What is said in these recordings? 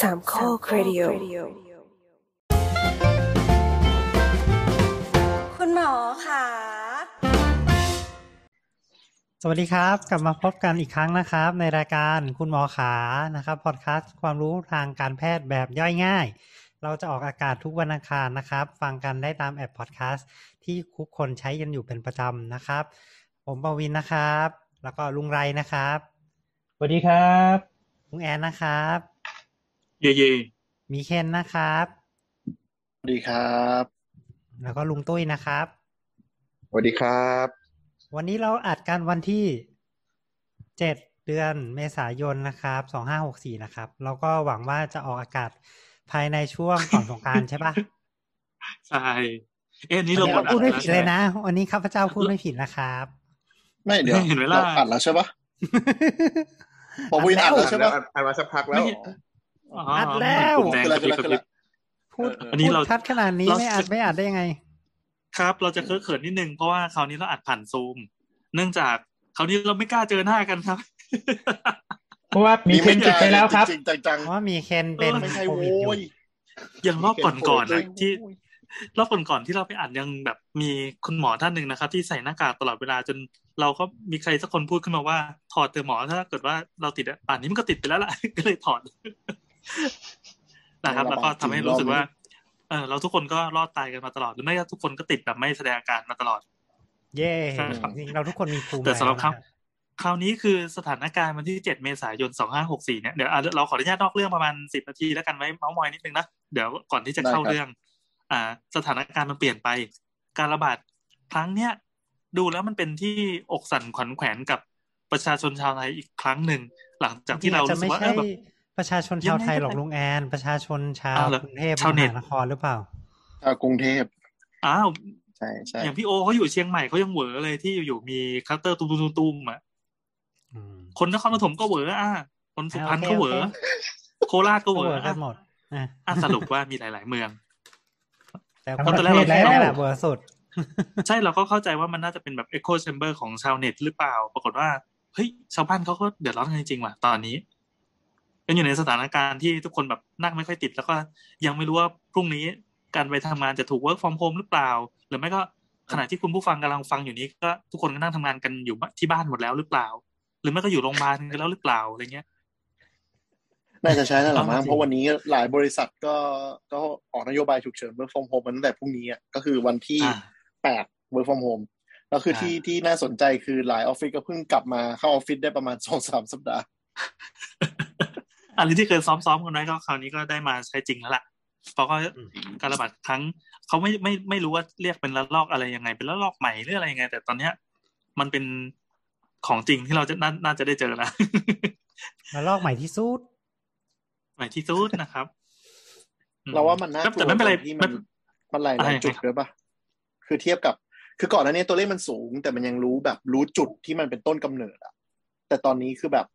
สามข้อครดิโอ คุณหมอค่ะ สวัสดีครับ กลับมาพบกันอีกครั้งนะครับ ในรายการคุณหมอขานะครับพอดแคสต์ความรู้ทางการแพทย์แบบย่อยง่าย เราจะออกอากาศทุกวันอังคารนะครับ ฟังกันได้ตามแอปพอดแคสต์ที่ทุกคนใช้กันอยู่เป็นประจำนะครับ ผมปวินนะครับ แล้วก็ลุงไรนะครับ สวัสดีครับ ลุงแอนนะครับ เย่เย่ มีเคนนะครับ สวัสดีครับ แล้วก็ลุงตุ้ยนะครับ สวัสดีครับ วันนี้เราอัดกันวันที่เจ็ดเดือนเมษายนนะครับสองห้าหกสี่นะครับ แล้วก็หวังว่าจะออกอากาศภายในช่วงก่อนสงกรารใช่ปะ ใช่เอ๊ะอันนี่ อั เรา นนี้ ก เรา ด พูดไม่ อั ผิด แว เลย ใช่ห นะ วันนี้ข้าพเจ้าพูดไม่ผิดนะครับ ไม่เดี๋ยว เห็นไหมล่ะ ราอัดแล้วใช่ปะพอวินอัดแล้วใช่ปะ อ่านมาสักพักแล้ว ไม่ อ๋อ อั อั ดแล้ว ปุ่มแดง คือก อะไรคือบ อะระพริไร กระ คืออะไรพูพริบด เอออันนี้ พูด เรา ชัดขนาดนี้ เรา ไม่อัดไม่อัดได้ยังไง ครับ เราจะเคอะเขินนิดนึงเพราะว่าคราวนี้เราอัดผ่านซูม เนื่องจากคราวนี้เราไม่กล้าเจอหน้ากันครับ เพราะว่ามีเทรนด์ติดไปแล้วครับ จริงๆจัง เพราะว่ามีเคนเป็น ๆไม่ใช่ โค โว วิดอ้ยู่ย อย่างรอบก่อนๆนะที่ รอบก่อนๆที่เราไปอัดยังแบบมีคุณหมอท่านหนึ่งนะครับ ที่ใส่หน้ากากตลอดเวลาจนเราก็มีใครสักคนพูดขึ้นมาว่า ถอดเถอะหมอถ้าเกิดว่าเราติดอะป่านนี้มันก็ติดไปแล้วล่ะ ก็เลยถอดนะครับ แล้วก็ทำให้รู้สึกว่า เออเราทุกคนก็รอดตายกันมาตลอด หรือไม่ก็ทุกคนก็ติดแบบไม่แสดงอาการมาตลอด เย่ ใช่ครับ จริงๆเราทุกคนมีภูมิ แต่สำหรับ แล้วนะ เขา คราวนี้คือสถานการณ์วันที่ 7 เมษายน 2564 เนี่ย เดี๋ยวอ่ะเราขออนุญาตนอกเรื่องประมาณ 10 นาทีแล้วกันไว้เมาส์มอยนิดนึงนะ เดี๋ยวก่อนที่จะเข้าเรื่อง อ่า สถานการณ์มันเปลี่ยนไป การระบาดครั้งเนี้ยดูแล้วมันเป็นที่อกสั่นขวัญแขวนกับประชาชนชาวไทยอีกครั้งหนึ่ง หลังจากที่เรา จริงๆอจจะ รู้สึ ไม่ กว่าเอ ใช่ อแบบ ประชาชนชาวไทยหรอกลุงแอน ประชาชนชาว อ้าวเหรอก รุงเทพม ชาวเน็ต หานครหรือเปล่า ชาวกรุงเทพ อ้าว ใช่ใช่ อย่างพี่โอเขาอยู่เชียงใหม่เขายังเหวอเลยที่อยู่ๆมีคัตเตอร์ตุ้มๆๆๆอ่ะ อืม คนนครปฐมก็เหวออ่ะ คนสุพรรณก็ โอเค เหวอ โอเค โคราชก็ ก็ เหว เวิ อ ร์กกั อ่ะ นหมดอ่ะ อ่ะสรุปว่ามีหลาย ๆ เมือง แต่ ทั้ง คน ประ แรก เท เรา ศแล้ว แค่แหละเวิร์สุด ใช่เราก็เข้าใจว่ามันน่าจะเป็นแบบ echo chamber ของชาวเน็ตหรือเปล่า ปรากฏว่า เฮ้ย ชาวบ้านเขาก็เดือดร้อนกันจริงๆว่ะตอนนี้เป็นอยู่ในสถานการณ์ที่ทุกคนแบบนั่งไม่ค่อยติด แล้วก็ยังไม่รู้ว่าพรุ่งนี้การไปทำงานจะถูก work from home หรือเปล่า หรือไม่ก็ขณะที่คุณผู้ฟังกำลังฟังอยู่นี้ก็ทุกคนก็นั่งทำงานกันอยู่ที่บ้านหมดแล้วหรือเปล่า หรือไม่ก็อยู่โรงพยาบาลกันแล้วหรือเปล่าอะไรเงี้ย น่าจะใช้แล้วหรอมั้ง เอามาสิ เพราะวันนี้หลายบริษัทก็ก็ออกนโยบายฉุกเฉินเวิร์กฟอร์มโฮมตั้งแต่พรุ่งนี้อะก็คือวันที่ อ่า แปดเวิร์กฟอร์มโฮมแล้วคือที่ที่น่าสนใจคือหลายออฟฟิศก็เพิ่งกลับมาเข้าออฟฟิศได้ประมาณสองสามสัปดาห์ อะไรที่เคยซ้อมๆกันไว้ก็คราวนี้ก็ได้มาใช้จริงแล้วล่ะเพราะก็ อืม การระบาดครั้งเขาไม่ไม่ไม่รู้ว่าเรียกเป็นระลอกอะไรยังไง เป็นระลอกใหม่หรืออะไรยังไง แต่ตอนเนี้ย มันเป็นของจริงที่เราจะนาน่าจะได้เจอแล้ว แล้วลอกใหม่ที่สุด ใหม่ที่สุดนะครับอืม เราว่ามันน่ากลัว แต่ไม่เป็นไร ตรงที่ มั มัน นมันหลาย อะหไรลาย นะครับ จุดด้วยปะคือเทียบกับ คือก่อนหน้านี้ตัวเลขมันสูง แต่มันยังรู้แบบรู้จุดที่มันเป็นต้นกำเนิดอะแต่ตอนนี้คือแบบ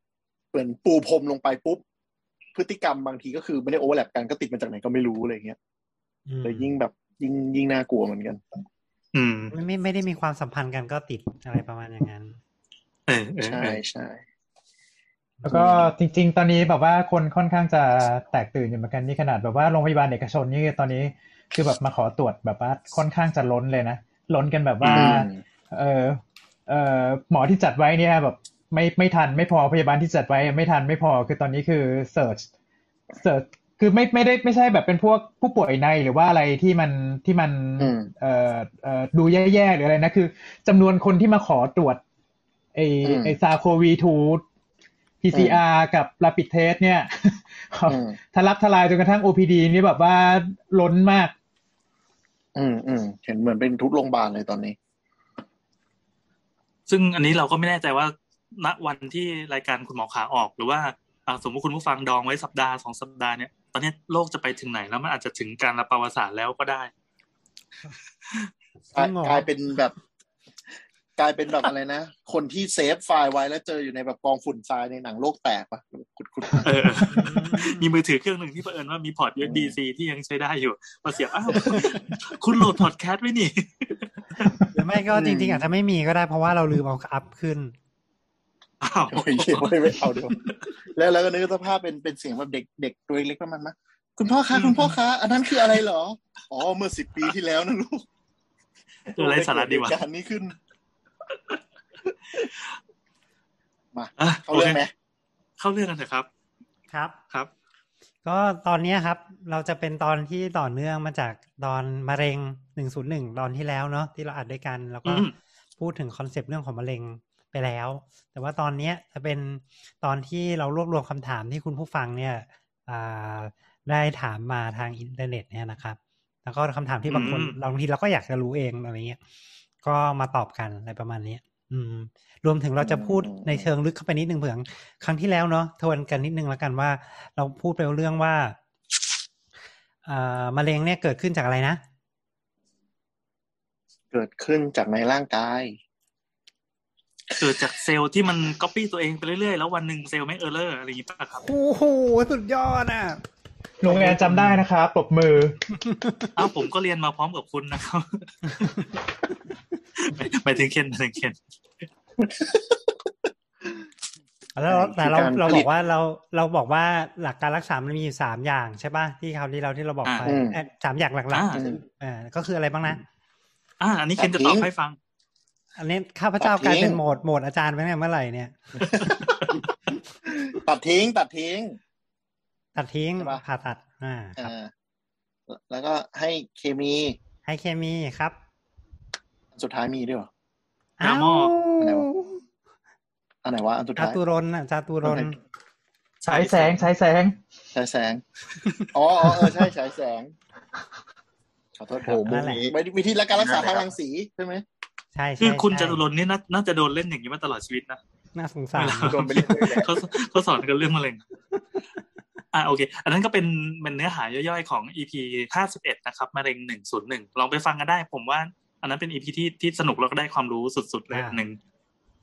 เหมือนปูพรมลงไปปุ๊บ พฤติกรรมบางทีก็คือไม่ได้โอเวอร์แลปกันก็ติดมาจากไหนก็ไม่รู้อะไรเงี้ย อืม เลยยิ่งแบบยิ่งยิ่งน่ากลัวเหมือนกัน อืม ไม่ไม่ไม่ได้มีความสัมพันธ์กันก็ติดอะไรประมาณอย่างนั้น เออเออ ใช่ เออ ใช่ แล้วก็จริง ๆ ตอนนี้แบบว่าคนค่อนข้างจะแตกตื่นอยู่เหมือนกันนี่ขนาดแบบว่าโรงพยาบาลเอกชนนี่ตอนนี้คือแบบมาขอตรวจแบบว่าค่อนข้างจะล้นเลยนะล้นกันแบบว่า เออเออหมอที่จัดไว้เนี่ยแบบไม่ไม่ทันไม่พอพยาบาลที่จัดไว้ไม่ทันไม่พอคือตอนนี้คือเสิร์ชเสิร์ชคือไม่ไม่ได้ไม่ใช่แบบเป็นพวกผู้ป่วยในหรือว่าอะไรที่มันที่มัน อืม เอ่อเอ่อดูแย่ๆหรืออะไรนะคือจำนวนคนที่มาขอตรวจไอ อืม ไอซาโควีทูด PCR กับ Rapid Test เนี่ย อืม ทะลักทลายจนกระทั่ง OPD นี่แบบว่าล้นมาก อืมอืมเห็นเหมือนเป็นทุกโรงพยาบาลเลยตอนนี้ ซึ่งอันนี้เราก็ไม่แน่ใจว่าณวันที่รายการคุณหมอขาออกหรือว่าอ่าสมมติคุณผู้ฟังดองไว้สัปดาห์สองสัปดาห์เนี่ยตอนนี้โลกจะไปถึงไหนแล้วมันอาจจะถึงการระบาดประวัติศาสตร์แล้วก็ได้ กลาย จริงเหรอ กลายเป็นแบบ กลายเป็นแบบอะไรนะ คนที่เซฟไฟล์ไว้แล้วเจออยู่ในแบบกองฝุ่นทรายในหนังโลกแตกปะคุณคุณ เออ มีมือถือเครื่องหนึ่งที่เผอิญว่ามีพอร์ต USB C ที่ยังใช้ได้อยู่มาเสียบอ้าว คุณโหลดพอดแคสต์ไว้นี่ หรือไม่ก็จริง อื ๆ ม อาจจะไม่มีก็ได้เพราะว่าเราลืมเอาอัพขึ้น อ้าว โอ้ยไม่ไม่เอาเดี๋ยวแล้วแล้วก็นึกสภาพเป็นเป็นเสียงแบบเด็กเด็กตัวเล็กๆประมาณนั้นคุณพ่อคะคุณพ่อคะอันนั้นคืออะไรเหรออ๋อเมื่อสิบปีที่แล้วนะลูก เจออะไรสาระดีวะ เกิเหตุการณ์นี้ขึ้น อ่ะ เข้าเรื่องไหม โคเข้าเรื่องกันเถอะครับ ครับ ครับ ก็ตอนเนี้ยครับ เราจะเป็นตอนที่ต่อเนื่องมาจากตอนมะเร็งหนึ่งศูนย์หนึ่งตอนที่แล้วเนาะที่เราอัดด้วยกัน แล้วก็ อืม พูดถึงคอนเซปต์เรื่องของมะเร็งไปแล้ว แต่ว่าตอนเนี้ยจะเป็นตอนที่เรารวบรวมคำถามที่คุณผู้ฟังเนี่ยอ่าได้ถามมาทางอินเทอร์เน็ตเนี่ยนะครับ แล้วก็คำถามที่บางคน อืม เราบางทีเราก็อยากจะรู้เองอะไรเงี้ย ก็มาตอบกันอะไรประมาณเนี้ยอืม รวมถึงเราจะพูด อืม ในเชิงลึกเข้าไปนิดนึงเผื่อครั้งที่แล้วเนาะทวนกันนิดนึงแล้วกันว่า เราพูดไปเรื่องว่าเอ่อมะเร็งเนี่ยเกิดขึ้นจากอะไรนะ เกิดขึ้นจากในร่างกาย เกิดจากเซลล์ที่มันก๊อปปี้ตัวเองไปเรื่อยๆ แล้ววันหนึ่งเซลล์ไม่เออร์เลอร์อะไรอย่างงี้ป่ะครับ โอ้โหสุดยอดอ่ะ ลุงแอนจำได้นะครับปรบมือ เอ้าผมก็เรียนมาพร้อมกับคุณนะครับ ไปถึงเคนไปถึงเคน แล้วเรา ใช่ แต่เรา คือการ เรา ผ บ ลิ อ ต กว่าเราเราบอกที่แล้วที่เราบอกว่าหลักการรักษา มันมีอยู่สามอย่างใช่ป่ะที่คราวที่เราที่เราบอกไป อ่า เอ่อสามอย่างหลัก อ่า ๆเอ่าก็คืออะไรบ้างนะ อ่า อันนี้เคนจะตอบให้ฟัง อันนี้ข้าพเจ้ากลายเป็นโหมดโหมดอาจารย์ไปเนี่ยเมื่อไหร่เนี่ย ตัดทิ้ง ตัดทิ้ง ตัดทิ้ง ใช่ปะ ผ่าตัด อ่าครับ อ่าแล้วก็ให้เคมี ให้เคมีครับ อันสุดท้ายมีด้วยเหรอ ยาหม้อ อะไรวะ อันไหนวะอันสุด จา ท้าย ตุรนน่ะจาตุรอันนไหน ฉายแสงฉายแสง ฉายแส ง อ๋ออ๋อเออใช่ฉายแสง ขอโทษค โอ้ รับ โหมุ นั่ ม นแหละ นี้ วิธีการรักษาทางรังสีใช่ไหม ใช่ใช่ คือคุณ ใช่ จตุรนนี่น่าน่าจะโดนเล่นอย่างนี้มาตลอดชีวิตนะ น่าสงสาร โดนไปเรื่อยเลย เขาเขาสอนกันเรื่องมะเร็ง อ่ะโอเค อันนั้นก็เป็นเป็นเนื้อหาย่อยๆของ EP 51 นะครับมะเร็ง 101 ลองไปฟังกันได้ ผมว่า อันนั้นเป็น EP ที่ที่สนุกแล้วก็ได้ความรู้สุดๆเลย อ่า อันหนึ่ง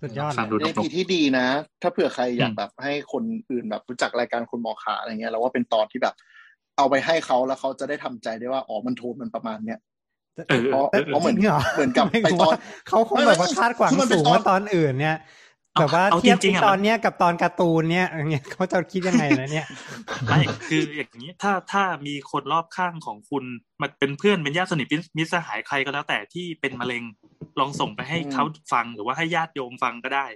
สุดยอด ฟังดู เลย ในทีที่ดีนะ ถ้าเผื่อใครอยากแบบให้คนอื่นแบบรู้จักรายการคุณหมอขาอะไรเงี้ยเราว่าเป็นตอนที่แบบ เอาไปให้เขาแล้วเขาจะได้ทำใจได้ว่าอ๋อมันโทนมันประมาณเนี้ย เออ เพราะ เออ เพราะเหมือน จริง เหมือนกับ ไม่ ไป รู้ ตอน ว่าเขาคงแบบว่าคาดหวัง คือมันเป็นตสูงอน ว่าตอนอื่นเนี่ย เอา แบบว่า เอา เทียบ จริงที่ๆอ่ะ ตอนเนี้ยกับตอนการ์ตูนเนี่ย อย่างเงี้ยเขาจะคิดยังไงนะเนี่ย ไม่ คืออย่างนี้ถ้าถ้ามีคนรอบข้างของคุณมันเป็นเพื่อนเป็นญาติสนิทเป็นมิตรสหายใครก็แล้วแต่ที่เป็นมะเร็ง ลองส่งไปให้เขาฟังหรือว่าให้ญาติโยมฟังก็ได้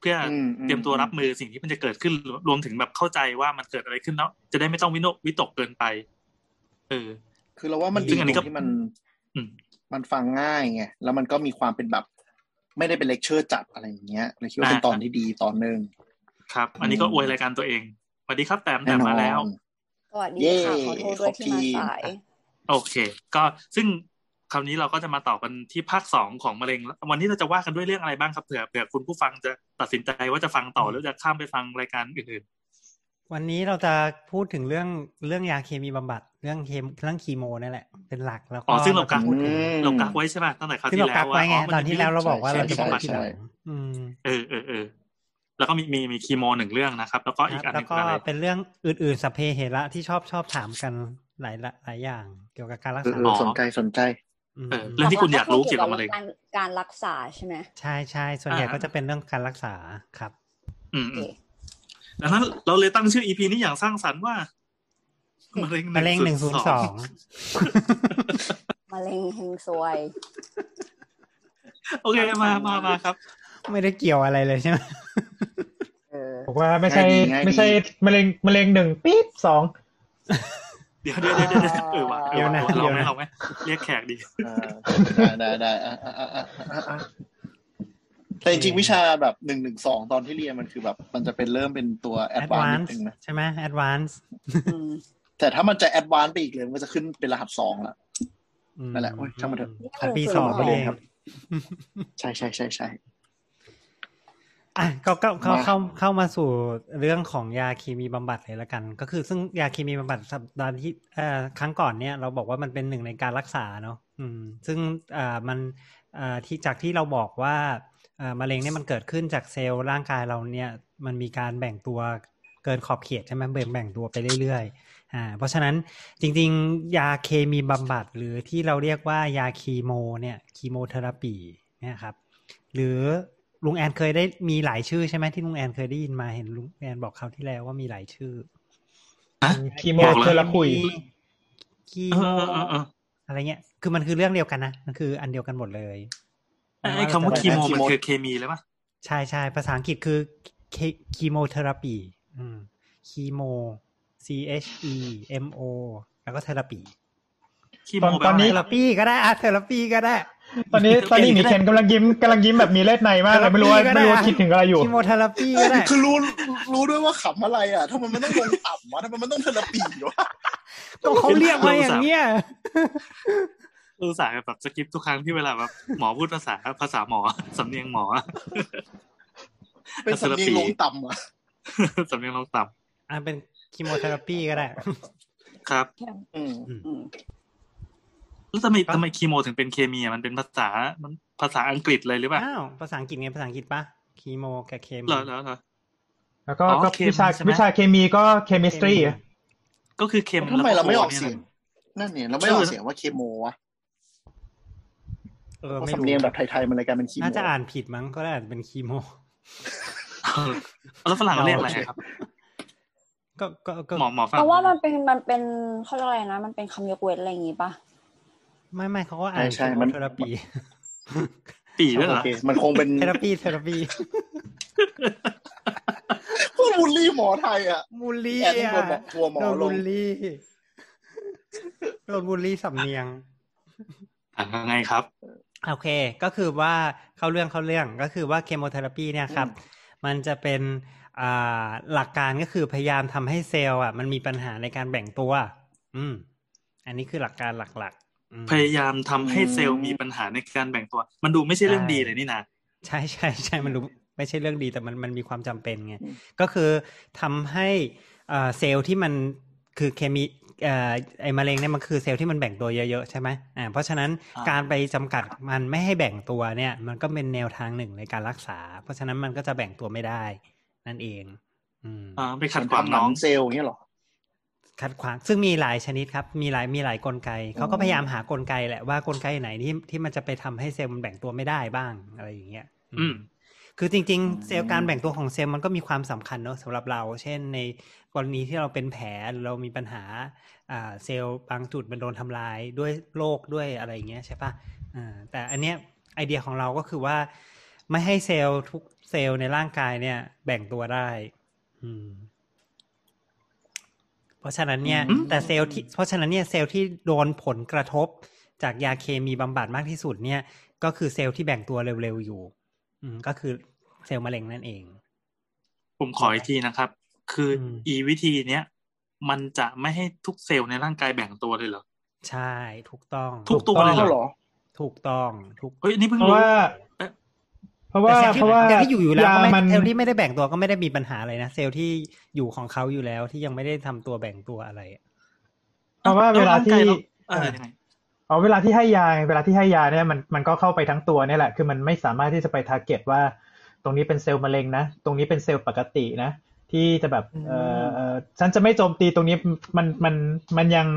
เพื่ออ อื เตรียมตัวรับมือสิ่งที่มันจะเกิดขึ้นรวรวมถึงแบบเข้าใจว่ามันเกิดอะไรขึ้นแล้ว จะได้ไม่ต้องวิโนวิตกเกินไป เออ คือเราว่ามัน ซึ่งอันนี้ก็ ดีตรที่มัน อืม มันฟังง่ายไงแล้วมันก็มีความเป็นแบบ ไม่ได้เป็นเลคเชอร์จัดอะไรอย่างเงี้ยเลยคิดว่าเป็นตอนที่ดีตอนหนึ่ง ครับ อันนี้ก็ อืม อวยรายการตัวเองสวัสดีครับแต้มแต้มมาแล้ว สวัสดี เย้ ค่ะ ขอโทษด้วยที่มาสาย ขอบคุณ โอเค ก็ซึ่งคราวนี้เราก็จะมาต่อกันที่ภาคสองของมะเร็ง วันนี้เราจะว่ากันด้วยเรื่องอะไรบ้างครับเผื่อเผื่อคุณผู้ฟังจะตัดสินใจว่าจะฟังต่อหรือจะข้ามไปฟังรายการอื่น วันนี้เราจะพูดถึงเรื่องเรื่องยาเคมีบำบัดเรื่องเคมเรื่องคีโมนี่แหละ เป็นหลักแล้ว ๆ ก็ อ๋อซึ่งเรากัก จะพูดถึง อืม เรากักไว้ใช่ไหมตั้งแต่คราว ซึ่ง ที่ เรา แล้ กัก ว ไว้ไง มั ต จะ อนที่ มี แล้วเราบอกว่า ใช่ เราจะ ใช่ พูดทีหลัง ใช่ อืม เออเออเออแล้วก็มีมีมีคีโมหนึ่งเรื่องนะครับ แล้วก็อีก ค อั รั น บ ห แล้วนึ่ง ก็ คืออะไร เป็นเรื่องอื่นๆสัพเพเหระที่ชอบชอบถามกันหลายละหลายอย่าง เกี่ยวกับการรัก เออ ษา เออสนใจสนใจ ม เออเรื่องที่คุณอยากรู้เกี่ยวกับมะเร็ง การการรักษาใช่ไหม ใช่ใช่ส่วนใหญ่ก็จะเป็นเรื่องการรักษาครับ อืมอืม ดังนั้นเราเลยตั้งชื่อ EP นี้อย่างสร้างสรรค์ว่ามะเร็ง มะเร็งหนึ่งศูนย์สอง มะเร็งเฮงซวย โอเคมามามาครับ ไม่ได้เกี่ยวอะไรเลยใช่ไหม เออ บอกว่าไม่ใช่ ง่ายดีง่ายดี ไม่ใช่มะเร็งมะเร็งหนึ่งปี๊บสอง เดี๋ยวเดี๋ยวเดี๋ยวเดี๋ยวเออว่ะเออว่ะเราไหมเราไหมเรียกแขกดี เออได้ได้ได้อ่ะอ่ะอ่ะอ่ะอ่ะอ่ะแต่จริงๆวิชาแบบหนึ่งหนึ่งสองตอนที่เรียนมันคือแบบ มันจะเป็นเริ่มเป็นตัวแอ แอ ด ด วาน วา ซ์ น นิด ซ์ นึงนะ ใช่ไหมแอดวานซ์ อืม แต่ถ้ามันจะแอดวานซ์ไปอีกเลย มันจะขึ้นเป็นรหัสสองละ นั่นแหละโอ้ยช่างมันเถอะ ของปีสอง นี่ เอ มัน ง คือ ใช่ใช่ใช่ใช่ อ่ะก็ก็เข้า มา เข้าเข้ามาสู่เรื่องของยาเคมีบำบัดเลยละกัน ก็คือซึ่งยาเคมีบำบัดสัปดาห์ที่เอ่อครั้งก่อนเนี่ยเราบอกว่ามันเป็นหนึ่งในการรักษาเนาะอืม ซึ่งอ่ามันอ่าที่จากที่เราบอกว่าอ่ามะเร็งเนี่ยมันเกิดขึ้นจากเซลล์ร่างกายเราเนี่ย มันมีการแบ่งตัวเกินขอบเขตใช่ไหมแบ่งแบ่งตัวไปเรื่อยๆอ่าเพราะฉะนั้นจริงๆ ยาเคมีบำบัด หรือที่เราเรียกว่ายาคีโมเนี่ยคีโมเทอราปีเนี่ยครับ หรือ ลุงแอนเคยได้มีหลายชื่อใช่ไหมที่ลุงแอนเคยได้ยินมาเห็นลุงแอนบอกคราวที่แล้วว่ามีหลายชื่อ คีโม บอกแล้ว เทอราคุย คี เอ โม อเออเออ อะไรเงี้ย คือมันคือเรื่องเดียวกันนะมันคืออันเดียวกันหมดเลย เออไอ้คำว่าคีโมมันคือเคมีเลยปะ ใช่ใช่ภาษาอังกฤษคือคีโมเทอราปีอืมคีโม C H E M O แล้วก็เทอราปี คีโม ตอน แปล ตอน ว่า นี้ เทอ อะไร ราปีก็ได้อะเทอราปีก็ได้ ตอนนี้ตอนนี้หมีเคนกำลังยิ้มกำลังยิ้มแบบมีเลดในมากเลยไม่รู้ว่าไม่รู้ว่าคิดถึงอะไรอยู่ คีโมเทอราปีก็ได้ คือรู้รู้ด้วยว่าขำอะไรอ่ะทำไมมันต้องลงต่ำวะทำไมมันต้องเทอราปีวะ ก็เขาเรียกมาอย่างเงี้ย อุตส่าห์แบบสคริปต์ทุกครั้งที่เวลาแบบหมอพูดภาษาภาษาหมอ สำเนียงหมอ เป็นสำเนียงลงต่ำอ่ะ สำเนียงลงต่ อ่าเป็นคีโมเทอราปีก็ได้ ำครับ อืม อืม แล้วทำไม ครับ ทำไมคีโมถึงเป็นเคมีอ่ะมันเป็นภาษามันภาษาอังกฤษเลยหรือเปล่า อ้าว ภาษาอังกฤษไงภาษาอังกฤษปะคีโมกับเคมี เหรอเหรอเหรอ แล้วก็ อ๋อ ก็ เคม วิชา ใช่ไหม วิชาเคมีก็เคมิสตรี ก็คือเคม ทำไมเราไม่ออกเสียง แล้วก็โคนี่ยนะ นั่นเนี่ยเราไม่ออกเสียงว่าเคโมวะ เออไม่ สำ รู้ เนียงแบบไทยๆมันเลยกลายเป็นคีโม น่าจะอ่านผิดมั้งก็ได้อ่านเป็นคีโม เอาแล้วฝรั่งเขาเรียกอะไรครับ ก็ก็ก็ หมอหมอฝ เพ รั่ง ราะว่ามันเป็นมันเป็นเขาเรียกอะไรนะ มันเป็นคำยกเว้นอะไรอย่างงี้ปะ ไม่ไม่เขาก็อ่านคีโมเทอราปี ปีด้วย โอ เหรอ เคมันคงเป็น เทอราปีเทอราปี พวกบูลลี่หมอไทยอ่ะ บูลลี่ แอนที่ อ่ะ คนบอกทัวร์หมอ โดน ล บู ง ล ลี่โดนบูลลี่สำเนียง อ่ะยังไงครับ โอเค ก็คือว่าเข้าเรื่องเข้าเรื่องก็คือว่าเคมเทอราปีเนี่ยครับ มันจะเป็นอ่าหลักการก็คือพยายามทำให้เซลล์อ่ะ มันมีปัญหาในการแบ่งตัว อืม อันนี้คือหลักการหลักๆอืม พยายามทำให้เซลล์มีปัญหาในการแบ่งตัว มันดูไม่ใช่เรื่องดีเลยนี่นะ ใช่ใช่ใช่มันรู้ไม่ใช่เรื่องดีแต่มันมันมีความจำเป็นไง ก็คือทำให้เอ่อเซลล์ที่มันคือเคมีเอ่อไอมะเร็งเนี่ยมันคือเซลล์ที่มันแบ่งตัวเยอะๆใช่ไหมอ่าเพราะฉะนั้นการไปจำกัดมันไม่ให้แบ่งตัวเนี่ย มันก็เป็นแนวทางหนึ่งในการรักษา เพราะฉะนั้นมันก็จะแบ่งตัวไม่ได้ นั่นเองอืม อ่าไปขัดขวางน้อง เซลล์อย่างเงี้ยเหรอ ขัดขวางซึ่งมีหลายชนิดครับ มีหลายมีหลายกลไกเขาก็พยายามหากลไกแหละว่ากลไกไหนที่ที่มันจะไปทำให้เซลล์มันแบ่งตัวไม่ได้บ้างอะไรอย่างเงี้ย อืม คือจริง อืม ๆ เซลล์การแบ่งตัวของเซลล์มันก็มีความสำคัญเนอะสำหรับเรา เช่นในกรณีที่เราเป็นแผลหรือเรามีปัญหาอ่าเซลล์บางจุดมันโดนทำลายด้วยโรคด้วยอะไรอย่างเงี้ยใช่ปะอ่าแต่อันเนี้ยไอเดียของเราก็คือว่า ไม่ให้เซลล์ทุกเซลล์ในร่างกายเนี่ยแบ่งตัวได้ อืม เพราะฉะนั้นเนี่ย อืม แต่เซลล์ที่เพราะฉะนั้นเนี่ยเซลล์ที่โดนผลกระทบจากยาเคมีบำบัดมากที่สุดเนี่ย ก็คือเซลล์ที่แบ่งตัวเร็วๆอยู่ อืมก็คือเซลล์มะเร็งนั่นเอง ผมขออีกทีนะครับ คืออ ม อีวิธีเนี้ยมันจะไม่ให้ทุกเซลล์ในร่างกายแบ่งตัวเลยเหรอ ใช่ถูกต้อง ทุกตัวเลย เขา เห เห ร ร อ อ ถูกต้องถูก เฮ้ยนี่เพิ่ง เพราะ รู้ ว่า เอ๊ะ เพราะว่า แต่ซลล์ที่ เพราะว่า ซลล์ที่อยู่อยู่แล้วก็ ยา ไม่ มัน เซลล์ที่ไม่ได้แบ่งตัวก็ไม่ได้มีปัญหาอะไรนะเซลล์ที่อยู่ของเขาอยู่แล้วที่ยังไม่ได้ทำตัวแบ่งตัวอะไรอะ เพราะว่าเวลาที่ ร่งกยรเออยังไง เอาเวลาที่ให้ยาเวลาที่ให้ยาเนี่ยมันมันก็เข้าไปทั้งตัวเนี่ยแหละคือมันไม่สามารถที่จะไปทาร์เก็ตว่า ตรงนี้เป็นเซลล์มะเร็งนะตรงนี้เป็นเซลล์ปกตินะ ที่จะแบบเออเออฉันจะไม่โจมตีตรงนี้มันมันมันยัง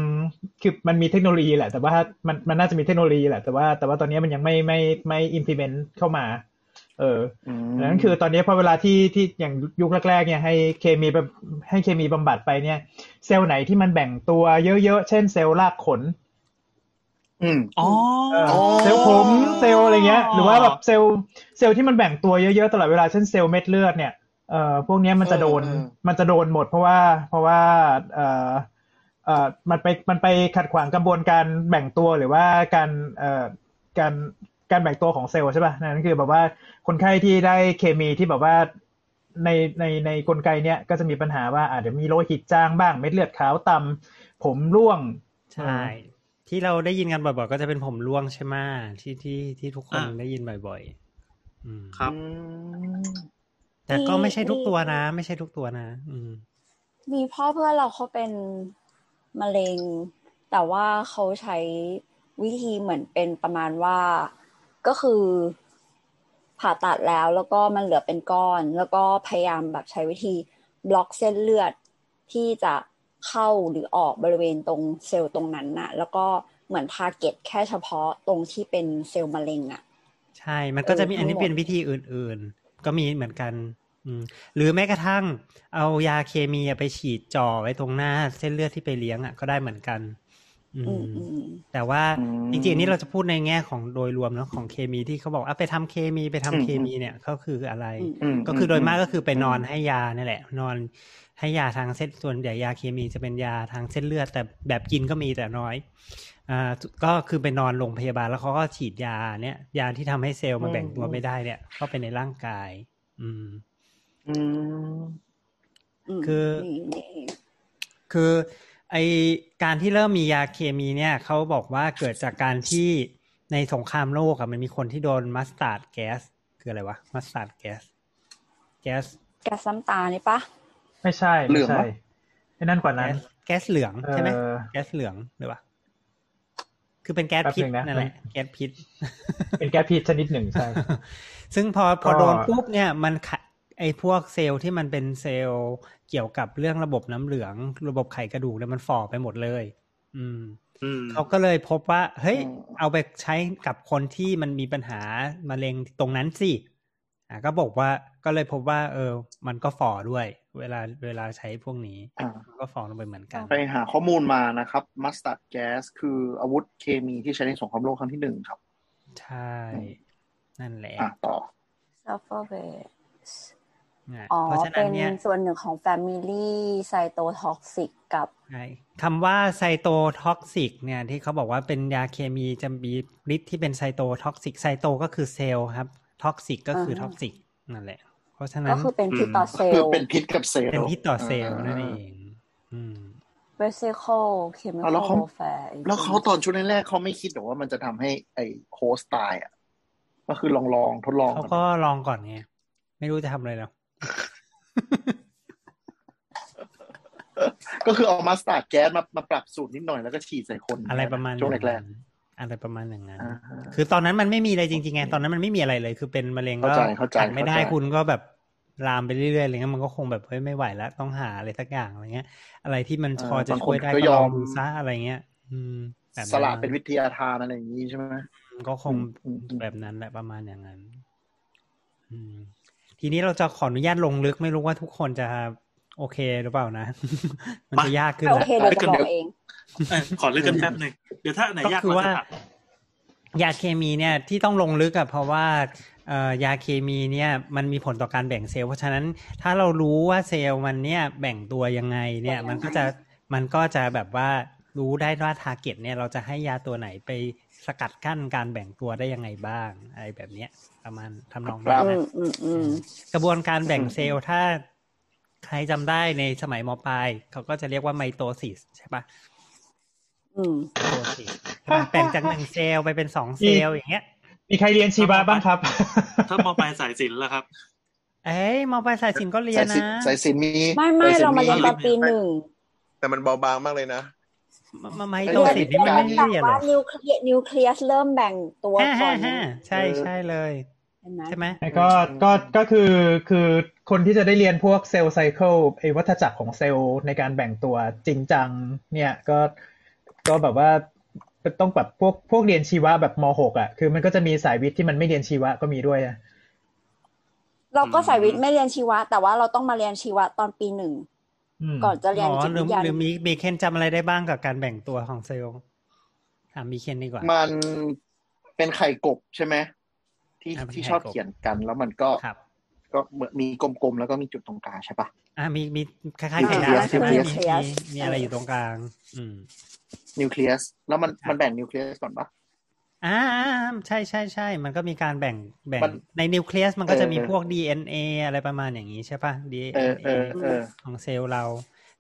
คือมันมีเทคโนโลยีแหละ แต่ว่ามันมันน่าจะมีเทคโนโลยีแหละแต่ว่าแต่ว่าตอนนี้มันยังไม่ไม่ไม่ implement เข้ามา เออ ดังนั้นคือตอนนี้พอเวลาที่ที่อย่างยุคแรกๆเนี่ยให้เคมีบำให้เคมีบำบัดไปเนี่ย เซลล์ไหนที่มันแบ่งตัวเยอะๆ เช่นเซลล์รากขน อืม อ๋อ เอ่อ โ เซลล์ผมเซลล์อะไรเงี้ยหรือว่าแบบเซลล์เซลล์ที่มันแบ่งตัวเยอะๆตลอดเวลาเช่นเซลล์เม็ดเลือดเนี่ยเอ่อพวกเนี้ยมันจะโดน เออเออ มันจะโดนหมดเพราะว่าเพราะว่าเอ่อเอ่อมันไปมันไปขัดขวางกระบวนการแบ่งตัวหรือว่าการเอ่อการการแบ่งตัวของเซลล์ใช่ป่ะนั่นคือแบบว่าคนไข้ที่ได้เคมีที่แบบว่าในในในกลไกเนี้ยก็จะมีปัญหาว่าอาจจะเดี๋ยวมีโลหิตจางบ้างเม็ดเลือดขาวต่ำผมร่วง ใช่ ที่เราได้ยินกันบ่อยๆก็จะเป็นผมร่วงใช่ไหมที่ที่ที่ทุกคน อ่า ได้ยินบ่อยๆอืม ครับ แต่ก็ไม่ใช่ทุกตัวนะ ไม่ใช่ทุกตัวนะ อืม มีพ่อเพื่อนเราเขาเป็นมะเร็ง แต่ว่าเขาใช้วิธีเหมือนเป็นประมาณว่า ก็คือผ่าตัดแล้วแล้วก็มันเหลือเป็นก้อน แล้วก็พยายามแบบใช้วิธีบล็อกเส้นเลือดที่จะเข้าหรือออกบริเวณตรงเซลล์ตรงนั้นน่ะ แล้วก็เหมือนทาร์เก็ตแค่เฉพาะตรงที่เป็นเซลล์มะเร็งอะ ใช่ มันก็จะมี เออทั้งหมด อันนี้เป็นวิธีอื่นๆ ก็มีเหมือนกันอืมหรือแม้กระทั่งเอายาเคมีอะไปฉีดจ่อไว้ตรงหน้า เส้นเลือดที่ไปเลี้ยงอ่ะก็ได้เหมือนกัน อื อืม ม อืม แต่ว่า อืม จริงๆอันนี้เราจะพูดในแง่ของโดยรวมเนาะของเคมีที่เขาบอกอ่ะไปทำเคมีไปทำ อืม เคมีเนี่ยก็คืออะไร ม ก็คือโดยมากก็คือไปนอนให้ยาเนี่ยแหละ นอนให้ยาทางเส้นส่วนใหญ่ยาเคมีจะเป็นยาทางเส้นเลือด แต่แบบกินก็มีแต่น้อยอ่าก็คือไปนอนโรงพยาบาลแล้วเขาก็ฉีดยาเนี่ย ยาที่ทำให้เซลล์มันแบ่งตัวไม่ได้เนี่ย เข้าไปในร่างกาย อืม อืม อืม คือ นี่นี่เอง คือไอการที่เริ่มมียาเคมีเนี่ยเขาบอกว่าเกิดจากการที่ในสงครามโลกอะมันมีคนที่โดนมัสตาร์ดแก๊สคืออะไรวะมัสตาร์ดแก๊สแก๊ส แก๊สน้ำตานี่ปะ ไม่ใช่ เหลื ไม่ อง ใช่ ปะ ไอ้นั่นกว่านั้น แก๊สเหลืองใช่ไหม เออ แก๊สเหลืองหรือเปล่าคือเป็นแก๊สพิษ แป๊บนึงนะ นั่นแหละแก๊สพิษ เป็นแก๊สพิษชนิดหนึ่งใช่ ซึ่งพอพอ ก็ โดนปุ๊บเนี่ยมันขะไอพวกเซลล์ที่มันเป็นเซลล์เกี่ยวกับเรื่องระบบน้ำเหลือง ระบบไขกระดูกเนี่ยมันฝ่อไปหมดเลย อืม อืม เขาก็เลยพบว่า เฮ้ย อืม เอาไปใช้กับคนที่มันมีปัญหา มะเร็งตรงนั้นสิอ่ะก็บอกว่าก็เลยพบว่า เออ มันก็ฝ่อด้วย เวลาเวลาใช้พวกนี้ อ่า ก็ฝ่อลงไปเหมือนกัน ไปหาข้อมูลมานะครับมัสตาร์ดแก๊สคืออาวุธเคมีที่ใช้ในสงครามโลกครั้งที่หนึ่งครับ ใช่ นั่นแหละ อ่ะต่อ ซัฟเฟอร์เบส นะ อ๋อ เพราะฉะ เป็ นั้น น เนี่ย ส่วนหนึ่งของ Family ไซโตท็อกซิกกับ ใช่คำว่าไซโตท็อกซิกเนี่ยที่เขาบอกว่าเป็นยาเคมีจะมีฤทธิ์ที่เป็นไซโตท็อกซิกไซโตก็คือเซลล์ครับท็อกซิกก็คือ อ่าฮะ ท็อกซิกนั่นแหละ เพราะฉะนั้ ก็ น คือเป็นพิษต่อเซล คือ ล์ เป็นพิษกับเซลล์ เป็นพิษต่อเซลล์นั่นเอง อืม Vesicle า Chemical แล้ว w เขา a r f a r e แล้วเขาตอนช่วงแรกๆเขาไม่คิดหรอกว่ามันจะทำให้ไอ้โฮสต์ตายอ่ะก็คือลองลองๆทดลอง เขา น ก็ลองก่อนไง ไม่รู้จะทำอะไรแล้ว ก็คือเอามัสตาร์ดแก๊สมามาปรับสูตรนิดหน่อยแล้วก็ฉีดใส่คน อะไรประมาณ ช่วงแรก ๆอะไรประมาณอย่างนั้น ๆอ่าฮะ คือตอนนั้นมันไม่มีอะไรจริงๆไงตอนนั้นมันไม่มีอะไรเลย คือเป็นมะเร็งก็ เข้าใจเข้าใจ ตัดไม่ได้ เข้าใจ คุณก็แบบลามไปเรื่อยๆอะไรเงี้ยมันก็คงแบบเฮ้ยไม่ไหวแล้วต้องหาอะไรสักอย่างอะไรเงี้ย อะไรที่มันพอจะช่วยได้ก็ลองดูซะอะไรเงี้ย อืมแบบ สละเป็นวิทยาทานอะไรอย่างนี้ใช่ไหม ก็คง อืมอืม แบบนั้นแหละประมาณอย่างนั้น อืม ทีนี้เราจะขออนุญาตลงลึกไม่รู้ว่าทุกคนจะโอเคหรือเปล่านะ มันจะยากขึ้น โอ ละ เคเดี๋ยวจะบอกเอง เออขอเลือกกันแป๊บหนึ่งเดี๋ยวถ้าอันไหน ก็ ยาก คือ เร ว่า จะตัด ยาเคมีเนี่ยที่ต้องลงลึกอะเพราะว่าเอ่อยาเคมีเนี่ยมันมีผลต่อการแบ่งเซลล์เพราะฉะนั้นถ้าเรารู้ว่าเซลล์มันเนี่ยแบ่งตัวยังไงเนี่ย แบ่งยังไง มันก็จะมันก็จะแบบว่ารู้ได้ว่าทาร์เก็ตเนี่ยเราจะให้ยาตัวไหนไปสกัดกั้นการแบ่งตัวได้ยังไงบ้างอะไรแบบเนี้ยประมาณทำนอง ครั นี้ บ อื นะ มอืมอืม กระบวนการแบ่งเซลล์ถ้าใครจำได้ในสมัยมปลายเขาก็จะเรียกว่าไมโตซิสใช่ปะ อืม โอเคมันแบ่งจากหนึ่งเซลล์ไปเป็นสองเซลล์อย่างเงี้ย มีใครเรียนชีวะบ้างครับ ถ้ามองไปสายศิลป์แล้วครับ เอ้ยมอปลายสายสินก็เรีย สาน ยสิน นะ สายสินมี ไม่ไม่ สยสิ เรามาเรียนต กั อนปีหนึ่ง แต่มันเบาบางมากเลยนะ มาไมโตสินนี่มันไม่เรียนเหร ว่า อ นิวเคลียร์นิวเคลียสเริ่มแบ่งตัว ห้า ก่อ ห้าน ห้าใช่ใช่เลย เห็นไหม ใช่ไหม แล้วก็ก็ก็คือคือคนที่จะได้เรียนพวกเซลล์ไซเคิลไอ้วัฏจักรของเซลล์ในการแบ่งตัวจริงจัง เนี่ยก็ก็แบบว่าต้องแบบพวกพวกเรียนชีวะแบบมหกอ่ะคือมันก็จะมีสายวิทย์ที่มันไม่เรียนชีวะก็มีด้วยอะ เราก็สายวิทย์ไม่เรียนชีวะ แต่ว่าเราต้องมาเรียนชีวะตอนปีหนึ่ง อืม ก่อนจะเรียน อ๋อ จิต หรื วิทอยา หรือมีมีเคนจำอะไรได้บ้างกับการแบ่งตัวของเซลล์ถามมีเคนดีกว่า มันเป็นไข่กบใช่ไหมที่ อ่าเป็น ที่ ไข่ ชอบ กบ เขียนกันแล้วมันก็ ครับ ก็เหมือนมีกลมๆแล้วก็มีจุดตรงกลางใช่ปะ อ่ะมีมีคล้ายๆไข่ดาวใช่ไหมมีมีมีอะไรอยู่ตรงกลาง อืม นิวเคลียสแล้วมัน ครับ มันแบ่งนิวเคลียสก่อนปะ อ่าๆใช่ใช่ใช่ มันก็มีการแบ่งแบ่ง มัน ในนิวเคลียสมันก็จะมี เออ พวก DNA อะไรประมาณอย่างนี้ใช่ป่ะ เออ DNA เออเออ ของเซลล์เรา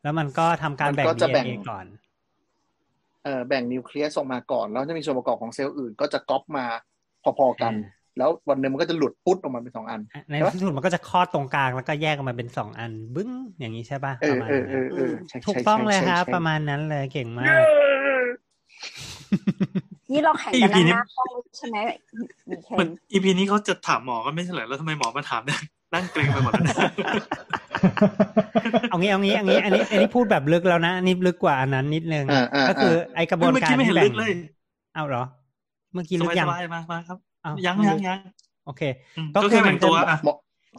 แล้วมันก็ทำการแบ่ง มันก็จะแบ่ง DNA ก่อน เออแบ่งนิวเคลียสออกมาก่อน แล้วจะมีส่วนประกอบของเซลล์อื่นก็จะก๊อปมาพอๆกัน อ่า แล้ววันหนึ่งมันก็จะหลุดปุ๊ดออกมาเป็นสองอัน อ่ะในที่สุดมันก็จะคลอดตรงกลางแล้วก็แยกออกมาเป็นสองอัน บึ้งอย่างนี้ใช่ป่ะ เอ ปอระมาณ เออเอ นั้น อเออใช่ใช่ ถูกต้องเลย ใช่ ครับ ใช่ ประมาณนั้นเลยเก่งมาก นี่เราแข่งกันหน้าห้องใช่ไหมมีเคน มันอีพีนี้เขาจะถามหมอก็ไม่ใช่เหรอแล้วทำไมหมอมาถามเนี่ยนั่งเกรงไปหมดแล้วเนี่ย เอางี้เอางี้เอางี้ อันนี้อันนี้พูดแบบลึกแล้วนะอันนี้ลึกกว่าอันนั้นนิดนึง อ่าอ่า ก็คือไอกระบวน เมื่อ การ กี้ไม่เห็ ที่ น แบ่ ลึ ง กเลย เอาเหรอ เมื่อ ส กี้ลึกยัง บายๆมามาครับ อ้าว ยังยังยัง โอเค อืม ก็ ก็ คือ แค่แบ่งตัว มันจะ อ่ะ เหมาะ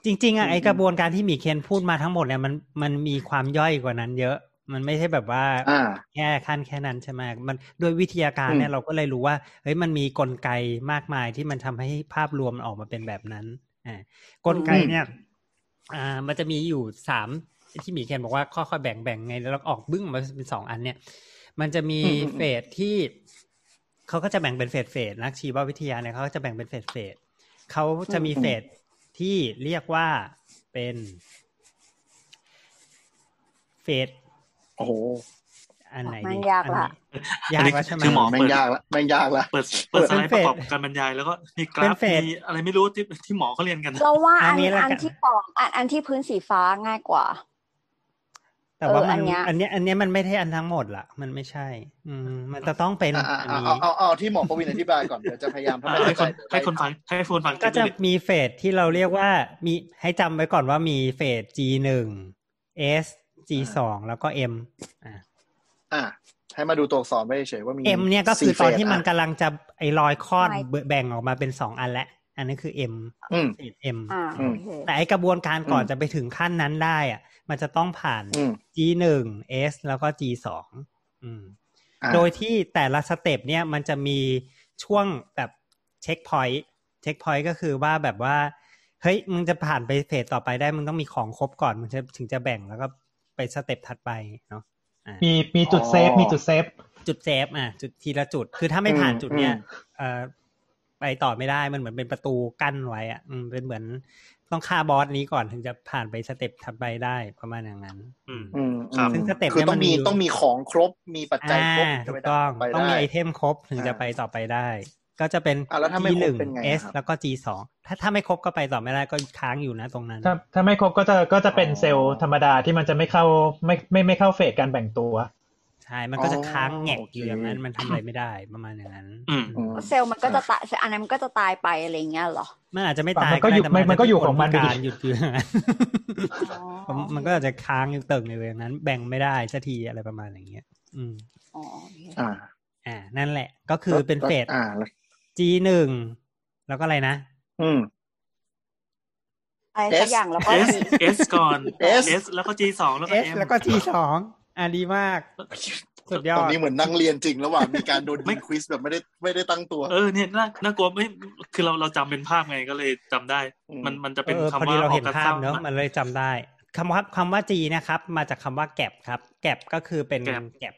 จริง ๆอ่ะไอ อืม กระบวนการที่หมีเคนพูดมาทั้งหมดเนี่ยมันมันมีความย่อยกว่านั้นเยอะ มันไม่ใช่แบบว่า อ่า แค่ขั้นแค่นั้นใช่ไหมมันด้วยวิทยาการเนี่ย อืม เราก็เลยรู้ว่าเฮ้ยมันมีกลไกมากมายที่มันทำให้ภาพรวมมันออกมาเป็นแบบนั้นอ่ากลไกเนี่ยอ่ามันจะมีอยู่สามที่หมีเคนบอกว่าค่อยๆแบ่งแบ่งไงแล้วเราออกบึ้งมาเป็นสองอันเนี่ย มันจะมี อืมอืมอืม เฟสที่เขาก็จะแบ่งเป็นเฟสเฟสนักชีววิทยาเนี่ยเขาก็จะแบ่งเป็นเฟสเฟสเขาจะมี อืม เฟสที่เรียกว่าเป็นเฟส โอ้โห อันไหน มั ดี นยากละ อันนี้ยากละใช่ไหม คือหมอ แม่ง เปิด ยากละแม่งยากละ เปิดเปิดสไลด์ เป็ ป นเฟส ระกอบการบรรยายแล้วก็มีก เป็ ราน ฟ เฟส มีอะไรไม่รู้ที่ที่หมอเขาเรียนกันนะ เราว่าอัน อันนี้ละอักันนที่สองอันอันที่พื้นสีฟ้าง่ายกว่า แต่ว่ามัน เอออันเนี้ย อันเนี้ยอันเนี้ยมันไม่ใช่อันทั้งหมดละมันไม่ใช่ อืมมันจะต้องเป็น อ่ะอ่ะ อัน อ่ะ นี้ เอาเอาเอาที่หมอประวินอธิบายก่อนเดี๋ยวจะพยายามทำ อ่ะ ให้ ให้ เข้า ค ใจ นให้คนฟังให้คนฟัง ก็จะ คิดดูดิ มีเฟสที่เราเรียกว่ามีให้จำไว้ก่อนว่ามีเฟส G หนึ่ง S G สองแล้วก็ M อ่ะ อ่ะให้มาดูตัวอักษรไปเฉยๆว่ามี M เนี่ยก็คือตอนที่มัน สี่เฟส กำลังจะไอ้รอยคลอด ไม่ แบ่งออกมาเป็นสองอันและ อันนั้นคือ M อ่ะอืม เฟส M อ่า อืม โอเค แต่ไอกระบวนการก่อน อืม จะไปถึงขั้นนั้นได้อ่ะ มันจะต้องผ่าน อืม G หนึ่ง S แล้วก็ G สองอืม อ่ะ โดยที่แต่ละสเต็ปเนี่ยมันจะมีช่วงแบบเช็คพอยต์เช็คพอยต์ก็คือว่าแบบว่า เฮ้ย มึงจะผ่านไปเฟสต่อไปได้ มึงต้องมีของครบก่อนมึงจะถึงจะแบ่งแล้วก็ไปสเต็ปถัดไปเนาะอ่ะ มีมีจุดเซฟ อ๋อ มีจุดเซฟ จุดเซฟอ่ะจุดทีละจุด คือถ้าไม่ผ่านจุดเนี่ย อืม เอ่อไปต่อไม่ได้มันเหมือนเป็นประตูกั้นไว้อะอืมเป็นเหมือนต้องฆ่าบอสนี้ก่อนถึงจะผ่านไปสเต็ปถัดไปได้ประมาณอย่างนั้น อืม อืมอืม ครับ ซึ่งสเต็ป คือ เนี่ย ต้อ มั ง นมีมีอยู่ ต้องมีของครบมีปัจจัยครบ อ่า จะ ถู ไป ก ได้ ต้อง ไป ต้องมี ด้ ไอเทมครบถึง อ่า จะไปต่อไปได้ ก็จะเป็น อ่ะแล้วถ้าไม่ G คร ห บ นึ่ง เป็นไง S ครับ แล้วก็ G สองถ้าถ้าไม่ครบก็ไปต่อไม่ได้ก็ค้างอยู่นะตรงนั้น ถ้าถ้าไม่ครบก็จะก็จะเป็น อ๋อ เซลล์ธรรมดาที่มันจะไม่เข้าไม่ไม่ไม่เข้าเฟสการแบ่งตัว ใช่ มันก็จะค้างแงก อ๋ออ อยู่อย่างนั้น โอเค มันทำอะไรไม่ได้ประมาณอย่างนั้น อืม อืม เซลล์มันก็จะตายอันนั้นมันก็จะตายไปอะไรอย่างเงี้ยเหรอ มันอาจจะไม่ตาย มันก็อยู่ ได้ มันก็อยู่ของมัน เป็ อยู่ คพิดีการหยุดอยู่อย่างนั้น อ๋อ ผมมันก็อาจจะค้างอยู่เติ่งอยู่อย่างนั้น แบ่งไม่ได้สักทีอะไรประมาณอย่างเงี้ย อืม อ๋อโอเค อ่า อ่า นั่นแหละ ก็คือเป็นเฟส แล้วอ่าแล้ว G หนึ่งแล้วก็อะไรนะ อืม อะไรสักอย่างแล้วก็ S S ก่อน S S แล้วก็ G สองแล้วก็ S M แล้วก็ G สองอ่ะดีมาก สุดยอ ต ด อนนี้เหมือนนั่งเรียนจริงระหว่างมีการโดนไม่ควิสแบบไม่ได้ไม่ได้ตั้งตัว เออเนี่ยน่าน่ากลัวไม่คือเราเราจำเป็นภาพไงก็เลยจำได้ อืม มันมันจะเป็น ออ คำ พอดี ว่า เรา ออ เห็น กัส ภา ซั พ ม เนอะมันเลยจำได้คำว่าคำว่า G นะครับ มาจากคำว่าแก็บครับ แก็บก็คือเป็นแก็บ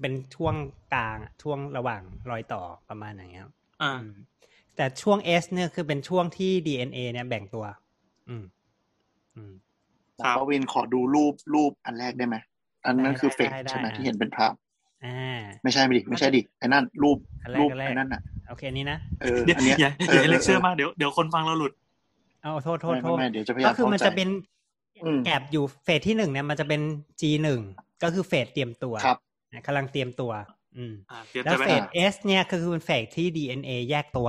เป็นช่วงกลางอะช่วงระหว่างรอยต่อประมาณอย่างเงี้ย อ่า อืมแต่ช่วง S เนี่ยคือเป็นช่วงที่ DNA เนี่ยแบ่งตัว อืม อืม ครั ป บ วินขอดูรูปรูปอันแรกได้ไหมอันนั้นคือเฟ ได้ ก ได้ได้ ใช่ไหม อ่ะ ที่เห็นเป็นภาพ อ่า ไม่ใช่ไม่ดิไม่ใช่ดิไอ้นั่นรูป อันแรก รูป อันแรก ไอ้นั่นอ่ะ โอเคนี้นะ เออ เดี๋ยว อันเนี้ย อย่า เอ อย่า อ ให้เลคเชอร์ ออ มากเดี๋ยวเดี๋ยวคนฟังเราหลุด เอาโทษโทษ ไม่ โท ไม่ ษ ไม่เดี๋ยวจะพยายา ก็ ม คือมัน เข้าใจ จะเป็น อืม แกลบอยู่เฟสที่หนึ่งเนี่ยมันจะเป็น G หนึ่งก็คือเฟสเตรียมตัว ครับ นะกำลังเตรียมตัว อืม อ่าเดี๋ยว แล้ว จะไป เฟส อ่าน S เนี่ยก็คือเป็นเฟสที่ DNA แยกตัว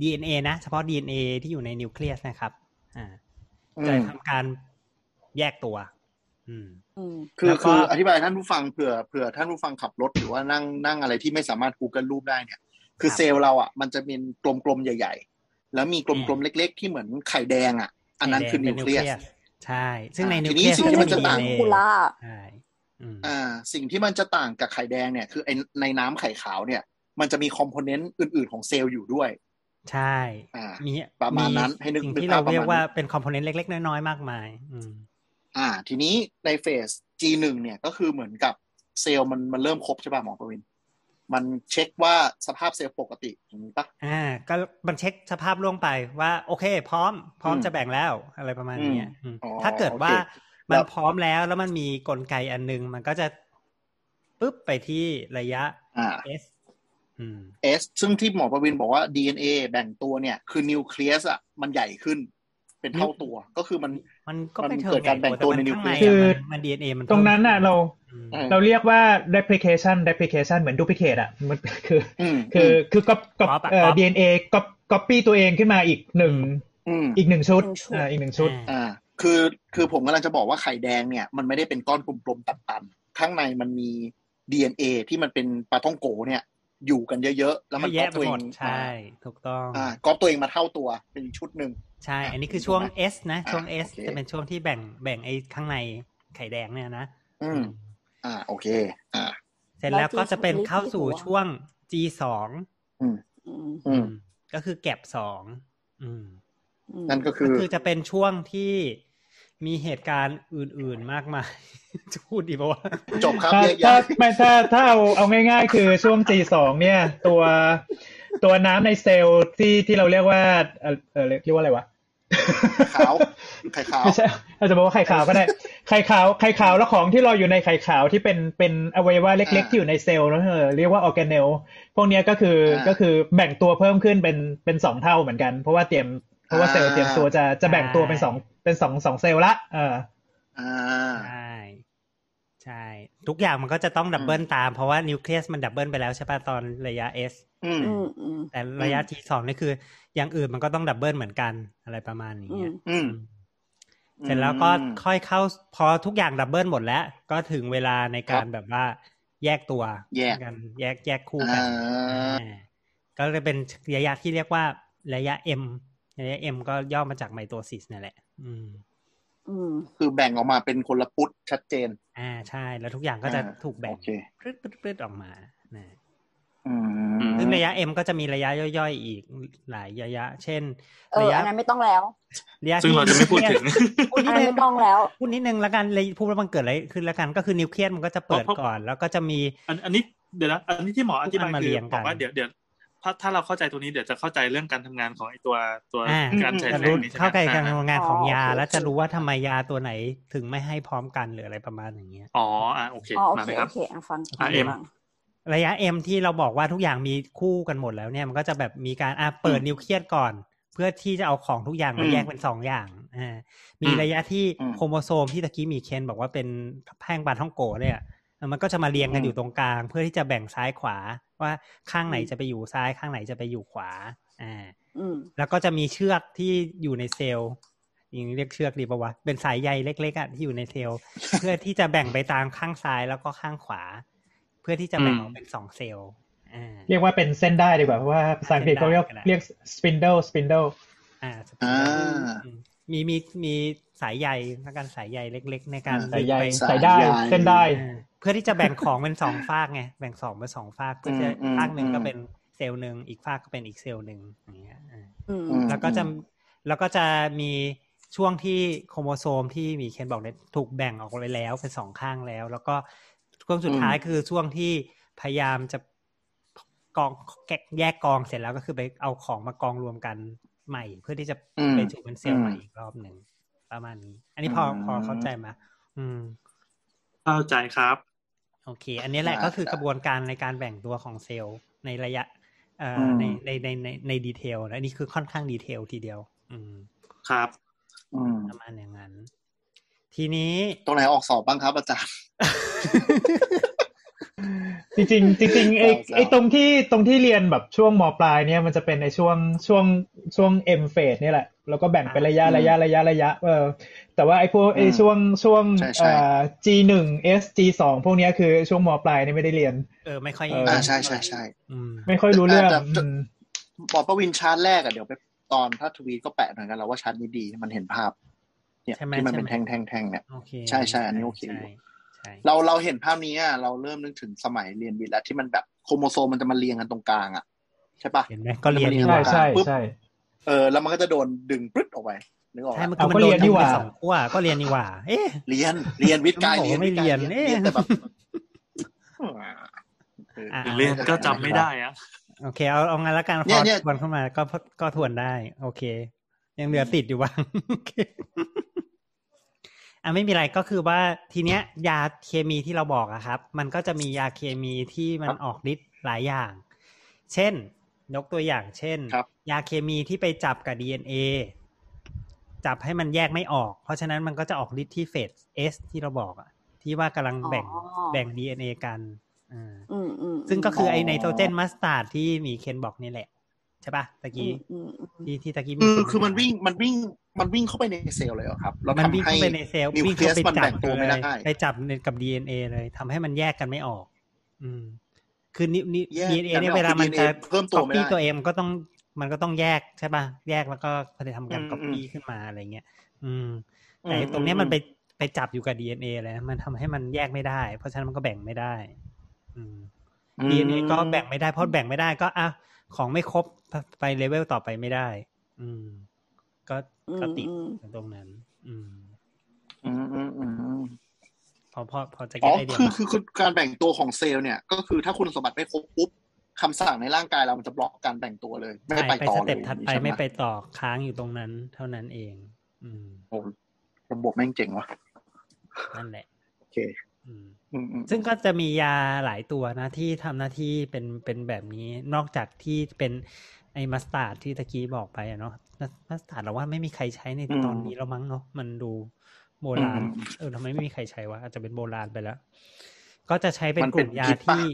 DNA นะ เฉพาะ DNA ที่อยู่ในนิวเคลียสนะครับ อ่า อืม จะทำการแยกตัว อืม อืม คื แล้ อ วก็ คืออธิบายท่านผู้ฟังเผื่อเผื่อท่านผู้ฟังขับรถหรือว่านั่งนั่งอะไรที่ไม่สามารถ Google รูปได้เนี่ย คือเซลล์เราอ่ะมันจะเป็นกลมๆ ใหญ่ ๆ แล้วมีกลมๆ เล็ก ๆ ที่เหมือนไข่แดงอ่ะ อันนั้นคือนิวเคลียส ป็ nucleus ใช่ ซึ่งใน อ่า นิว ทีนี้ เคลียส สิ่งที่มันจะต่าง กูล่า ใช่อืม อ่าสิ่งที่มันจะต่างกับไข่แดงเนี่ยคือไอในน้ำไข่ขาวเนี่ย มันจะมีคอมโพเนนต์อื่น ๆ ของเซลล์อยู่ด้วย ใช่ อ่า มี ประมาณนั้นให้นึก สิ่ง นึก ที่ ภา เรา พประมาณ เรียกว่า นั้น เป็นคอมโพเนนต์เล็ก ๆ น้อยๆมากมาย อืม อ่า ทีนี้ในเฟส G1 เนี่ยก็คือเหมือนกับเซลล์มันมันเริ่มครบใช่ป่ะหมอประวิน มันเช็คว่าสภาพเซลล์ปกติอย่างนี้ปะ อ่าก็มันเช็คสภาพล่วงไปว่า โอเค พร้อม พร้อม อืม จะแบ่งแล้วอะไรประมาณเนี้ยอืม อ๋อ ถ้าเกิด โอเค ว่ามัน แล้ว พร้อมแล้วแล้วมันมีกลไกอันหนึง มันก็จะปุ๊บไปที่ระยะ อ่า S อืม S ซึ่งที่หมอประวินบอกว่า DNA แบ่งตัวเนี่ยคือนิวเคลียสอ่ะมันใหญ่ขึ้น เป็นเท่าตัวก็คือมัน มันก็ มัน เป็นเทอ เกิ ม ดการแบ่งตัวในนิวเคลียส คือ คือ มันดีเอ็นเอมัน ตรงนั้นน่ะเรา อืม เออ เราเรียกว่า replication replication เหมือน duplicate อ่ะมันคือ อืม คือคือก๊อปก๊อปเอ่อ DNA ก๊อปก๊อปปี้ตัวเองขึ้นมาอีกหนึ่ง อืม อีกหนึ่งชุด หนึ่งชุด อ่าอีกหนึ่งชุด อ่า อ่า คือ คือผมกำลังจะบอกว่าไข่แดงเนี่ย มันไม่ได้เป็นก้อนกลมๆตัดตัน ข้างในมันมี DNA ที่มันเป็นปลาท่องโกเนี่ย อยู่กันเยอะๆ แล้วมัน เย ก็ อะแยะไป ตัวเอ หมด ง ใช่ถูกต้อง อ่าก็ตัวเองมาเท่าตัวเป็นอีกชุดหนึ่ง ใช่ อันนี้คือช่วง ถูกไหม S นะ ช่วง S โอเค จะเป็นช่วงที่แบ่งแบ่งไอ้ข้างในไข่แดงเนี่ยนะ อืม อ่า โอเค อ่า เสร็จแล้ว แล้ว G ก็จะเป็น สอง เข้าสู่ หรือ G ช่วง G สอง อืม อืม ก็คือแก็บสองอืม อืม นั่นก็คื ก็ อ คือจะเป็นช่วงที่มีเหตุการณ์อื่นๆมากมาย จะพูดดีปะวะ จบครับ ถ้า แยก ถ้า ย้าย ไม่ถ้าถ้าเอาเอาง่ายๆ คือช่วง G2 เนี่ย ตัวตัวน้ำในเซลล์ที่ที่เราเรียกว่าเออเออเรียกว่าอะไรวะ ขาวไข่ขาว ไม่ใช่อาจจะบอกว่าไข่ขาวก็ ได้ ไข่ขาว ไข่ขาวแล้วของที่ลอยอยู่ในไข่ขาวที่เป็นเป็นอวัยวะเล็กๆ อ่า ที่อยู่ในเซลล์แล้วเออเรียกว่าออร์แกเนล พวกเนี้ยก็คือ อ่า ก็คือแบ่งตัวเพิ่มขึ้นเป็นเป็นสองเท่าเหมือนกัน เพราะว่าเตรียมเพราะว่าเซลล์ อ่า เตรียมตัวจะจะแบ่งตัวเป็นสองเป็นสองสองเซลล์ละเออ อ่า ใช่ใช่ ทุกอย่างมันก็จะต้องดับเบิลตาม เพราะว่านิวเคลียสมันดับเบิลไปแล้วใช่ป่ะตอนระยะ S อืม อืมอืม แต่ระยะ อืม T สองนี่คือ อย่างอื่นมันก็ต้องดับเบิลเหมือนกันอะไรประมาณนี้ อืม อืม เสร็จแล้วก็ค่อยเข้า พอทุกอย่างดับเบิลหมดแล้ว ก็ถึงเวลาในการ ครับ แบบว่าแยกตัว แยก กันแยกแยกคู่กั อ่าน อ่าก็เลยเป็นระยะที่เรียกว่าระยะ M ระยะ M ก็ย่อมาจากไมโตซิสนั่นแหละ อืม อืม คือแบ่งออกมาเป็นคนละปุ๊ดชัดเจน อ่าใช่ แล้วทุกอย่างก็จะ อ่า ถูกแบ่ง โอเค ปรึดปรึดปรึดออกมานะ อืม ซึ่งระยะ M ก็จะมีระยะย่อยๆอีกหลายระยะ เช่น เอ ระ อ ยะ อันนั้นไม่ต้องแล้ว ระยะ ซึ่งเราจะไม่พูดถึง พูดนิ อันดนั้ นึ น ง ไม่ต้องแล้ว พูดนิดนึงแล้วกันเลยพูดว่ามันเกิดอะไรขึ้นแล้วกันก็คือนิวเคลียสมันก็จะเปิด เพราะ ก่อน แล้วก็จะมี อันอันนี้เดี๋ยวนะอันนี้ที่หมออธิบาย เอามา คื เรี อย งกัน บอกว่าเดี๋ยวเดี๋ยวถ้าถ้าเราเข้าใจตัวนี้เดี๋ยวจะเข้าใจเรื่องการทำงานของไอตัวตัว อ่า การใช้ จะ แร รู้ งนี้ใช่ไหม เข้าใจการ อ่า ทำงานของยา อ๋อโอเค แล้วจะรู้ว่าทำไมยาตัวไหนถึงไม่ให้พร้อมกันหรืออะไรประมาณอย่างเงี้ย อ๋ออ่าโอเค อ๋อโอ มา เค เลยครั โอบ เคอ่ะฟัง อ่ะ M ฟัง ระยะ M ที่เราบอกว่าทุกอย่างมีคู่กันหมดแล้วเนี่ยมันก็จะแบบมีการอ่ะเปิดนิวเคลียสก่อน เพื่อที่จะเอาของทุกอย่างมา อืม แยกเป็นสองอย่างอ่ามี อืม ระยะที่ อืม โครโมโซมที่ตะกี้มีเคนบอกว่าเป็นแพ่งบานท่องโกเนี่ยมันก็จะมาเรียงกัน อืม อยู่ตรงกลาง เพื่อที่จะแบ่งซ้ายขวาว่าข้างไหน อืม จะไปอยู่ซ้ายข้างไหนจะไปอยู่ขวาอ่า อืม แล้วก็จะมีเชือกที่อยู่ในเซลล์อย่างนี้เรียกเชือกดีปะวะ เป็นสายใยเล็กๆอ่ะที่อยู่ในเซลล์ เพื่อที่จะแบ่งไปตามข้างซ้ายแล้วก็ข้างขวา เพื่อที่จะแบ่งออกเป็นสองเซลล์อ่า เรียกว่าเป็นเส้นได้ดีกว่าเพราะว่าภาษาอังกฤษเขาเรียก เส้นได้ก็ได้ เรียก spindle spindle อ่าสปิน อ่า เดิลอืมมีมีมีสายใยแล้วกันสายใยเล็ก ๆ ในการ อ่า สายใย ไป สาย สายได้ ใย เส้นได้ อ่าเพื่อที่จะแบ่งของเป็นสองฝากไงแบ่งสองเป็นสองฝาก เพื่อจะ อืมอืม ฝากหนึ่งก็ อืม เป็นเซลล์หนึ่งอีกฝากก็เป็นอีกเซลล์หนึ่งอย่างเงี้ยอ่า อืม อืม แล้วก็จะแล้วก็จะมีช่วงที่โครโมโซมที่มีเคนบอกเนี่ยถูกแบ่งออกไปแล้วเป็นสองข้างแล้ว แล้วก็ช่วงสุดท้ายคือช่วงที่พยายามจะกองแกะแยกกองเสร็จแล้วก็คือไปเอาของมากองรวมกันใหม่ เพื่อที่จะ อืม ไปสู่เป็นเซลล์ใหม่ อืม อีกรอบหนึ่งประมาณนี้ อันนี้พอ อืม พอเข้าใจไหมอืม เข้าใจครับ โอเค อันนี้แหละ ได้ ก็คือกระ ได้ บวนการในการแบ่งตัวของเซลล์ในระยะเอ่ออ ม ในในในในในดีเทลนะอันนี้คือค่อนข้างดีเทลทีเดียว อืม ครับ อืม ประมาณอย่างนั้น ทีนี้ ตรงไหนออกสอบบ้างครับอาจารย์ จริงๆจริงๆไอ้ แซวๆ ไอ้ตรงที่ตรงที่เรียนแบบช่วงมปลายเนี่ยมันจะเป็นในช่วงช่วงช่วง M phase เนี่ยแหละ แล้วก็แบ่งเป็นระยะ อืม ระยะระยะระยะเออแต่ว่าไอ้พวกไอ้ อืม ช่วงช่วง ใช่ใช่ เอ่อ G หนึ่ง S G สองพวกเนี้ยคือช่วงมปลายเนี่ยไม่ได้เรียน เออไม่ค่อย เออ อ่าใช่ใช่ใช่ อืม ไม่ค่อยรู้เรื่อง แต่แต่ อืม หมอประวินชาร์จแรกอะเดี๋ยวไปตอนถ้าทวีตก็แปะหน่อยกันเราว่าชาร์จนี้ดีมันเห็นภาพ เนี่ย ใช่ไหม ที่มัน ใช่ เป็น ไหม แท่งแท่งแท่งเนี่ย โอเค ใช่ใช่อันนี้โอเคอยู่ ใช่ใช่ เราเราเห็นภาพนี้อะเราเริ่มนึกถึงสมัยเรียนวิทย์แล้วที่มันแบบโครโมโซมมันจะมาเรียงกันตรงกลางอะใช่ปะ เห็นไหมก็เรียน มันเรี ดี ยน ก ใช่ ว่า มา ใช่ ปุ๊บ ใช่ เออแล้วมันก็จะโดนดึงปึ๊ดออกไปนึกออก ใช่ ปะ มัน เอา คือมัน ก็ โด เรี น ยนทั้ดีง กว่า สองขั้วก็เรียนดีกว่า เอ๊ะ เรียนเรียนวิทย์กาย มันบอก เรียนวิทย์กายว่าไม่เรียน เรียน เอ๊ะ แต่ แบบ อ่า เรียนก็จำไม่ได้อะ โอเคเอาเอางานละกันพอทวนเข้ามาก็ก็ทวนได้ โอเค ยังเหลือติดอยู่บ้างโอเคอ่ะไม่มีอะไรก็คือว่าทีเนี้ย ยาเคมีที่เราบอกอะครับ มันก็จะมียาเคมีที่มันออกฤทธิ์หลายอย่าง เช่น ยกตัวอย่าง เช่น ยาเคมีที่ไปจับกับ DNA จับให้มันแยกไม่ออก เพราะฉะนั้นมันก็จะออกฤทธิ์ที่เฟส S ที่เราบอกอะที่ว่ากำลังแบ่ง อ๋อ แบ่ง DNA กันอ่า อืมอืม ซึ่งก็คือไอไนโตรเจนมัสตาร์ดที่มีเคนบอกนี่แหละ ใช่ปะตะ อื กี้ มอืมอืม ที่ที่ตะกี้ คือ เ คือมันวิ่งมันวิ่งมันวิ่งเข้าไปในเซลล์เลยเหรอครับเรา มันวิ่ง ทำให้ เข้าไปในเซลล์ นิว วิ่ง เคลีย เข้า ส ไป มัน จั แบ่ บ งตัว เล ไม่ได้ ยไปจับกับ DNA เลยทำให้มันแยกกันไม่ออก อืม คือนิ้วนิ้ว แยก DNA กัน เนี่ย ไม่ออก เวลามันจะ คือ DNA เพิ่มตัวไม่ได้ copy ตัวเองมันก็ต้องมันก็ต้องแยกใช่ป่ะแยกแล้วก็พอจะทำการ อืม copy อืม ขึ้นมาอะไรเงี้ยอืม อื แต่ ม ไอ้ตรงเนี้ย อื มันไปไปจับอยู่กับ DNA เลยนะมันทำให้มันแยกไม่ได้ เพราะฉะนั้นมันก็แบ่งไม่ได้ อืม อืม DNA ก็แบ่งไม่ได้เพราะแบ่งไม่ได้ก็อ่ะของไม่ครบไปเลเวลต่อไปไม่ได้ อืม ก็ก็ติด อืม ตรงนั้น อืม อืมอืมอืมอืม พอพอพอจะ อ๋ แก้ อ ไอเดีย คือ ปะ คือคือการแบ่งตัวของเซลล์เนี่ยก็คือถ้าคุณสมบัติไม่ครบปุ๊บคำสั่งในร่างกายเรามันจะบล็อกการแบ่งตัวเลย ไม่ ใช่ ไป ไป ต่อ ส เล เต็ ย ปถัดไป ใช่ห ไม่ไปต่อค้างอยู่ตรงนั้น เท่านั้นเอง อืม โอ้ระบบแม่งเจ๋งว่ะ นั่นแหละ โอเค อืม อืมอืม ซึ่งก็จะมียาหลายตัวนะที่ทำหน้าที่เป็นเป็นแบบนี้นอกจากที่เป็นไอ้มัสตาร์ดที่ตะกี้บอกไปอะเนาะมัสตาร์ดเราว่าไม่มีใครใช้ใน อืม ตอนนี้แล้วมั้งเนาะมันดูโบราอืณม เออทำไมไม่มีใครใช้วะอาจจะเป็นโบราณไปแล้ว ก็จะใช้เป็น มัน ก เป็น ลุ่มยา พิษปะ ที่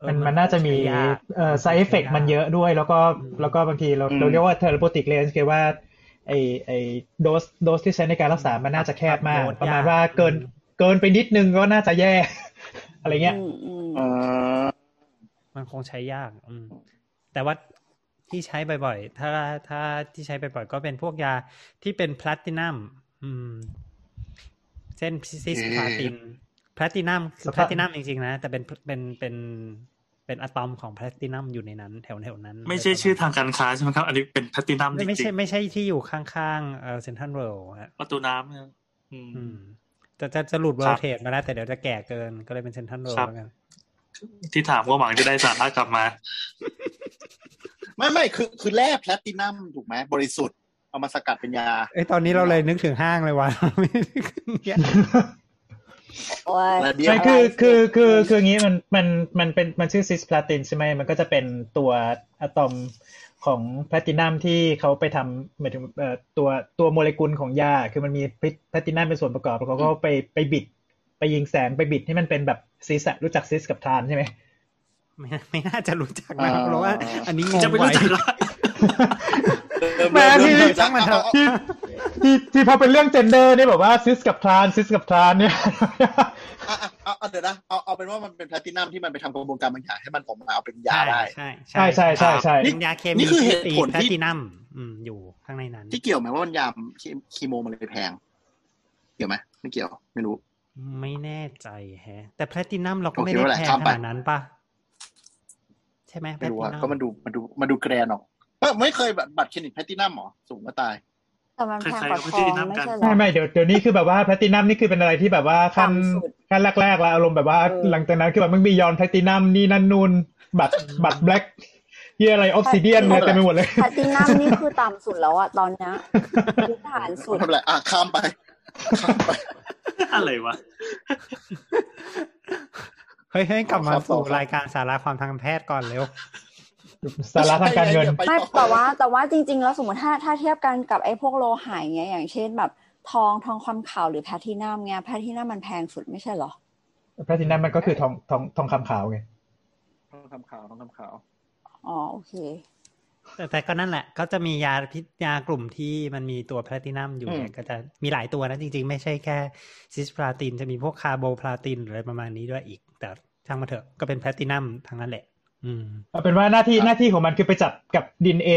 เออ มันมันน่าจะมี ใช้ยาก เอ่อ side effect มันเยอะด้วย แล้วก็ อืม แล้วก็บางทีเรา อืม เราเรียกว่า therapeutic range คือว่าไอไอโดสโดสที่ใช้ในการรักษามันน่าจะแคบมาก โดสย ประมาณว่าเกิน อืม เกินไปนิดนึงก็น่าจะแย่ อะไรเงี้ย อืมอืม เออ มันคงใช้ยาก อืม แต่ว่าที่ใช้บ่อยๆ ถ้าถ้าที่ใช้บ่อยๆ ก็เป็นพวกยาที่เป็นแพลตินัม อืม เช่นซิสพลาติน แพลตินัมคือ แล้วก็ แพลตินัมจริงๆ นะ แต่เป็นเป็นเป็นเป็นอะตอมของแพลตินัมอยู่ในนั้น แถวๆนั้น ไม่ใช่ชื่อทางการค้าใช่ไหมครับ อันนี้เป็นแพตตินัมจ ไม่ไม่ริงใช่ไม่ใช่ที่อยู่ข้างๆเอ่อเซนทรัลเวิลด์ฮะ ๆประตูน้ำเนี่ยอืม อืม จะจะจะหลุดเว ครั ล บ เทดมาแล้ว แต่เดี๋ยวจะแก่เกินก็เลยเป็นเซนทรัลเวิล ครั ด์ บ แล้วกัน ที่ถามก็หวังจะได้สาระกลับมา ไม่ไม่คือคือแร่แพลตินัมถูกไหมบริสุทธิ์เอามาสกัดเป็นยา เอ้ยตอนนี้เราเลยนึกถึงห้างเลยว่ะ ไม่นึกถึงเนี่ย โอ้ย แล้วเดี๋ยว ใช่คือคือคือคืออย่างนี้มันมันมันเป็นมันชื่อซิสพลาตินใช่ไหมมันก็จะเป็นตัวอะตอมของแพลตินัมที่เขาไปทำหมายถึงเอ่อตัวตัวโมเลกุลของยา คือมันมีแพลตินัมเป็นส่วนประกอบแล้วเขาก็ไปไปบิด ไปยิงแสงไปบิดให้มันเป็นแบบซิสอะรู้จักซิสกับทานใช่ไหม ไม่น่าไม่น่าจะรู้จักนะครับ อ่า เพราะว่า อันนี้งง จะไม่ ไป รู้จักละ เริ่ม แม่ เริ่ม ที่ เริ่มเริ่ม ช่างมันเถอะ เอา ที่ที่ที่พอเป็นเรื่องเจนเดอร์นี่แบบว่าซิสกับทานซิสกับทานเนี่ย เอาเอาเอาเอาเดี๋ยวนะเอาเอาเป็นว่ามันเป็นแพลตินัมที่มันไปทำกระบวนการบางอย่างให้มันออกมาเอาเป็นยา ใช่ ได้ ใช่ ใช่ใช่ใช่ใช่ เป็นยาเค นี่ มี คือเห ที่ ตุ ตี ผล แพ ที่ ลตินัมอืมอยู่ข้างในนั้น ที่เกี่ยวไหมว่ามันยาคีโมมันเลยแพง เกี่ยวไหมไม่เกี่ยว ไม่รู้ ไม่แน่ใจแฮะ แต่แพลตินัมเราก็ โอเค ไม่ได้ ไม่เป็นไร แพง ข้าม ข ไป นาดนั้นป่ะ ใช่ไหมแพล ไม่รู้ ติ อะ นัม ก็มันดูมันดูมันดูแกรนออกเอ้ยไม่เคยบัตรบัตรเครดิตแพลตินัมเหรอสูงก็ตาย แต่มันแพงกว่าทองไม่ใช่เหรอ ไม่ไม่เดี๋ยวเดี๋ยวนี้คือแบบว่าแพลตินัมนี่คือเป็นอะไรที่แบบว่าขั้น ต่ำสุด ขั้นแรกๆแล้วอารมณ์แบบว่า เออ หลังจากนั้นคือแบบมันมียอนแพลตินัมนี่นั่นนู่นบัตรบัตรแบล็กยี่อะไรออฟซิเดียนอะไรเต็มไปหมดเลย แพลตินัมนี่คือต่ำสุดแล้วอะตอนเนี้ ยพื้นฐานสุด ทำไรอ่ะข้ามไปข้ามไป อะไรวะ เฮ้ยเฮ้ยกลับมา ครับคสู่รับ รายการสาระความทางการแพทย์ก่อนเร็ว สาระทางการเงิน ป ไม่ ต่อ แต่ว่าแต่ว่าจริง ๆ แล้วสมมติถ้าถ้าเทียบกันกับไอ้พวกโลหะอย่างเงี้ยอย่างเช่นแบบทองทองคำขาวหรือแพลทินัมเงี้ยแพลทินัมมันแพงสุดไม่ใช่เหรอ แพลตินัมมันก็คือทองทองทองคำขาวไง ต้องทำข่าวต้องทำข่าว อ๋อโอเค แต่แต่ก็นั่นแหละ ก็จะมียาพิษยากลุ่มที่มันมีตัวแพลตินัมอยู่ อืม เนี่ยก็จะมีหลายตัวนะจริงๆ ไม่ใช่แค่ซิสพลาติน จะมีพวกคาร์โบพลาตินหรืออะไรประมาณนี้ด้วยอีก แต่ช่างมาเถอะก็เป็นแพลตินัมทั้งนั้นแหละ อืม เอาเป็นว่าหน้าที่หน้าที่ของมันคือไปจับกับดินเอ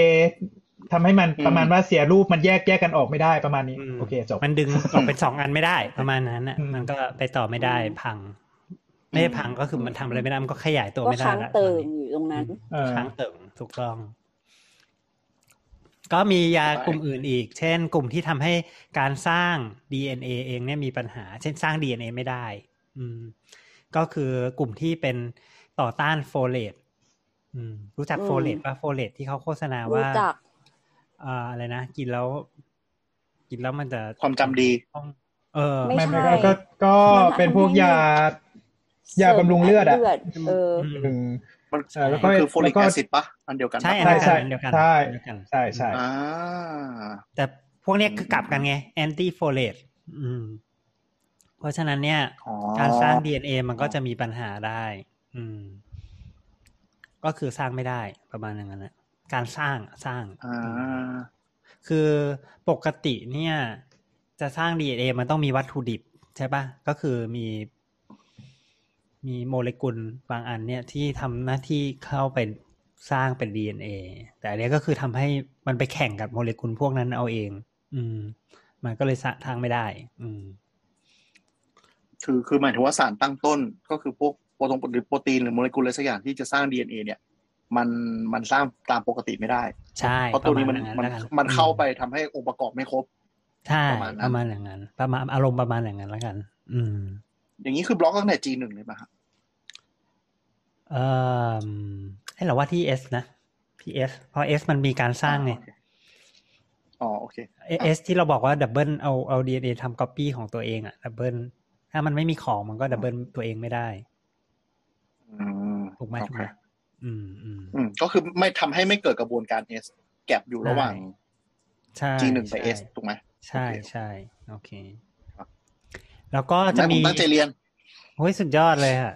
ทำให้มัน อืม ประมาณว่าเสียรูปมันแยกแยกกันออกไม่ได้ประมาณนี้ อืม โอเคจบ มันดึง ออกเป็นสองอันไม่ได้ ประมาณนั้นอ่ะ อืม มันก็ไปต่อไม่ได้พัง ไม่ได้พังก็คือมันทำอะไรไม่ได้มันก็ขยายตัว ก็ ไม่ได้ ค้าง ละ เติม ตอนอนี้ยู่ตรงนั้น เออ ค้างเติ่งถูกต้อง ก็มียากลุ่มอื่นอีก เช่น กลุ่มที่ทำให้การสร้าง DNA เองเนี่ยมีปัญหา เช่นสร้าง DNA ไม่ได้ อืม ก็คือกลุ่มที่เป็นต่อต้านโฟเลตอืม รู้จัก อืม โฟเลตป่ะโฟเลตที่เขาโฆษณาร รู้ ว่า จัก เอ่ออะไรนะ กินแล้ว กินแล้วมันจะ ความจำดี ต้องเออ ไม่ ไม่ ใช่ ไม่ก็ก็ก็ มัน เป็นพวก ทำให้ ยา ยาบำรุงเลือดอะ เลือดเออ หนึ่ง มัน เออแล้วก็ มันคือโฟลิกแอซิดปะอันเดียวกันปะ ใช่ ใช่ใช่ อันเดียวกัน ใช่ อันเดียวกัน ใช่ใช่ อ่า แต่พวกเนี้ยคือกลับกันไงแอนตี้โฟเลตอืม เพราะฉะนั้นเนี่ย อ๋อ การสร้าง DNA มันก็จะมีปัญหาได้ อืม ก็คือสร้างไม่ได้ประมาณอย่างนั้นแหละการสร้างสร้าง อ่า คือปกติเนี่ย จะสร้าง DNA มันต้องมีวัตถุดิบ ใช่ปะก็คือมี มีโมเลกุลบางอันเนี่ยที่ทำหน้าที่เข้าไปสร้างเป็น DNA แต่อันเนี้ยก็คือทำให้มันไปแข่งกับโมเลกุลพวกนั้นเอาเอง อืม มันก็เลยสะทางไม่ได้ อืม คือคือหมายถึงว่าสารตั้งต้นก็คือพวกโปรตงหรือโปรตีนหรือโมเลกุลอะไรสักอย่างที่จะสร้าง DNA เนี่ย มันมันสร้างตามปกติไม่ได้ ใช่ เพราะตัวนี้มัน ปร มั ณ น แล้วกั มันเข้าไปทำให้องค์ประกอบไม่ครบ ใช่ ประมาณนั้น ประมาณอย่างนั้น ประมาณอารมณ์ประมาณอย่างนั้นแล้วกัน อืม อย่างนี้คือบล็อกตั้งแต่ G หนึ่งเลยป่ะครับ เอ่อให้เราว่าที่ S นะที่ S เพราะ S มันมีการสร้างไง อ่โอเคอ๋อโอเค เอสที่เราบอกว่าดับเบิลเอาเอาดีเอ็นเอทำก๊อปปี้ของตัวเองอะดับเบิลถ้ามันไม่มีของมันก็ดับเบิลตัวเองไม่ได้ อืม ถูกไหม โอ ถูก เค ไหมอืมอืม อืมก็คือไม่ทำให้ไม่เกิดกระบวนการ S แก็บอยู่ระหว่าง ใช่ G หนึ่งไป S ถูกไหม ใช่ โอเค ใช่โอเค ครับ แล้วก็ ทำ จะ ไมผ มี มตั้งใจเรียน โอ้ยสุดยอดเลยอะ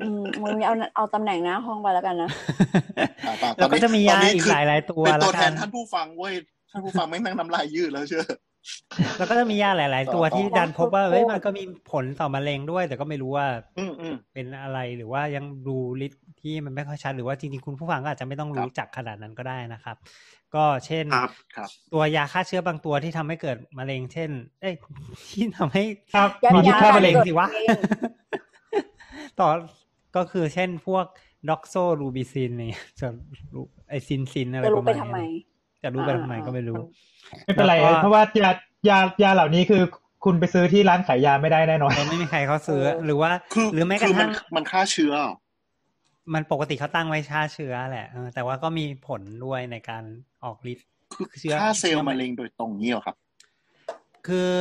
อืมมึงเอาเอาตำแหน่งหน้าห้องไปแล้วกันนะ อ่าป่ะ แล้วก็จะมี ตอน ยา นี้ อีก คือ หลายหลายๆตัว เป็น แล้ ตัว ว แท กัน น ท่านผู้ฟังเว้ยท่านผู้ฟังไม่งนั่งน้ำลายยืดแล้วเชื่อ แล้วก็จะมียาหลาย ๆ ตัว ต่อ ที่ ต่อ ดันพบว่า โคตร เฮ้ยมันก็มีผลต่อมะเร็งด้วย แต่ก็ไม่รู้ว่า อืมอืม เป็นอะไรหรือว่ายังดูฤทธิ์ที่มันไม่ค่อยชัดหรือว่าจริง ๆ คุณผู้ฟังก็อาจจะไม่ต้องรู้จักขนาดนั้นก็ได้นะครับ ก็เช่น ครับ ครับ ตัวยาฆ่าเชื้อบางตัวที่ทำให้เกิดมะเร็ง เช่น เอ้ย ที่ทำให้ ครับ ยัด มีที่ ยา ฆ่า ไป มะ ล เร็ ย ง กิด สิวะ เอง ต่อก็คือเช่นพวกด็อกโซรูบิซินเนี่ย จะรู้ไอซินซินอะไร จะ ป รู้ ระ ไป มาณ ทำไม เนี้ยจะรู้ไปทำไม อ่าๆ ก็ไม่รู้ ไม่เป็นไร แล้วก็ เพราะว่ายายายาเหล่านี้คือคุณไปซื้อที่ร้านขายยาไม่ได้แน่นอน เออไม่มีใครเขาซื้อ เออ หรือว่า คือ หรือแม้ก คื ระ มั ทั่ น ง มันฆ่าเชื้อ มันปกติเขาตั้งไว้ฆ่าเชื้อแหละเออแต่ว่าก็มีผลด้วยในการออกฤทธิ์ คือ เชื้อ ฆ่าเซลล์มะเร็งโดยตรงนี้เหรอครับ คือ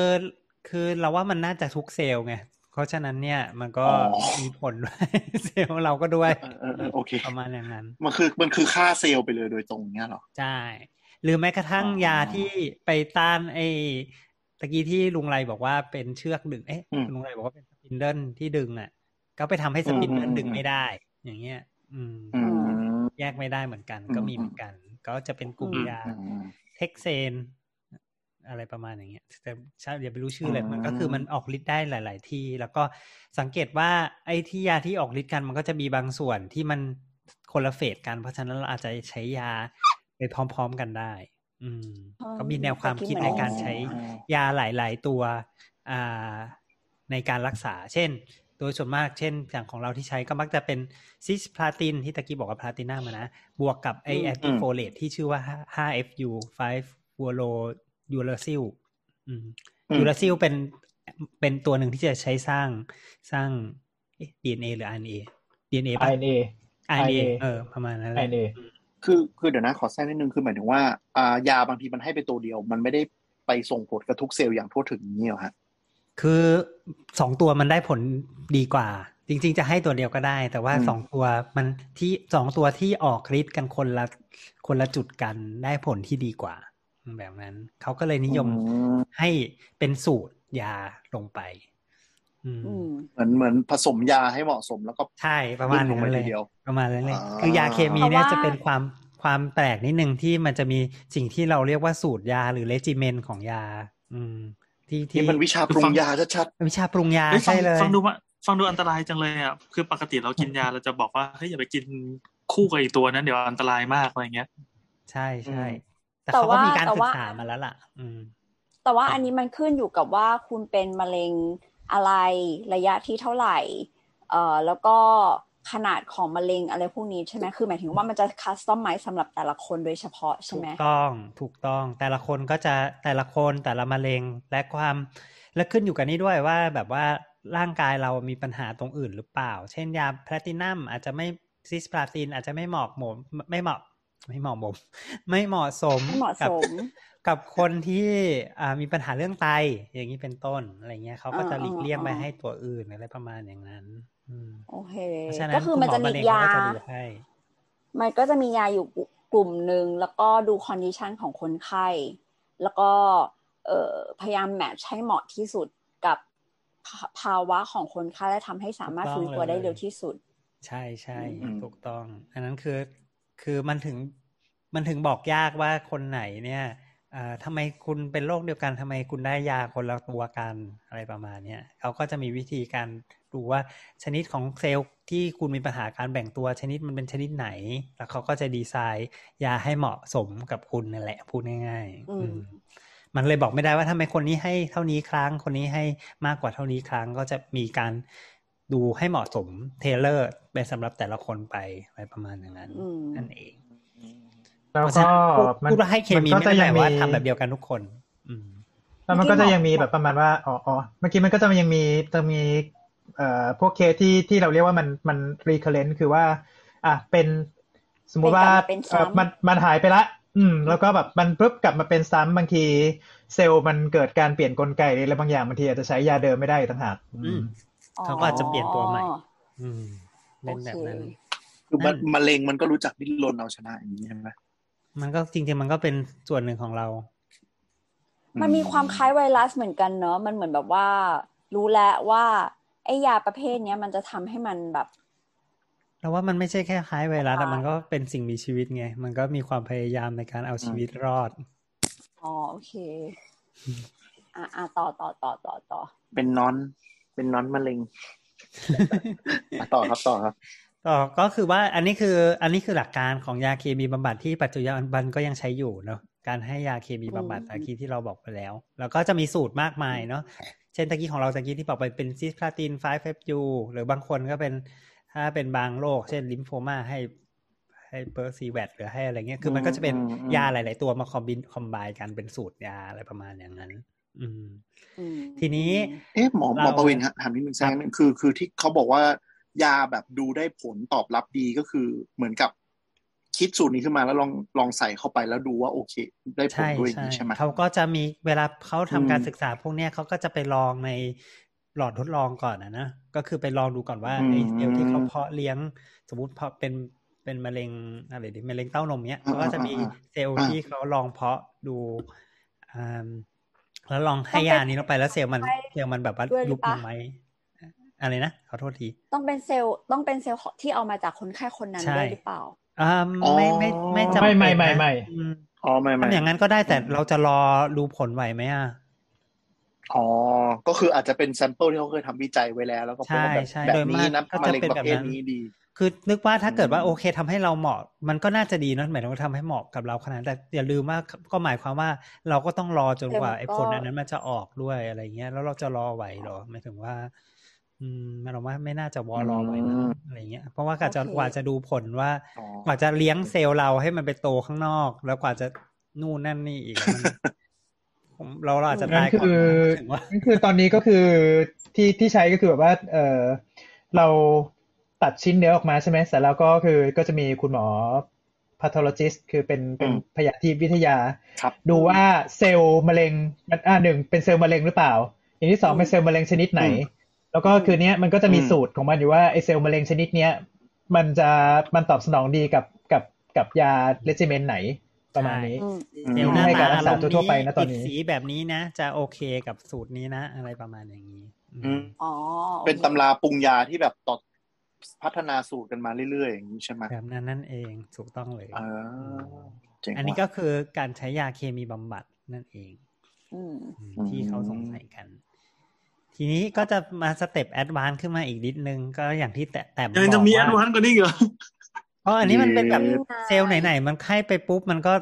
คือเราว่ามันน่าจะทุกเซลล์ไง เพราะฉะนั้นเนี่ยมันก็ อ๋อ มีผล ด้วย เซลล์เราก็ด้วย เออเออเออโอเค ประมาณอย่างนั้น มันคือมันคือฆ่าเซลล์ไปเลยโดยตรงเนี้ยเหรอ ใช่ หรือแม้กระทั่ง อ๋อย าที่ไปต้านไอ้ตะกี้ที่ลุงไรบอกว่าเป็นเชือกดึง เอ๊ะ อืม ลุงไรบอกว่าเป็นสปินเดิลที่ดึงอ่ะ ก็ไปทำให้สปินเดิอืลมอืม ดึงไม่ได้ อย่างเงี้ย อืม อืม แยกไม่ได้เหมือนกัน อืม ก็มีเหมือนกัน ก็จะเป็นกลุ่ม อืม ยา อืม เท็กเซน อะไรประมาณอย่างเงี้ยแต่ใช่อย่าไปรู้ชื่อเลย อืม มันก็คือมันออกฤทธิ์ได้หลาย ๆ ที่ แล้วก็สังเกตว่าไอ้ที่ยาที่ออกฤทธิ์กันมันก็จะมีบางส่วนที่มันคนละเฟสกัน เพราะฉะนั้นเราอาจจะใช้ยาไปพร้อม ๆ กันได้ อืม อ๋อ ก็มีแนวความคิดในการใช้ อ๋ ยาหลาย ๆ ตัวอ่าในการรักษา เช่น โดยส่วนมากเช่นอย่างของเราที่ใช้ก็มักจะเป็นซิสพลาตินที่ตะกี้บอกว่าพลาตินัมอะนะ บวกกับไอ อืม แอนติโฟเลตที่ชื่อว่า 5FU 5 ฟูโรยูราซิล อืม ยูราซิลเป็นเป็นตัวหนึ่งที่จะใช้สร้างสร้างเอ๊ะ DNA หรือ RNA DNA ปะ RNA RNA RNA เออ ประมาณนั้นแหละ RNA คือคือเดี๋ยวนะขอแทรกนิดนึงคือหมายถึงว่าอ่ายาบางทีมันให้ไปตัวเดียว มันไม่ได้ไปส่งผลกระทุกเซลล์อย่างทั่วถึงนี้ยเหรอฮะ คือสองตัวมันได้ผลดีกว่า จริง ๆ จะให้ตัวเดียวก็ได้ แต่ว่า อืม สองตัวมันที่สองตัวที่ออกฤทธิ์กันคนละคนละจุดกันได้ผลที่ดีกว่า แบบนั้น เขาก็เลยนิยม อืม ให้เป็นสูตรยาลงไป อืม อืม เหมือนเหมือนผสมยาให้เหมาะสมแล้วก็ ใช่ประมาณ ลงไปนั้นเล ที ย เดียว ประมาณนั้นเลย อ่า คือยาเคมีเนี่ย เพราะว่า จะเป็นความความแปลกนิดนึงที่มันจะมีสิ่งที่เราเรียกว่าสูตรยาหรือเลจิเมนของยา อืม ที่ที่ นี่มันวิชาปรุงยาชัด วิชาปรุงยา เอ้ยฟัง ใช่เลย ฟังดูว่าฟังดูอันตรายจังเลยอ่ะคือปกติเรากินยาเราจะบอกว่าเฮ้ยอย่าไปกินคู่กับอีกตัวนั้นเดี๋ยวอันตรายมากอะไรเงี้ย ใช่ใช่แต่ แต่ เขาก็ ว่า มีการ แต่ ศึก ว่า ษามาแล้วล่ะ อืม แต่ว่าอันนี้มันขึ้นอยู่กับว่าคุณเป็นมะเร็งอะไรระยะที่เท่าไหร่ เอ่อแล้วก็ขนาดของมะเร็งอะไรพวกนี้ใช่ไหมคือหมายถึงว่ามันจะคัสตอมไมซ์สำหรับแต่ละคนโดยเฉพาะใช่ ถู ไหม กต้องถูกต้องแต่ละคนก็จะแต่ละคนแต่ละมะเร็งและความ และขึ้นอยู่กับนี่ด้วยว่าแบบว่าร่างกายเรามีปัญหาตรงอื่นหรือเปล่า เช่นยาแพลตินัมอาจจะไม่ซิสพลาตินอาจจะไม่เหมาะหมมไม่เหมาะไม่เหมาะหมม ไม่เหมาะสม ไม่เหมาะ กั ส บ ม กับคนที่อ่ามีปัญหาเรื่องไตอย่างนี้เป็นต้นอะไรเงี้ยเขาก็จะหลีกเลี่ยงไป อ่าอ่า ให้ตัวอื่นอะไรประมาณอย่างนั้น อืม โอเค เพราะฉะนั้น ก็คือมันจะ ณห มี เร็ง ยา เขก็จะดูให้ มันก็จะมียาอยู่กลุ่มหนึ่งแล้วก็ดูคอนดิชันของคนไข้ แล้วก็เอ่อพยายามแมทช์ให้เหมาะที่สุดกับภาภาวะของคนไข้และทำให้สามารถฟื้นตัวได้เร็วที่สุด ใช่ใช่ อืม ถูกต้อง อันนั้นคือคือมันถึงมันถึงบอกยากว่าคนไหนเนี่ย เอ่อทำไมคุณเป็นโรคเดียวกันทำไมคุณได้ยาคนละตัวกันอะไรประมาณเนี้ยเขาก็จะมีวิธีการดูว่าชนิดของเซลล์ที่คุณมีปัญหาการแบ่งตัวชนิดมันเป็นชนิดไหน แล้วเขาก็จะดีไซน์ยาให้เหมาะสมกับคุณนั่นแหละพูดง่ายๆ อืม อืมมันเลยบอกไม่ได้ว่าทำไมคนนี้ให้เท่านี้ครั้ง คนนี้ให้มากกว่าเท่านี้ครั้ง ก็จะมีการดูให้เหมาะสมเทเลอร์เป็นสำหรับแต่ละคนไปอะไรประมาณอย่างนั้น อืม นั่นเอง แล้ว เพราะฉะ ก็ นั้นพูด มัน พูดว่าให้เคมี นก็ ไม่ จะ ได้หมายัย มี ว่าทำแบบเดียวกันทุกคน อืม แล้วมันก็จะยังมีแบบประมาณว่าอ๋ออ๋อเมื่อกี้มันก็จะยังมีจะมีเอ่อพวกเคสที่ที่เราเรียกว่ามันมันรีเคเลนต์คือว่า อ่ะเป็นสมมุติว่า เป็นกลับมาเป็นซ้ำ เอ่อมันมันหายไปละ อืม แล้วก็แบบมันปุ๊บกลับมาเป็นซ้ำบางทีเซลล์มันเกิดการเปลี่ยนกลไกหรืออะไรบางอย่างบางทีอาจจะใช้ยาเดิมไม่ได้อีกต่างหาก อืม อ๋อ เขาก็อาจจะเปลี่ยนตัวใหม่ อืมเล่นแบบนั้น โอเค คือมันมะเร็งมันก็รู้จักดิ้นรนเอาชนะอย่างนี้ใช่ไหม มันก็จริงๆ มันก็เป็นส่วนหนึ่งของเรา มันมีความคล้ายไวรัสเหมือนกันเนอะมันเหมือนแบบว่า รู้แล้วว่าไอ้ยาประเภทเนี้ยมันจะทำให้มันแบบ เราว่ามันไม่ใช่แค่คล้ายไวรัคสล้า แต่ ย มันก็เป็นสิ่งมีชีวิตไง มันก็มีความพยายามในการเอาชีวิตรอด อ๋อโอเคอ่ะอ่ะต่อต่อต่อต่อต่อ เป็นนอนเป็นนอนมะเร็ง อ่ะต่อครับต่อครับ ต่อก็คือว่าอันนี้คืออันนี้คือหลักการของยาเคมีบำบัดที่ปัจจุบันก็ยังใช้อยู่เนาะการให้ยาเคมีบำบัดตะกี้ที่เราบอกไปแล้ว แล้วก็จะมีสูตรมากมายเนาะเช่นตะกี้ของเราตะกี้ที่บอกไปเป็นซิสพลาติน5 f u หรือบางคนก็เป็นถ้าเป็นบางโรคเช่นลิมโฟมาให้ให้เปอร์ซีแวตหรือให้อะไรเงี้ยคือมันก็จะเป็น อืมอืม ยาหลาย ๆ ตัวมาคอมบินคอมบายกันเป็นสูตรยาอะไรประมาณอย่างนั้น อืม อืม ทีนี้ เอ๊ะหมอหมอ เรา ประวินฮะถามนิดนึงแซงนึงคือคือที่เขาบอกว่ายาแบบดูได้ผลตอบรับดีก็คือเหมือนกับคิดสูตรนี้ขึ้นมาแล้วลองลองใส่เข้าไปแล้วดูว่าโอเค ได้ผล ใช่ ด้วยอย่าง ใช่ นี้ใช่ไหม เขาก็จะมีเวลาเขาทำการ อืม ศึกษาพวกเนี้ยเขาก็จะไปลองในหลอดทดลองก่อนนะนะก็คือไปลองดูก่อนว่า อืม ไอ้เซลล์ที่เขาเพาะเลี้ยง สมมติเพาะเป็นเป็นมะเร็งอะไรดิมะเร็งเต้านมเนี้ยเขาก็จะมีเซลล์ที่เขาลองเพาะดูอ่าแล้วลองให้ยานี้ลงไปแล้วเซลล์มันเซลล์มันแบบว่ายุบลงไหมอะไรนะขอโทษที ต้องเป็นเซลล์ต้องเป็นเซลล์ที่เอามาจากคนไข้คนนั้น ใช่ ด้วยหรือเปล่า อ่าไม่ไม่ไม่จำเป็น ไม่ไม่นะไม่ไม่ อืม อ๋อไม่ไม่ ทำอย่างนั้นก็ได้แต่เราจะรอดูผลไหวไหมอ่ะ อ๋อก็คืออาจจะเป็นแซมเปิลที่เขาเคยทำวิจัยไว้แล้ว แล้วก็พบ ใช่ ว่าแบบ ใช่ แบบ โดย นี้ มาก นะ ก็ มะ จะ เร็ง เป็น ประ แบบ เภท นั้น นี้ดี คือนึกว่าถ้าเกิดว่า อืม โอเคทำให้เราเหมาะ มันก็น่าจะดีเนอะหมายถึงว่าทำให้เหมาะกับเราขนาดนั้นแต่อย่าลืมว่าก็หมายความว่าเราก็ต้องรอจนกว่า แต่มันก็ ไอ้ผลอันนั้นมันจะออกด้วยอะไรเงี้ย แล้วเราจะรอไหวเหรอหมายถึงว่า อืมเราว่าไม่น่าจะวอรอไหวนะอะไรเงี้ย เพราะว่ากว่าจะกว่าจะดูผลว่า อ๋อ กว่าจะเลี้ยงเซลล์เราให้มันไปโตข้างนอก แล้วกว่าจะนู่นนั่นนี่อีกมัน ผมเราเราอาจจะตายก่อนนะหมายถึงว่า นั่นคือตอนนี้ก็คือที่ที่ใช้ก็คือแบบว่าเออเราตัดชิ้นเนื้อออกมาใช่ไหมเสร็จแล้วก็คือก็จะมีคุณหมอ pathologist คือเป็นเป็น อืม พยาธิวิทยา ครับ ดูว่าเซลล์มะเร็งมันอ่าหนึ่งเป็นเซลล์มะเร็งหรือเปล่า อย่างที่สองเป็นเซลล์มะเร็งชนิดไหน แล้วก็คือเนี้ยมันก็จะมี อืม สูตรของมันอยู่ว่าไอเซลล์มะเร็งชนิดเนี้ยมันจะมันตอบสนองดีกับกับกับยาเลจิเมนไหนประมาณนี้ อืม เซลล์หน้า ให้กา ตาร รั อาก ร ษาม ณ์ ทั่วๆไป นี้ นะตอ ติ น ด นี้ สีแบบนี้นะ จะโอเคกับสูตรนี้นะ อะไรประมาณอย่างนี้ อืม อ๋อโอค เป็นตำราปรุงยาที่แบบต่อพัฒนาสูตรกันมาเรื่อยๆอย่างนี้ใช่ไหม แบบนั้นนั่นเองถูกต้องเลย อ่าเจ๋ง อันนี้ ว่ะ ก็คือการใช้ยาเคมีบำบัดนั่นเอง อืม อืม อืม ที่เขาสงสัยกัน ทีนี้ก็จะมาสเต็ปแอดวานซ์ขึ้นมาอีกนิดนึง ก็อย่างที่แต่แต่ ยังจะมีแอด บก วา ว่าน ซ์กว่านี้อีกเหรอ เพราะอันนี้มันเป็นแบบ เย้ เซลล์ไหนๆมันให้ไปปุ๊บมันก็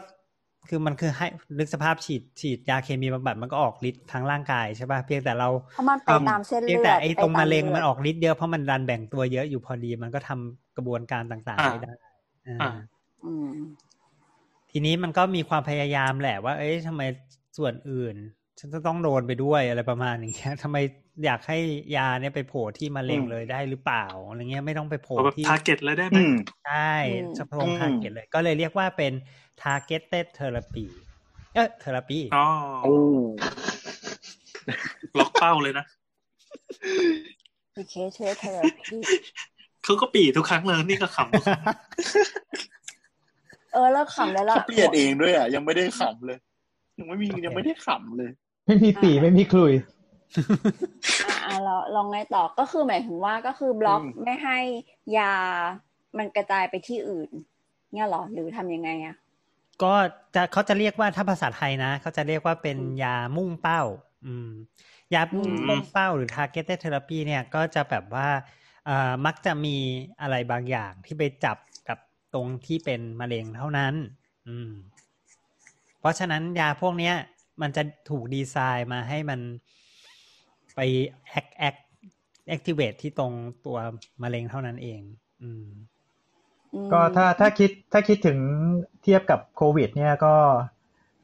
คือมันคือให้ลึกสภาพฉีดฉีดยาเคมีบำบัดมันก็ออกฤทธิ์ทางร่างกายใช่ป่ะเพียงแต่เรา เพราะมันไปตามเส้น เพีเลืยง อด แต่ไอ้ตรงมะเร็ง ไปตาลืมันด ออกฤทธิ์เยอะเพราะมันดันแบ่งตัวเยอะอยู่พอดีมันก็ทำกระบวนการต่างๆ อ่า ไม่ได้อ่า อ่า อืม ทีนี้มันก็มีความพยายามแหละว่า เอ้ยทำไมส่วนอื่น ฉันจะต้องโดนไปด้วยอะไรประมาณอย่างเงี้ยทำไมอยากให้ยาเนี่ยไปโผล่ที่มะเร็ง อืม เลยได้หรือเปล่าอะไรเงี้ยไม่ต้องไปโผล่ เอาแบบ ที่ ทาร์เก็ตเลยได้ไหม อืม ใช่ อืม เฉพาะ อืม target เลย ก็เลยเรียกว่าเป็น targeted therapy เออ therapy อ๋อ โอ้ ล็อกเป้าเลยนะ พีเคเชื้อเทอพี เขาก็ปี่ทุกครั้งเลยนี่ก็ขำ เออเลิกขำได้ละ เขาเปลี่ยนเองด้วยอ่ะยังไม่ได้ขำเลย ยังไม่มียังไม่ได้ขำเลย ไม่มีปีไม่มีคลุย อ่ะอ่ะเราลองไงต่อก็คือหมายถึงว่าก็คือบล็อก อืม ไม่ให้ยามันกระจายไปที่อื่น เนี่ยเหรอหรือทำยังไงอะ ก็จะเขาจะเรียกว่าถ้าภาษาไทยนะเขาจะเรียกว่าเป็นยามุ่งเป้า อืม ยามุ่ง อืม เป้าหรือ targeted therapy เนี่ยก็จะแบบว่าเอ่อมักจะมีอะไรบางอย่างที่ไปจับกับตรงที่เป็นมะเร็งเท่านั้น อืม เพราะฉะนั้นยาพวกเนี้ย มันจะถูกดีไซน์มาให้มันไปแอคแอคแอคทีเวทที่ตรงตัวมะเร็งเท่านั้นเอง อืม อืม ก็ถ้าถ้าคิดถ้าคิดถึงเทียบกับโควิด เนี่ยก็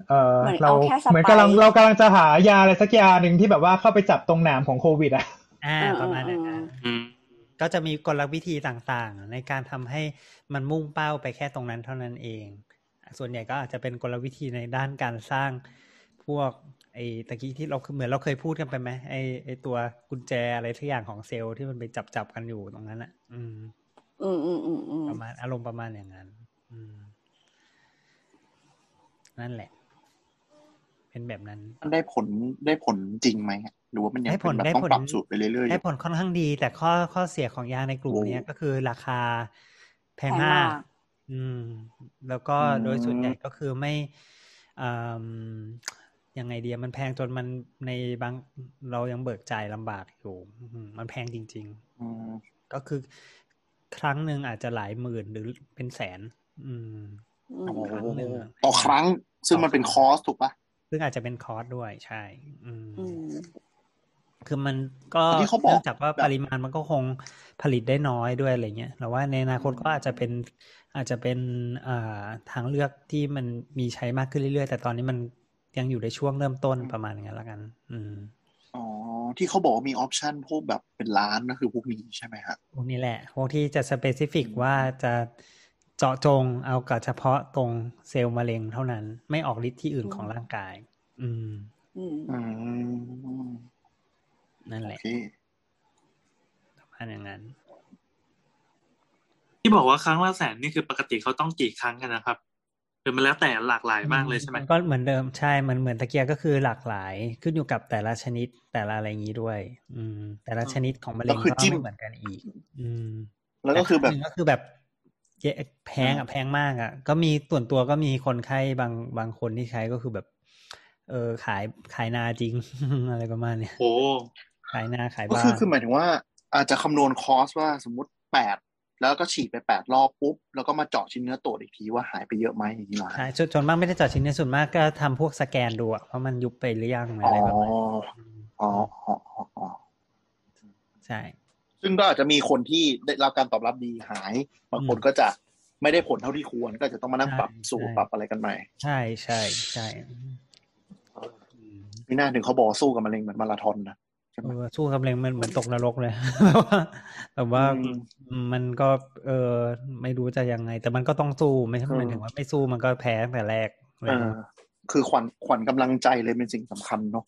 เออ เหมือน เรา เอาแค่สไปร์ เหมือนกำลังเรากำลังจะหายาอะไรสักยาหนึ่งที่แบบว่าเข้าไปจับตรงหนามของโควิดอ่ะ อ่า อ่า ประมาณนั้น อ่า อ่า อืม ก็จะมีกลวิธีต่างๆ ในการทำให้มันมุ่งเป้าไปแค่ตรงนั้นเท่านั้นเอง ส่วนใหญ่ก็อาจจะเป็นกลวิธีในด้านการสร้างพวกไอ้ตะกี้ที่เราเหมือนเราเคยพูดกันไปไหมไอ้ไอ้ตัวกุญแจอะไรทุกอย่างของเซลล์ที่มันไปจับจับๆกันอยู่ตรงนั้นอ่ะ อืม อืมอืมอืมอืม ประมาณอารมณ์ประมาณอย่างนั้น อืม นั่นแหละ เป็นแบบนั้น มันได้ผลได้ผลจริงไหมอะหรือว่ามันยัง ได้ผ เป็ ล นแบบ ได้ ต้อง ผล ปรับสูตรไปเรื่อยๆอยู่ ได้ผลค่อนข้างดี แต่ข้อข้อเสียของยาในกลุ่ม โอ้ เนี้ยก็คือราคาแพง แพมามงาก ก อืม แล้วก็ อืม โดยส่วนใหญ่ก็คือไม่อืมยังไงเดียมันแพงจนมันในบางเรายังเบิกจ่ายลำบากอยู่อืมมันแพงจริง อืม ๆ ก็คือครั้งหนึ่งอาจจะหลายหมื่นหรือเป็นแสน อืม อืม โอ้โห ครั้งหนึ่งอะ ต่อครั้งซึ่งมันเป็นคอร์สถูกปะ ซึ่งอาจจะเป็นคอร์สด้วยใช่ อืม อืม คือมันก็ ที่เขาบอ เนื่ ก องจากว่า แบบ ปริมาณมันก็คงผลิตได้น้อยด้วยอะไรเงี้ยเราว่าในอนาคต อืม ก็อาจจะเป็นอาจจะเป็นอ่าทางเลือกที่มันมีใช้มากขึ้นเรื่อยๆ แต่ตอนนี้มันยังอยู่ในช่วงเริ่มต้นประมาณอย่างนั้นละกัน อืม อ๋อที่เขาบอกว่ามีออปชันพวกแบบเป็นล้านก็คือพวกนี้ใช่ไหมฮะ พวกนี้แหละพวกที่จะสเปซิฟิก อืม ว่าจะเจาะจงเอากับเฉพาะตรงเซลล์มะเร็งเท่านั้น ไม่ออกฤทธิ์ที่อื่นของร่างกาย อืม อืม อืม นั่น โอ แหละ เค ประมาณอย่างนั้น ที่บอกว่าครั้งละแสนนี่คือปกติเขาต้องกี่ครั้งกันนะครับหรือมันแล้วแต่หลากหลายมากเลยใช่ไหม นก็เหมือนเดิมใช่มันเหมือนตะเกียบก็คือหลากหลายขึ้นอยู่กับแต่ละชนิดแต่ละอะไรอย่างนี้ด้วย อืม แต่ละชนิดของมะเร็งก็ไม่เหมือนกันอีก อืม แล้วก็คือแบบ ต่รั้งหนึ่งก็คือแบบเยแพงอ่ะแพงมากอ่ะ ก็มีส่วนตัวก็มีคนไข้บางบางคนที่ใช้ก็คือแบบ เออขายขายนาจริง อะไรประมาณเนี้ย โอ้ ขายนาขาย ก็ บ้า คือน คือหมายถึงว่าอาจจะคำนวณคอสว่าสมมติแปดแล้วก็ฉีดไปแปดรอบปุ๊บ แล้วก็มาเจาะชิ้นเนื้อตรวจอีกทีว่าหายไปเยอะไหมอย่างนี้เหรอ ใช่ ฮะ ส่วนส่วนมากไม่ได้เจาะชิ้นเนื้อส่วนมากก็ทำพวกสแกนดูอะว่ามันยุบไปหรือยัง อ๋อ อะไรประมาณนี้อืม อ๋ออ๋ออ๋ออ๋อ ใช่ ซึ่งก็อาจจะมีคนที่ได้รับการตอบรับดีหายบางคน อืม ก็จะไม่ได้ผลเท่าที่ควร ก็อาจจะต้องมานั่ง ใช่ ปรับสูตร ใช่ ปรับอะไรกันใหม่ ใช่ใช่ใช่อืม มีหน้าถึงเขาบอกว่าสู้กับมะเร็งเหมือนมาราธอนนะ ใช่ไหม เออสู้กับแรงมันเหมือนตกนรกเลย แบบว่า อืม มันก็เออไม่รู้จะยังไง แต่มันก็ต้องสู้ไม่ใช่ อืม หมายถึงว่าไม่สู้มันก็แพ้ตั้งแต่แรกอะไร เอ อย่าองเงี้ย คือขวัญขวัญกำลังใจเลยเป็นสิ่งสำคัญเนาะ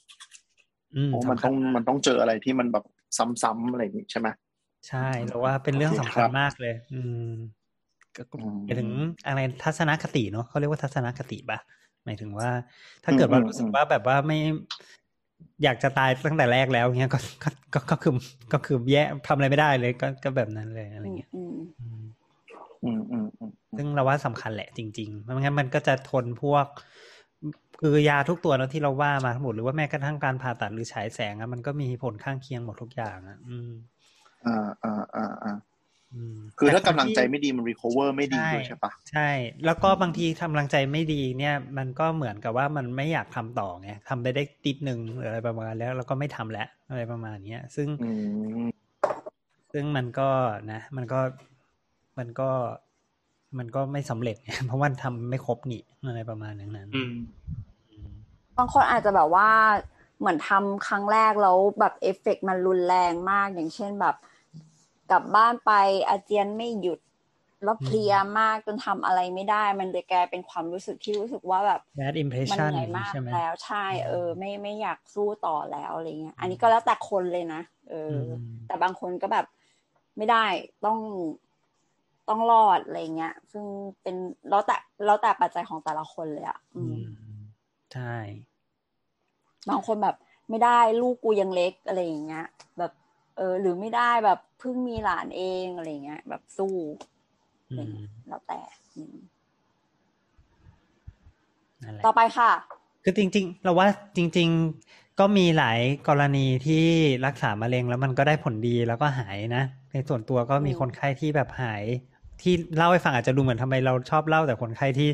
อืม เพราะมัน สำคั ต้ ญ องมันต้องเจออะไรที่มันแบบซ้ำๆอะไรอย่างนี้ใช่ไหม ใช่แล้วว่าเป็นเรื่องสำคัญมากเลย อืมก็ก็ อืม หมายถึงอะไรทัศนคติเนาะเขาเรียกว่าทัศนคติปะหมายถึงว่า ถ้าเกิดว่า อืมอืม รู้สึกว่าแบบว่าไม่ อยากจะตายตั้งแต่แรกแล้วเงี้ยก็ก็ก็ก็คือก็คือแย่ทำอะไรไม่ได้เลย ก็ก็แบบนั้นเลยอะไร อืม เงี้ย อืม อืม อืมอืมอืม ซึ่งเราว่าสำคัญแหละจริงๆไม่งั้นมันก็จะทนพวก คือยาทุกตัวเนอะที่เราว่ามาทั้งหมดหรือว่าแม้กระทั่งการผ่าตัดหรือฉายแสงอะมันก็มีผลข้างเคียงหมดทุกอย่างอะอืม อ่าอ่าอ่าอ่า อืม คือถ้า แต่ กำ น ลังใจ ที่ ไม่ดีมันรีค o เวอร์ไม่ดี ใช่ ด้วยใช่ปะ ใช่ แล้วก็บางทีกำลังใจไม่ดีเนี่ย มันก็เหมือนกับว่ามันไม่อยากทำต่อไงทำไปได้ติดหนึ่งหรืออะไรประมาณแล้วเราก็ไม่ทำแล้วอะไรประมาณเนี้ย ซึ่ง อืม ซึ่งมันก็นะ มันก็มันก็มันก็ไม่สำเร็จไงเพราะว่าทำไม่ครบนี่อะไรประมาณอย่างนั้น อืม บางคนอาจจะแบบว่าเหมือนทำครั้งแรกแล้วแบบเอฟเฟกต์มันรุนแรงมาก อย่างเช่นแบบ กลับบ้านไปอาเจียนไม่หยุดแล้วเพลียมากจนทำอะไรไม่ได้ มันเลยกลายเป็นความรู้สึกที่รู้สึกว่าแบบมั bad น impression เหนื่อยมาก ใช่ไหม แล้วใช่ เออ ไม่ไม่อยากสู้ต่อแล้วอะไรเงี้ย อันนี้ก็แล้วแต่คนเลยนะเอออ ม แต่บางคนก็แบบไม่ได้ต้องต้องรอดอะไรเงี้ย ซึ่งเป็นแล้วแต่แล้วแต่ปัจจัยของแต่ละคนเลยอะอื อื ม มใช่ บางคนแบบไม่ได้ลูกกูยังเล็กอะไรอย่างเงี้ย แบบ เออ หรือไม่ได้แบบเพิ่งมีหลานเองอะไรอย่างเงี้ย แบบสู้ อืม แล้วแต่อืม นั่นแหละ ต่อไปค่ะ คือจริงๆ เราว่าจริง ๆ ก็มีหลายกรณีที่รักษามะเร็งแล้วมันก็ได้ผลดีแล้วก็หายนะ ในส่วนตัวก็มี อืม คนไข้ที่แบบหาย ที่เล่าให้ฟังอาจจะดูเหมือนทำไมเราชอบเล่าแต่คนไข้ที่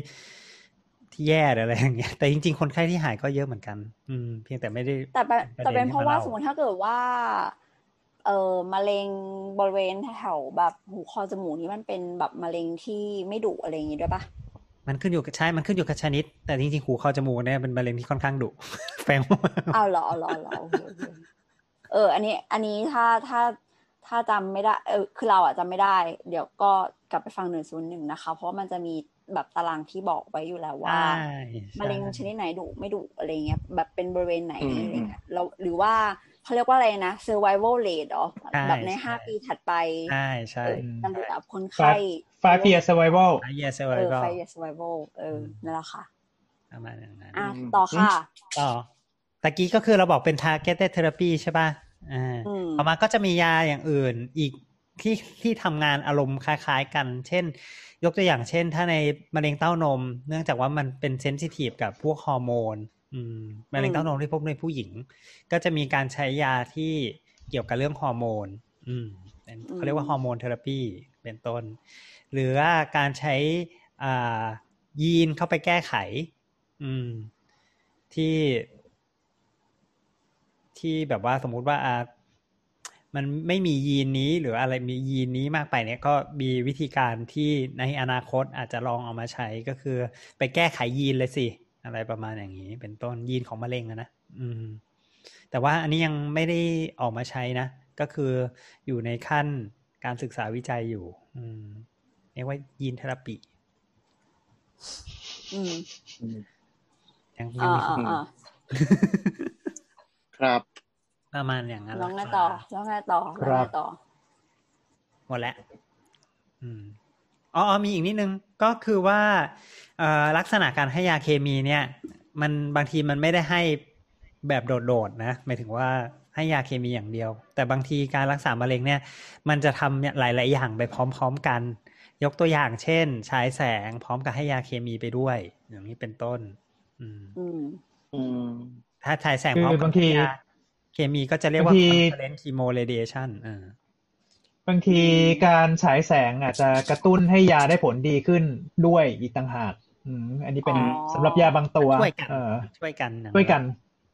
ที่แย่หรืออะไรอย่างเงี้ยแต่จริง ๆ คนไข้ที่หายก็เยอะเหมือนกัน อืม เพียงแต่ไม่ได้ แต่เป็น ป แต่ ระเด็น เป็นเพราะว่า ที่มาเล่า สมมติถ้าเกิดว่า เออมะเร็งบริเวณแถวแบบหูคอจมูกนี่มันเป็นแบบมะเร็งที่ไม่ดุอะไรอย่างงี้ด้วยปะ มันขึ้นอยู่กับใช่มันขึ้นอยู่กับชนิด แต่จริงๆหูคอจมูกเนี่ยเป็นมะเร็งที่ค่อนข้างดุ แฝงมาก อ้าวเหรอเอาเหรอเอาเหรอโอเคโอเคเออ อันนี้ อันนี้ถ้าถ้าถ้าจำไม่ได้ เออ คือเราอะจำไม่ได้ เดี๋ยวก็กลับไปฟังหนึ่งศูนย์หนึ่งนะคะ เพราะว่ามันจะมีแบบตารางที่บอกไว้อยู่แล้วว่า ใช่ มะเร็งชนิดไหนดุไม่ดุอะไรเงี้ยแบบเป็นบริเวณไหน อืม อะไรเงี้ยแล้วหรือว่าเขาเรียกว่าอะไรนะ survival rate เหรอแบบในห้าปีถัดไป ใช่ใช่ เออตำรวจอับคน ไฟ ไข้ ไฟเปียสไวเวล ไอเยส เอ ไว อ ก็ five year survival เออ ม นั่นแหละค่ะ ประมาณอย่างนั้น อ่ะต่อค่ะ ต่อตะกี้ก็คือเราบอกเป็น targeted therapy ใช่ป่ะ อ่า อืม ต่อมาก็จะมียาอย่างอื่นอีกที่ที่ทำงานอารมณ์คล้ายๆกัน เช่น ยกตัวอย่างเช่น ถ้าในมะเร็งเต้านม เนื่องจากว่ามันเป็นเซนซิทีฟกับพวกฮอร์โมน อืมมะเร็งเต้านมที่พบในผู้หญิง ก็จะมีการใช้ยาที่เกี่ยวกับเรื่องฮอร์โมน อืมเป็น อืม เขาเรียกว่าฮอร์โมนเทอราปีเป็นต้น หรือว่าการใช้อ่ายีนเข้าไปแก้ไข อืม ที่ ที่แบบว่าสมมุติว่าอ่ามันไม่มียีนนี้ หรืออะไรมียีนนี้มากไปเนี่ยก็มีวิธีการที่ในอนาคตอาจจะลองเอามาใช้ก็คือ ไปแก้ไขยีนเลยสิ อะไรประมาณอย่างนี้ เป็นต้นยีนของมะเร็งอะนะอืม แต่ว่าอันนี้ยังไม่ได้ออกมาใช้นะ ก็คืออยู่ในขั้นการศึกษาวิจัยอยู่ อืมเรียกว่ายีนเทอราปี อืม ยังยัง อ่า มี อ่าอ่า ครับ ประมาณอย่างนั้น แล้วไง ล่ะ ต่อ ครับ แล้วไงต่อแล้วไงต่อ หมดแล้วอืมอ๋ออ๋อมีอีกนิดนึงก็คือว่าเอ่อลักษณะการให้ยาเคมีเนี่ย มันบางทีมันไม่ได้ให้แบบโดดๆนะหมายถึงว่าให้ยาเคมีอย่างเดียว แต่บางทีการรักษามะเร็งเนี่ย มันจะทำเนี่ยหลาย ๆ อย่างไปพร้อม ๆ กัน ยกตัวอย่างเช่นฉายแสงพร้อมกับให้ยาเคมีไปด้วย อย่างนี้เป็นต้น อืม อืม อืม ถ้าฉายแสง คือ พร้อมกับบ างที ยาเคมีก็จะเรียกว่า บางที concurrent chemoradiation อ่า บางทีการฉายแสงอาจจะกระตุ้นให้ยาได้ผลดีขึ้นด้วยอีกต่างหากอืมอันนี้เป็น อ๋อ สำหรับยาบางตัว ช่วยกัน เออ ช่วยกันนะ ช่วยกัน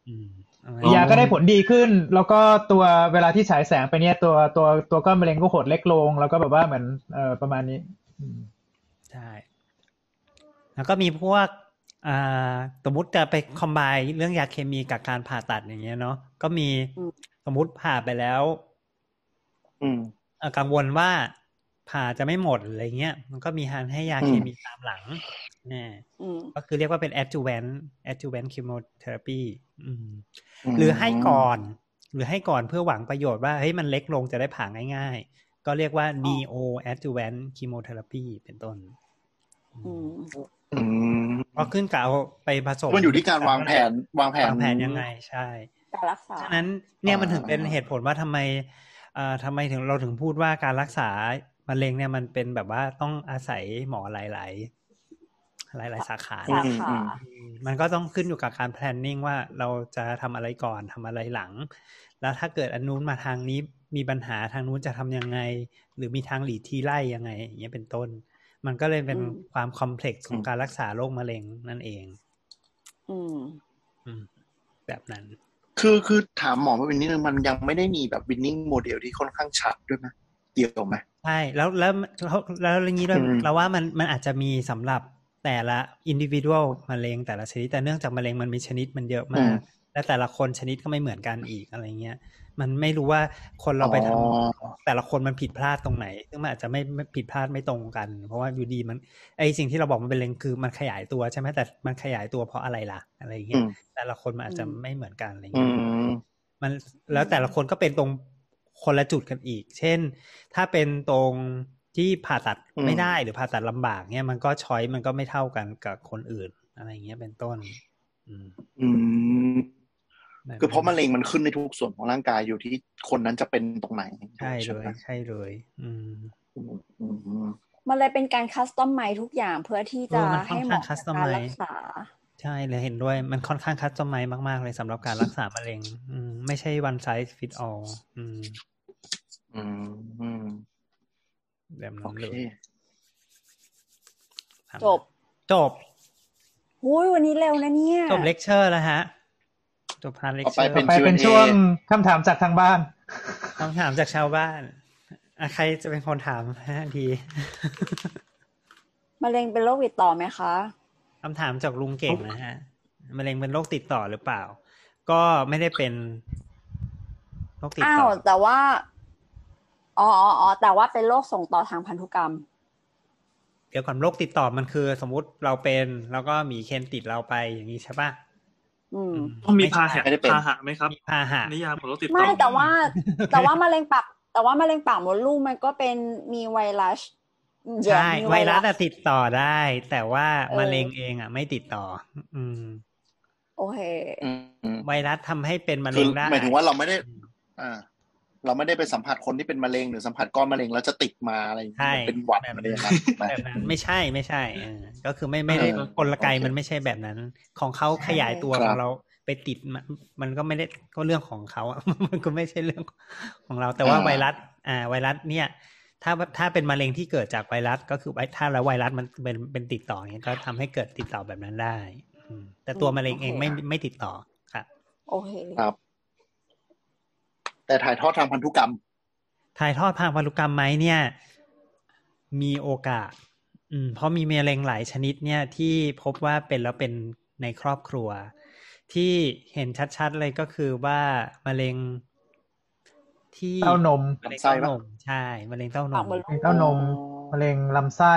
อืมเอาไว้ อ๋อ ยาก็ได้ผลดีขึ้น แล้วก็ตัวเวลาที่ฉายแสงไปเนี่ยตัวตัวตัวก้อนมะเร็งก็หดเล็กลง แล้วก็แบบว่าเหมือนเออประมาณนี้อืม ใช่แล้วก็มีพวกอ่าสมมติจะไปคอมไบเรื่องยาเคมีกับการผ่าตัดอย่างเงี้ยเนาะก็มี อืม สมมติผ่าไปแล้ว อืม เอ่อกังวลว่าผ่าจะไม่หมดอะไรเงี้ยมันก็มีการให้ยาเคมีตามหลังนี่ อืม ก็คือเรียกว่าเป็น adjuvant adjuvant chemotherapy อืม หรือให้ก่อน หรือให้ก่อนเพื่อหวังประโยชน์ว่าเฮ้ยมันเล็กลงจะได้ผ่าง่ายๆ ก็เรียกว่า neo adjuvant chemotherapy เป็นต้น อืม อืม ก็ขึ้นกับเอาไปผสม มันอยู่ที่การวางแผนวางแผน วางแผนยังไงใช่ การรักษา ฉะนั้นเนี่ยมันถึง อ่า เป็นเหตุผลว่าทำไมเอ่อทำไมถึงเราถึงพูดว่าการรักษามะเร็งเนี่ยมันเป็นแบบว่าต้องอาศัยหมอหลาย ๆ หลาย ๆ สาขา สา นะ ขา อืม มันก็ต้องขึ้นอยู่กับการ planning ว่าเราจะทำอะไรก่อนทำอะไรหลัง แล้วถ้าเกิดอันนู้นมาทางนี้มีปัญหาทางนู้นจะทำยังไง หรือมีทางหลีกที่ไล่ยังไง อย่างเงี้ยเป็นต้น มันก็เลยเป็น อืม ความ complex ของการรักษาโรคมะเร็งนั่นเอง อืม อืม แบบนั้น คือคือถามหมอมาเป็นนิดนึงมันยังไม่ได้มีแบบวินนิ่งโมเดลที่ค่อนข้างชัดด้วยไหมเกี่ยวไหม ใช่แล้วแล้วแล้วแล้วอย่างนี้ด้วย อืม เราว่ามันมันอาจจะมีสำหรับแต่ละ individual มะเร็งแต่ละชนิด แต่เนื่องจากมะเร็งมันมีชนิดมันเยอะมาก และแต่ละคนชนิดก็ไม่เหมือนกันอีกอะไรเงี้ย มันไม่รู้ว่าคนเราไปทำ อ๋อ แต่ละคนมันผิดพลาดตรงไหน ซึ่งมันอาจจะไม่ไม่ผิดพลาดไม่ตรงกัน เพราะว่าอยู่ดีมันไอสิ่งที่เราบอกมันเป็นเลงคือมันขยายตัวใช่ไหมแต่มันขยายตัวเพราะอะไรล่ะอะไรเงี้ยแต่ละคนมันอาจจะ อืม ไม่เหมือนกันอะไร อื เงี้ย ม มันแล้วแต่ละคนก็เป็นตรงคนละจุดกันอีก เช่น ถ้าเป็นตรงที่ผ่าตัดไม่ อืม ได้หรือผ่าตัดลำบากเนี่ยมันก็ช้อยมันก็ไม่เท่ากันกับคนอื่น อะไรอย่างเงี้ยเป็นต้น อืม อืม แบบ คือเพราะมะเร็งมันขึ้นในทุกส่วนของร่างกายอยู่ที่คนนั้นจะเป็นตรงไหน ใช่เล ไห ย ม ใช่เลย อืม อืมอืมอืม มันเลยเป็นการคัสตอมไมทุกอย่างเพื่อที่จะ เออมันค่อน ให้เห ข้าง มาะกับการ customize รักษา ใช่เลยเห็นด้วยมันค่อนข้างคัดสมัยมาก ๆ เลยสำหรับการรักษามะเร็ง อืมไม่ใช่ one size fit all อืม อืมอืม แบบ โอ นั้น เค เลยครับ จบ จบ หุ้ยวันนี้เร็วนะเนี่ย จบเลคเชอร์แล้วฮะ จบพาร์ทเลคเชอร์ ต่อไปเป็นช่วงคำถามจากทางบ้าน คำถามจากชาวบ้านอ่ะใครจะเป็นคนถามฮะที มะเร็งเป็นโรคติดต่อไหมคะ คำถามจากลุงเก่งนะฮะมะเร็งเป็นโรคติดต่อหรือเปล่า ก็ไม่ได้เป็นโรคติด อ้า ต่ ว อ แต่ว่าอ๋ออ๋ออ๋อแต่ว่าเป็นโรคส่งต่อทางพันธุกรรม เดี๋ยวก่อนโรคติดต่อมันคือ สมมุติเราเป็น แล้วก็มีเคนติดเราไปอย่างนี้ใช่ปะ อืม ต้องมีพาหะ ไใช่ ไม่ได้เป็น พาหะไหมครับ มีพาหะ นิยามของโรคติดต่ ไม่ อ แต่ว่า แต่ว่ามะเร็งปากแต่ว่ามะเร็งปากมดลูกมันก็เป็นมีไวรัส ใช่ มี ไวรัสอะติดต่อได้ แต่ว่า เออ มะเร็งเองอะไม่ติดต่อ อืม โอเค อืมอืม ไวรัสทำให้เป็นมะ คื เร็ อง ได้ หมายถึงว่าเราไม่ได้ อ่า เราไม่ได้ไปสัมผัสคนที่เป็นมะเร็งหรือสัมผัสก้อนมะเร็งแล้วจะติดมาอะไรอย่างเงี้ ใช่ ยเป็นหวัด แบบ อะไร นั้ อน ย่างเงี้ยนะ แบบนั้นไม่ใช่ไม่ใช่เออก็คือไม่ไม่ได้ เออก ลไก โอเค มันไม่ใช่แบบนั้น ของเขาขยายตัวของเราไปติดมันมันก็ไม่ได้ก็เรื่องของเขาอะ มันก็ไม่ใช่เรื่องของเรา แต่ว่าไวรัส อ่า ไวรัสเนี่ย ถ้าถ้าเป็นมะเร็งที่เกิดจากไวรัสก็คือไวถ้าแล้วไวรัสมันเป็นเป็นติดต่อเนี่ยก็ทำให้เกิดติดต่อแบบนั้นได้อืมแต่ตัวมะเร็งเองไม่ไม่ติดต่อครับ โอเค ครับ แต่ถ่ายทอดทางพันธุกรรม ถ่ายทอดทางพันธุกรรมไหมเนี่ย มีโอกาส อืม เพราะมีมะเร็งหลายชนิดเนี่ยที่พบว่าเป็นแล้วเป็นในครอบครัว ที่เห็นชัดๆเลยก็คือว่ามะเร็ง ที่ เต้านม มะเร็ง ลำไส้ เต้าน ปะ มใช่มะเร็งเต้าน ปาก ม มด มะเร็ ลู ง ก เต้านมมะเร็งลำไส้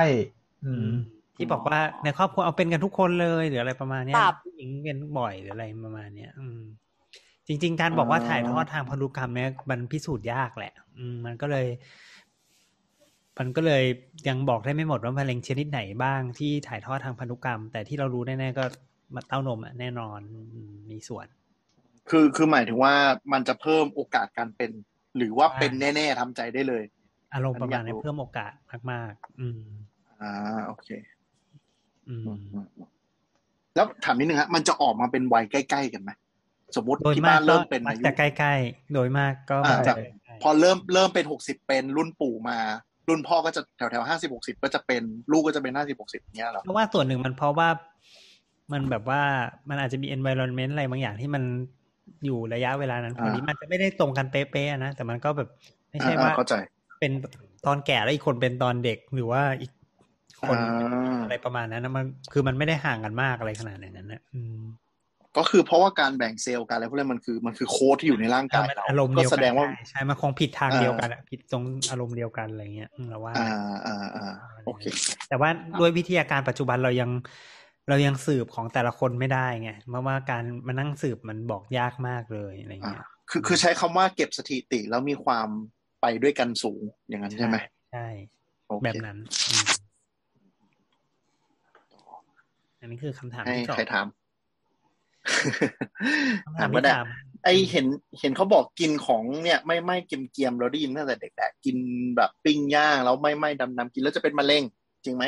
อื อื ม มที่บอกว่าในครอบครัวเอาเป็นกันทุกคนเลยหรืออะไรประมาณเนี้ย ตับ ผู้หญิงเป็นบ่อยหรืออะไรประมาณเนี้ยอืม จริง ๆ การบอกว่าถ่ายทอดทางพันธุกรรมเนี่ยมันพิสูจน์ยากแหละ อืมมันก็เลย มันก็เลยยังบอกได้ไม่หมดว่ามะเร็งชนิดไหนบ้างที่ถ่ายทอดทางพันธุกรรม แต่ที่เรารู้แน่ๆก็มาเต้านมอะแน่นอนอืมมีส่วน คือคือหมายถึงว่ามันจะเพิ่มโอกาสการเป็น หรือว่าเป็นแน่ๆทำใจได้เลย อารมณ์ประมาณนี้ อันนี้อยากรู้ เพิ่มโอกาสมากๆ อืม อ่าโอเค อืม แล้วถามนิดนึงฮะมันจะออกมาเป็นวัยใกล้ๆกันไหมสมมติ โดย ที่ มา บ้าก น ก็ เริ่มเป็น มั อาก ยุ จะใกล้ๆ โดยมากก็ อ่า มักจะ จาก ใกล้ๆ พอเริ่มเริ่มเป็นหกสิบเป็นรุ่นปู่มา รุ่นพ่อก็จะแถวแถวห้าสิบหกสิบก็จะเป็นลูกก็จะเป็นห้าสิบหกสิบเนี้ยเหรอ เพราะว่าส่วนหนึ่งมันเพราะว่ามันแบบว่ามันอาจจะมี environment อะไรบางอย่างที่มันอยู่ระยะเวลานั้นพอดีมันจะไม่ได้ตรงกันเป๊ะๆนะแต่มันก็แบบไม่ใช่ อ่ ว่า เข้าใจ เป็นตอนแก่แล้วอีกคนเป็นตอนเด็กหรือว่าอีกคน อ่า อะไรประมาณนั้นนะมันคือมันไม่ได้ห่างกันมากอะไรขนาดอย่างนั้นนะอืม ก็คือเพราะว่าการแบ่งเซลล์การอะไรพวกนี้มันคือมันคือโค้ดที่อยู่ในร่างกาย มัน เรา อารมณ์ ก็ เดียว แส กัน ดงว่า ได้ใช่มันคงผิดทาง อ่า เดียวกันอะผิดตรงอารมณ์เดียวกันอะไรเงี้ยอืมเราว่า อ่าอ่าอ่าโอเค แต่ว่าด้วยวิทยาการปัจจุบันเรายังเรายังสืบของแต่ละคนไม่ได้ไงเพราะว่าการมานั่งสืบมันบอกยากมากเลยอะไรเงี้ย คือคือใช้คำว่าเก็บสถิติแล้วมีความไปด้วยกันสูงอย่างนั้นใช่ไหม ใช่ โอเค แบบนั้นอืมอันนี้คือคำถาม ให้ ที่สอง ใครถาม คถาำถาม ม ก็ได้ที่สาม ไอเห็นเห็นเขาบอกกินของเนี่ยไม่ไม่เกรียมเกียมๆเราได้ยินตั้งแต่เด็กแหละกินแบบปิ้งย่างแล้วไม่ไม่ดำดำๆกินแล้วจะเป็นมะเร็ง จริงไหม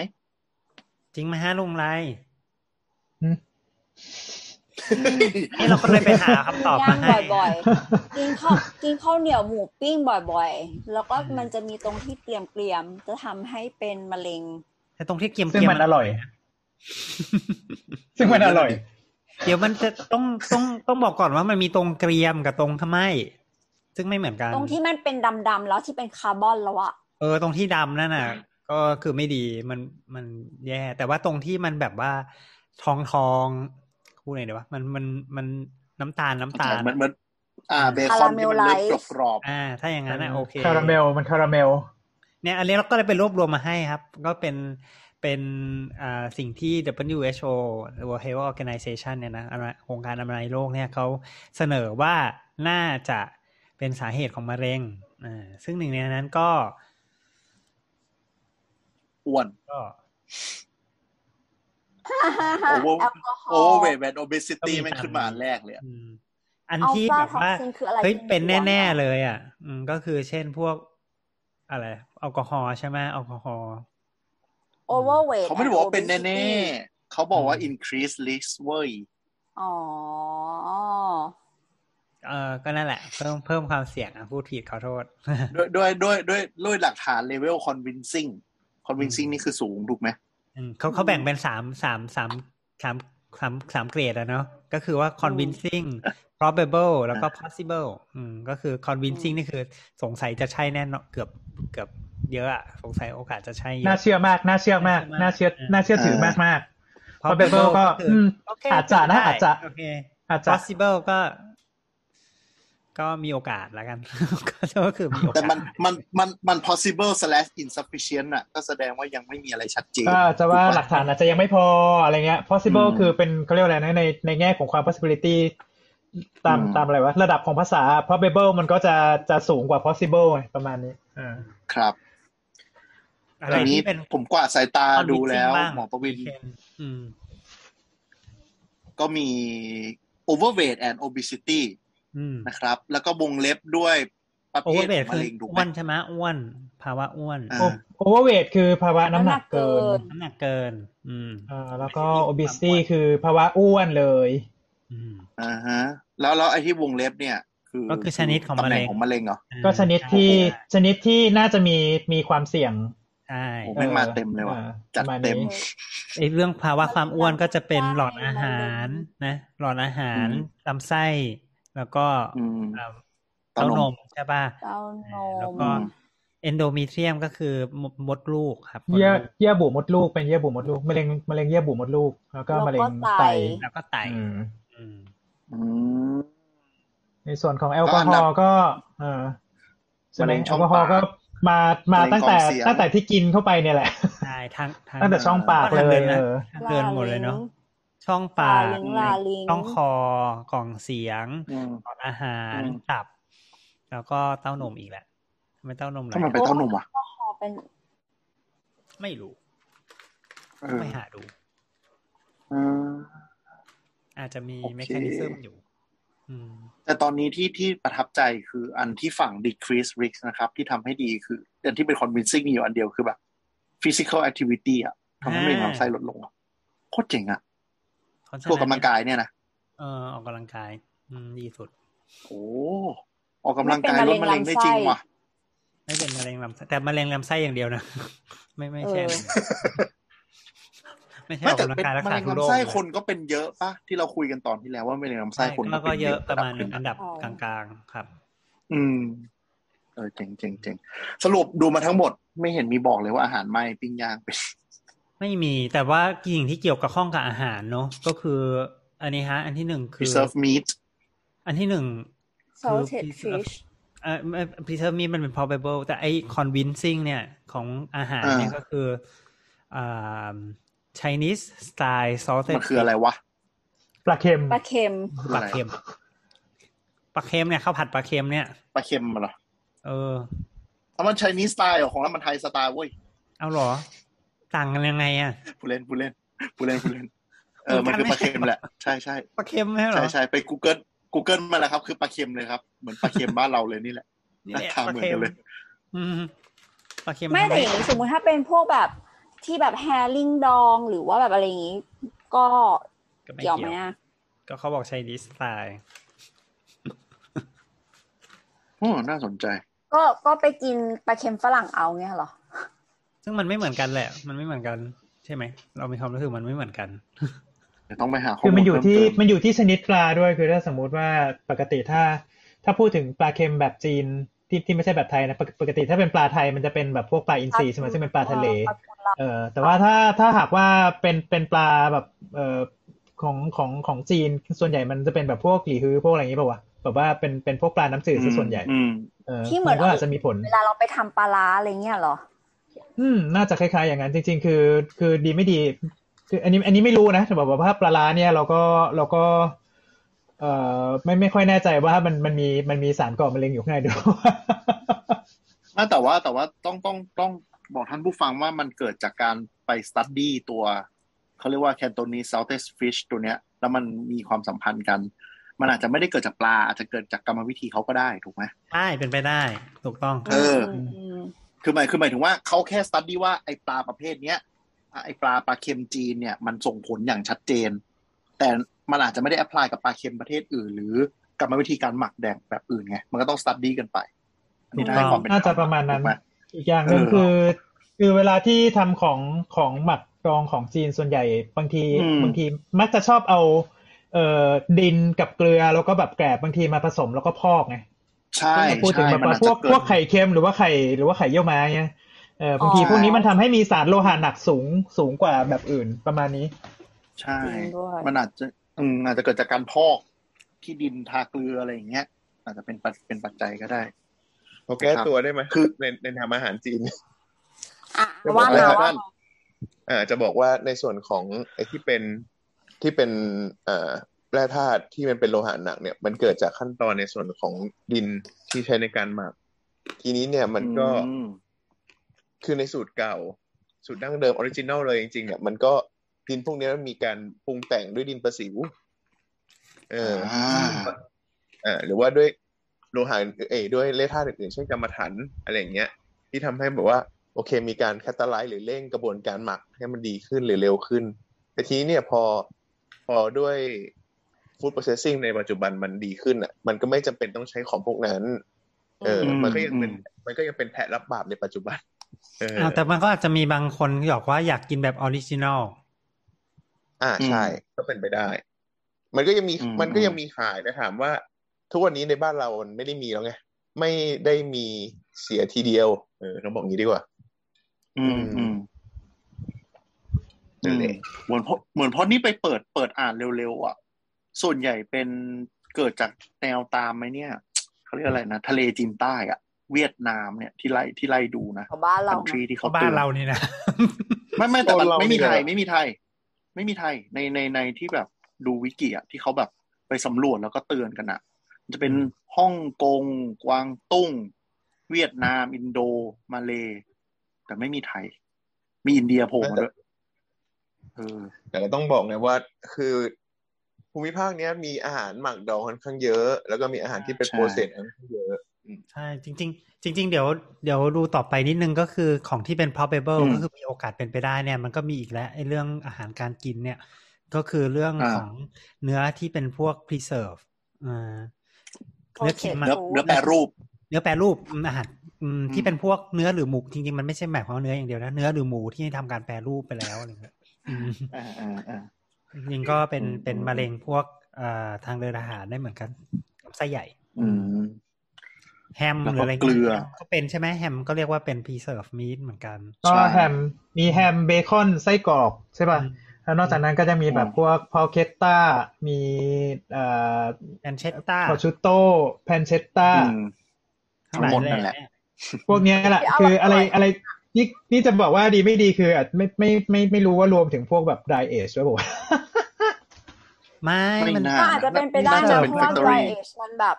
จริงไหมฮะลุงไร หืม นี่เราก็เลยไปหาคำตอบมาให้ ย่างบ่อย กินข้าวกินข้าวเหนียวหมูปิ้งบ่อยๆ แล้วก็มันจะมีตรงที่เกลียมเกลียมๆจะทำให้เป็นมะเร็ง แต่ตรงที่เกียม ซึ่ง เกียม มันอร่อย ซึ่งมันอร่อย เดี๋ยวมันจะต้องต้องต้องบอกก่อนว่ามันมีตรงเกรียมกับตรงขมไหมซึ่งไม่เหมือนกัน ตรงที่มันเป็นดำๆแล้วที่เป็นคาร์บอนแล้วอะ เออตรงที่ดำนั่นน่ะ ก็คือไม่ดีมันมันแย่ แต่ว่าตรงที่มันแบบว่าทองทองพูดไงเดี๋ยววะมันมันมันน้ำตาลน้ำตาล เหมือนเหมือนอ่าเบคอนที่มันเลือกกรอบ อ่า ถ้าอย่างนั้นน่ะโอเค คาราเมล มันคาราเมล เนี่ยอันนี้เราก็เลยไปรวบรวมมาให้ครับ ก็เป็นเป็นอ่าสิ่งที่ WHO World Health Organization เนี่ยนะอะไรองค์การอนามัยโลกเนี่ยเขาเสนอว่าน่าจะเป็นสาเหตุของมะเร็งอ่าซึ่งหนึ่งในนั้นก็ ๆอ้วน ก็ โอเวอร์ แอลกอฮอ โอเวอร์ ล์ เวทแอนโอเบซิตี้มันขึ้นมาอันแรกเลยอะ อืมอัน อัล ที่ ฟา แบบ ท็อก ว่า ซินคืออะไร เฮ้ย ที่ เป็นแน่ๆ เลย เลยอ่ะ อืมก็คือเช่นพวกอะไรแอลกอฮอล์ใช่ไหมแอลกอฮอล์ overweight เขาไม่ได้บอกว่าเป็นแน่ๆ เขาบอกว่า อืม increase risk เว้ย อ๋อ เออก็นั่นแหละ เพิ่มเพิ่มความเสี่ยงอ่ะพูดผิดขอโทษ ด้วยด้วยด้วยด้วยด้วยหลักฐาน level convincing convincing นี่คือสูง ถูกไหม อืมเขาเขาแบ่งเป็นสามสามสามสามสามสามเกรดอะเนาะก็คือว่า convincing probable แล้วก็ possible อืมก็คือ convincing นี่คือสงสัยจะใช่แน่นอนเกือบเกือบเยอะอะสงสัยโอกาสจะใช่เย น่า อะ เชื่อมากน่าเชื่อมากน่า น่าเชื่ เชื่อ อ น่า น่า เชื่อถือมากมาก probable ก็ คือ ม โเค อาจจะนะ ได้ อาจจะ โอเค อาจจะ possible ก็ ก็มีโอกาสแล้วกัน ก็คือมีโอ แต่ กาส มันมันมันมัน possible slash insufficient อ่ะ ก็แสดงว่ายังไม่มีอะไรชัดเจน ก็จะว่า ถูกปะ หลักฐานอาจจะยังไม่พออะไรเงี้ย possible อืม คือเป็นเขาเรียกว่าอะไรนะในในแง่ของความ possibility ตาม อืม ตามอะไรวะระดับของภาษา probable มันก็จะจะสูงกว่า possible ไงประมาณนี้อ่า ครับ อะไร อันนี้ ที่เป็น ผมกวาดสายตาดูแล้ว convincing บ้าง หมอประวิน เคนอืม ก็มี overweight and obesity อืม นะครับ แล้วก็วงเล็บด้วยประ โอ เภ เวอ ท ร์เวท มะ คือ เร็งถูก อ้ ไหม วนใช่ไหมอ้วน ภาวะอ้วน อ่า overweight คือภาวะน้ำหนักเกิ น้ำหนักเกิ น น น้ำหนักเกิน อืม อ่าแล้วก็ ไม่ใช่ความอ้วน obesity คือภาวะอ้วนเลย อืม อ่าฮะ แล้วแล้วไอ้ที่วงเล็บเนี่ย คือ ก็คือชนิดของ ตำแหน่ง มะเร็ง ของมะเร็งเหรอ ก็ชนิดที่ ใช่ ชนิดที่น่าจะมีมีความเสี่ยง ใช่ โอ้แม่งมาเต็มเลยว่ะ อ่า จัด ประาณ เต็ม นี้ ไอเรื่องภาวะความอ้วนก็จะเป็น ใช่ หลอดอาหารนะ หลอดอาหาร อืม ลำไส้แล้วก็ อืม เอ่อ เต้ามเต้านนมใช่ป่ะ เต้าน แล้ว ม ก็เอนโดมิเทรียมก็คือมดลูกครับมด เยื่อ ลูก เยื่อบุมดลูกเป็นเยื่อบุมดลูกมะเร็งมะเร็งเยื่อบุมดลูก แล้วก็มะเร็งไต แล้วก็ไต อืม อืม อืม ในส่วนของแอลกอฮอล์ก็เอ่อใช่ไห มะ ม เร็ง แอ ช่อ ล ง กอฮอล์ก็ ปาก มามาตั้งแต่ มะเร็งกองเสียง ตั้งแต่ที่กินเข้าไปเนี่ยแหละ ใช่ทั้งทั้ง ตั้งแต่ช่องปาก ทง เลย นะ เออ ทางเดินหมดเลยเนาะช่อง ลา ปาก ลิงลาลิง ช่องคอกล่องเสียง อืม หลอดอาหาร อืม ตับ แล้วก็เต้านมอีกแหละทำไมเต้านมไหล ทำไมไปเต้านมอ่ะ คอเป็น ไม่รู้ เอ ต้อง อ ไปหาดู อืม อาจจะมี โอเค เมคานิซึมอยู่ อืม แต่ตอนนี้ที่ที่ประทับใจคืออันที่ฝั่ง decrease risk นะครับ ที่ทำให้ดีคืออันที่เป็น convincing มีอยู่อันเดียวคือแบบ physical activity อ่ะทำให้มะเร็งลำไส้ลดลงอะโคตรเจ๋งอ่ะ เพราะฉะ ออก นั้น กำลังกายเนี่ยนะ เออออกกำลังกาย อืมดีสุด โอ้ออกกำลังกายลดมะเร็งได้จริงว่ะ ไม่เป็นมะเร็งลำไส้แต่มะเร็งลำไส้อย่างเดียวนะ ไม่ไม่ใช่ไม่ใช่อ ไม่ อก แต่ กำลัง เป็น กายรัก มะ ษา เร็ง ทุกโรค ลำไส้ เลย คนก็เป็นเยอะปะที่เราคุยกันตอนที่แล้วว่ามะเร็งลำไส้คน แล้วก็ ป็น เยอะประมาณ ดับหหนึ่ ง งอันดับกลางๆครับ อืมเออเจ๋งเจ๋งเจ๋งสรุปดูมาทั้งหมดไม่เห็นมีบอกเลยว่าอาหารไหม้ปิ้งย่างเป็น ไม่มีแต่ว่าสิ่งที่เกี่ยวกับข้องกับอาหารเนอะก็คือ อันนี้ฮะ อันที่หนึ่งคือ preserve meat อันที่หนึ่ง โซเทดฟิช เอ่อ preserve meat มันเป็น probable แต่ไอ้ convincing เนี่ย ของอาหารเนี่ย อ่า ก็คืออ่า Chinese style salted มันคืออะไรวะ ปลาเค็ม ปลาเค็ม fish ปลาเค็มปลาเค็มเนี่ยข้าวผัดปลาเค็มเนี่ย ปลาเค็มมันเหรอ เออ ถ้ามัน Chinese style ของเรามันไทยสไตล์เว้ย เอาเหรอ ต่างกันยังไงอ่ะ ผู้เล่นผู้เล่นผู้เล่นผู้เล่น เออมันคือปลาเค็มแหละ ใช่ใช่ ปลาเค็มไม่ใช่เหร ใช่ อ ใช่ไป Google Google มาแล้วครับ คือปลาเค็มเลยครับ เหมือนปลาเค็มบ้านเราเลยนี่แหละ นี่แหละ ราคา ปเหมืลาอน เค็ กันมเลย อืมปลาเค็ม ไม่ ทำ แต่อย่างนี้สมมติถ้าเป็นพวกแบบที่แบบแฮร์ลิงดองหรือว่าแบบอะไรอย่างนี้ ก็ ก็ไม่ เกี่ยวไหม เกี่ยว อ่ะ ก็เขาบอกใช้ this style โอ้น่าสนใจ ก็ก็ไปกินปลาเค็มฝรั่งเอาเงี้ยเหรอ ซึ่งมันไม่เหมือนกันแหละ มันไม่เหมือนกัน ใช่ไหม เรามีความรู้สึกมันไม่เหมือนกัน เดี๋ยวต้องไปหาข้อ คือ มู มั ล นอยู่ เพิ่ม ที่ เติม มันอยู่ที่ชนิดปลาด้วยคือถ้าสมมุติว่าปกติถ้า ถ้าพูดถึงปลาเค็มแบบจีนที่ที่ไม่ใช่แบบไทยนะปกปกติถ้าเป็นปลาไทยมันจะเป็นแบบพวกปลาอินทรีย์ใช่ไหมซึ่งเป็นปลาทะเลเออแต่ว่าถ้าถ้าหากว่าเป็นเป็นปลาแบบเออของของของจีนส่วนใหญ่มันจะเป็นแบบพวกหลีฮือพวกอะไรอย่างนี้ป่าวะแบบว่าเป็นเป็นพวกปลาน้ำจืดซะส่วนใหญ่ อืม เออ ที่เหมือน ก็อาจจะมีผล เวลาเราไปทำปลาร้าอะไรเงี้ยเหรอ อืมน่าจะคล้ายๆอย่างนั้น จริง ๆ คือ คือดีไม่ดีคืออันนี้อันนี้ไม่รู้นะแต่แบบว่าปลาร้าเนี่ยเราก็เราก็ เอ่อไม่ไม่ค่อยแน่ใจว่ามันมันมีมันมีสารก่อมะเร็งอยู่ข้างในด้วย ไม่แต่ว่าแต่ว่าต้องต้องต้องบอกท่านผู้ฟังว่ามันเกิดจากการไปสตัดดี้ตัวเขาเรียกว่า Cantonese salted fish ตัวเนี้ย แล้วมันมีความสัมพันธ์กัน มันอาจจะไม่ได้เกิดจากปลาอาจจะเกิดจากกรรมวิธีเขาก็ได้ถูกไหม ใช่ เป็นไปได้ ถูกต้อง เออ มม คือหมายคือหมายถึงว่าเขาแค่สตัดดี้ว่าไอปลาประเภทเนี้ย ไอปลาปลาเค็มจีนเนี่ยมันส่งผลอย่างชัดเจน แต่มันอาจจะไม่ได้แอพพลายกับปลาเค็มประเทศอื่น หรือกรรมวิธีการหมักแดงแบบอื่นไงมันก็ต้องสตัดดี้กันไปอันนี้ได้ความเป็นธ น่าจะประมาณนั้น ถูกไห อีกอย่างหนึ่เองอ คือ คือเวลาที่ทำของของหมักดองของจีนส่วนใหญ่บางที อืม บางทีมักจะชอบเอา เอ่อดินกับเกลือแล้วก็แบบแกลบบางทีมาผสมแล้วก็พอกไง ใช่ ซึ่งพูดถึง ใช่ แบบ มันอาจว่าพว จะ ก เกิ พ น วกไข่เค็มหรือว่าไข่หรือว่าไข่เยี่ยวม้าเนี่ยเออบางที อ๋อ พวกนี้มันทำให้มีสารโลหะหนักสูงสูงกว่าแบบอื่นประมาณนี้ ใช่ จริงด้วย มันอาจจะอืมอาจจะเกิดจากการพอกที่ดินทาเกลืออะไรอย่างเงี้ย อาจจะเป็นปัจเป็นปัจจัยก็ได้ เขาแก้ตัวได้ไหม คือ ในในทำอาหารจีน อ่ะว่ามาว่ามา อ่าจะบอกว่าในส่วนของไอ้ที่เป็นที่เป็นเอ่อแร่ธาตุที่มันเป็นโลหะหนักเนี่ยมันเกิดจากขั้นตอนในส่วนของดินที่ใช้ในการหมัก ทีนี้เนี่ยมันก็ อืม คือในสูตรเก่า สูตรดั้งเดิมออริจินอลเลยจริงๆเนี่ยมันก็ดินพวกนี้มันมีการปรุงแต่งด้วยดินประสิว เอออา เออหรือว่าด้วยโลหะเอยด้วยเลธาตุอื่นๆเช่นกรรมฐานอะไรอย่างเงี้ย ที่ทำให้แบบว่า โอเค มีการแคตตาไลซ์หรือเร่งกระบวนการหมักให้มันดีขึ้นหรือเร็วขึ้น แต่ทีนี้เนี่ยพอพอด้วยฟู้ดโปรเซสซิ่งในปัจจุบันมันดีขึ้นอ่ะ มันก็ไม่จำเป็นต้องใช้ของพวกนั้น เอออ ม มันก็ยังเป็น มันก็ยังเป็นแพะรับบาปในปัจจุบัน เออ อ่าแต่มันก็อาจจะมีบางคนที่บอกว่าอยากกินแบบออริจินอล อ่าใช่ ก็เป็นไปได้ มันก็ยังมี อืม มันก็ยังมีขายแต่ถามว่า ทุกวันนี้ในบ้านเรามันไม่ได้มีแล้วไง ไม่ได้มีเสียทีเดียว เออเราบอกงี้ดีกว่า อืมอืม นั่นแหละ เหมือนเพราะเหมือนเพราะนี่ไปเปิดเปิดอ่านเร็วๆอ่ะ ส่วนใหญ่เป็นเกิดจากแนวตามไหมเนี่ยเขาเรียกอะไรนะทะเลจีนใต้อ่ะ เวียดนามเนี่ยที่ไล่ที่ไล่ดูนะ ของบ้านเรา คันทรีที่ เพราะ เขา บ้า ตื น น เรานี่นะ ไม่ไม่แต่มัน โซนเรา ไม่มี นี่ ไท แห ย ละ ไม่มีไทย ไม่มีไทยในในในที่แบบดูวิกิอ่ะที่เขาแบบไปสำรวจแล้วก็เตือนกันอ่ะมันจะเป็นฮ่องกงกวางตุ้ง เวียดนาม อินโดมาเลแต่ไม่มีไทย มีอินเดียโผล่มาด้วยเออ แต่เราต้องบอกนะว่าคือภูมิภาคเนี้ยมีอาหารหมักดองค่อนข้างเยอะ แล้วก็มีอาหารที่เป็น ใช่ โปรเซสค่อนข้างเยอะ ใช่จริง ๆ จริง ๆ เดี๋ยวเดี๋ยวดูต่อไปนิดนึงก็คือของที่เป็น probable อืม ก็คือมีโอกาสเป็นไปได้เนี่ย มันก็มีอีกแล้วไอ้เรื่องอาหารการกินเนี่ย ก็คือเรื่อง อ่า ของเนื้อที่เป็นพวก preserve อ่า โปร เนื้อ เซ เค็ ส มฟู้เนื้อเนื้อะอ ด แปรรูป เนื้อแปรรูปอืมอาหารอืม อืม ที่เป็นพวกเนื้อหรือหมูจริงๆมันไม่ใช่หมายความว่าเนื้ออย่างเดียวนะเนื้อหรือหมูที่ทำการแปรรูปไปแล้วอะไรเงี้ยอืม อ่าอ่าอ่า จริงๆก็เป็น อืม เป็นมะเร็งพวกเอ่อทางเดินอาหารได้เหมือนกันลำไส้ใหญ่ อืม แฮม แล้ว ห ก็ รืออะไร เกลือ แฮมก็เป็นใช่ไหมแฮมก็เรียกว่าเป็น preserve meat เหมือนกัน ก็ ใช่ แฮมมีแฮมเบคอนไส้กรอกใช่ป่ะ อืม แล้วนอกจากนั้นก็จะมีแบบ อืม พวกพอเคตต้ามีเอ่อ แอนเชตต้า คอชูโต้แพนเชตต้า อืม ทั้งหลาย หมด แห นั่นแห ละ ละ พวกเนี้ยแหละ คืออะไรอะไรนี่นี่จะบอกว่าดีไม่ดีคืออาจไม่ไม่ไม่ไม่รู้ว่ารวมถึงพวกแบบไดเอชด้วยบอกว่า ไม่ ไม่ มัน น่า ก็อาจจะเป็นไปได้ น่าจะ นะ เป็น เพราะว่า dry factory age มันแบบ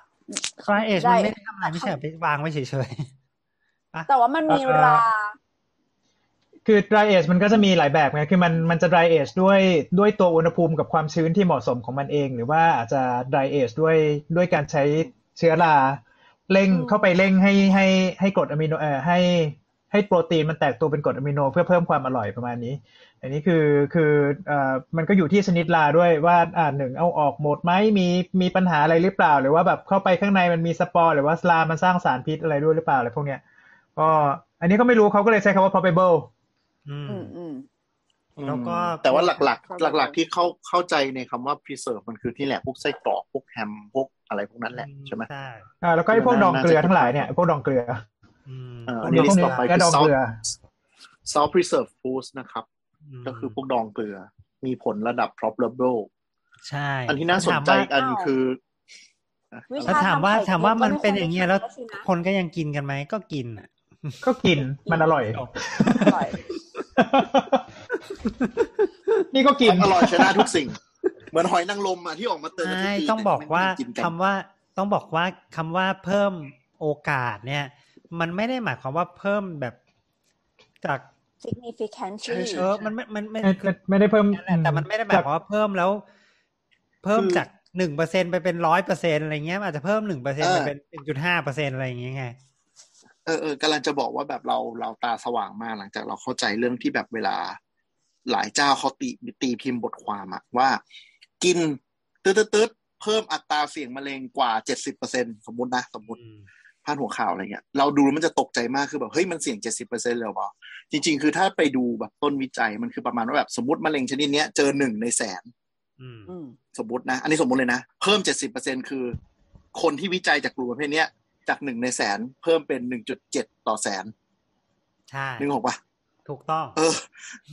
ฟรายเอช ได้ มันไม่ได้ทำอะไรไม่ใช่เหรอไปวางไว้เฉย แต่ว่ามันมีรา คือ dry age มันก็จะมีหลายแบบไง คือมันมันจะ dry age ด้วยด้วยตัวอุณหภูมิกับความชื้นที่เหมาะสมของมันเอง หรือว่าอาจจะ dry age ด้วยด้วยการใช้เชื้อรา เร่ง อืม เข้าไปเร่งให้ให้ให้กรดอะมิโนเอ่อให้ให้โปรตีนมันแตกตัวเป็นกรดอะมิโน เพื่อเพิ่มความอร่อยประมาณนี้ อันนี้คือคือเอ่อมันก็อยู่ที่ชนิดลาด้วยว่าอ่าหนึ่งเอาออกหมดไหมมีมีปัญหาอะไรหรือเปล่า หรือว่าแบบเข้าไปข้างในมันมีสปอร์หรือว่าลามันสร้างสารพิษอะไรด้วยหรือเปล่าอะไรพวกเนี้ยก็อันนี้ก็ไม่รู้เขาก็เลยใช้คำว่า probable ๆ อืม อืมอืม แล้วก็ อืมแต่ว่าหลัก พวก ๆ หลัก ๆ ที่เข้าเข้าใจในคำว่า preserve มันคือที่แหละพวกไส้กรอกพวกแฮมพวกอะไรพวกนั้นแหละใช่ไหม ใช่ อ่าแล้วก็ไอ้พวกดองเกลือ น่าจะ ทั้งหลายเนี่ยพวกดองเกลือ อืม เอ่อ พว อั ก นนี้ ด ลิ อ ส ง ต์ต่อไป เกลื และ คือ ดองเกลื salt อ salt preserve foods นะครับ ม ก็คือพวกดองเกลือ มีผลระดับ probable ใช่ อันที่น่าสนใจอีกอันคืออ่ะ วิช แล้วถามว่า ถ้าทำไข่ ถามว่า เค็ม มัน ก็ไม่ เป็นอย่างเงี้คยวร แล้ว จะกินนะ คนก็ยังกินกันไหมก็กินอ่ะ ก็กินมันอร่อย อร่อย นี่ก็กิน อร่อยชนะทุกสิ่ง เหมือนหอยนางรมอ่ะที่ออกมาเตือนกัน ใช่ ทุกปี ต้องบอกว่า ไม่ได้น คำว่าต้องบอกว่าคำว่าเพิ่มโอกาสเนี่ย มันไม่ได้หมายความว่าเพิ่มแบบจาก significantly เออมันไม่มันไม่ ไม่ไม่ไม่ได้เพิ่ม นั่นแหละแต่มันไม่ได้หมายความว่าเพิ่มแล้ว เพิ่มจากหนึ่งเปอร์เซ็นไปเป็นร้อยเปอร์เซ็นอะไรเงี้ยมันอาจจะเพิ่มหนึ่งเปอร์เซ็นไปเป็นหนึ่งจุดห้าเปอร์เซ็นอะไรอย่างเงี้ยไง เออเออกำลังจะบอกว่าแบบเราเราตาสว่างมากหลังจากเราเข้าใจเรื่องที่แบบเวลา หลายเจ้าเขาตีตีพิมพ์บทความอะว่า กินตืดๆตืดๆเพิ่มอัตราเสี่ยงมะเร็งกว่าเจ็ดสิบเปอร์เซ็นสมมตินะสมมติ พาดหัวข่าวอะไรเงี้ยเราดูแล้วมันจะตกใจมากคือแบบเฮ้ยมันเสี่ยงเจ็ดสิบเปอร์เซ็นต์เลยเหรอจริง ๆ คือถ้าไปดูแบบต้นวิจัยมันคือประมาณว่าแบบสมมติมะเร็งชนิดเนี้ยเจอหนึ่งในแสน อืม อืม สมมตินะ อันนี้สมมติเลยนะ เพิ่มเจ็ดสิบเปอร์เซ็นคือ คนที่วิจัยจากกลุ่มประเภทเนี้ยจากหนึ่งในแสน เพิ่มเป็นหนึ่งจุดเจ็ดต่อแสน ใช่ นึกออกปะ ถูกต้อง เออ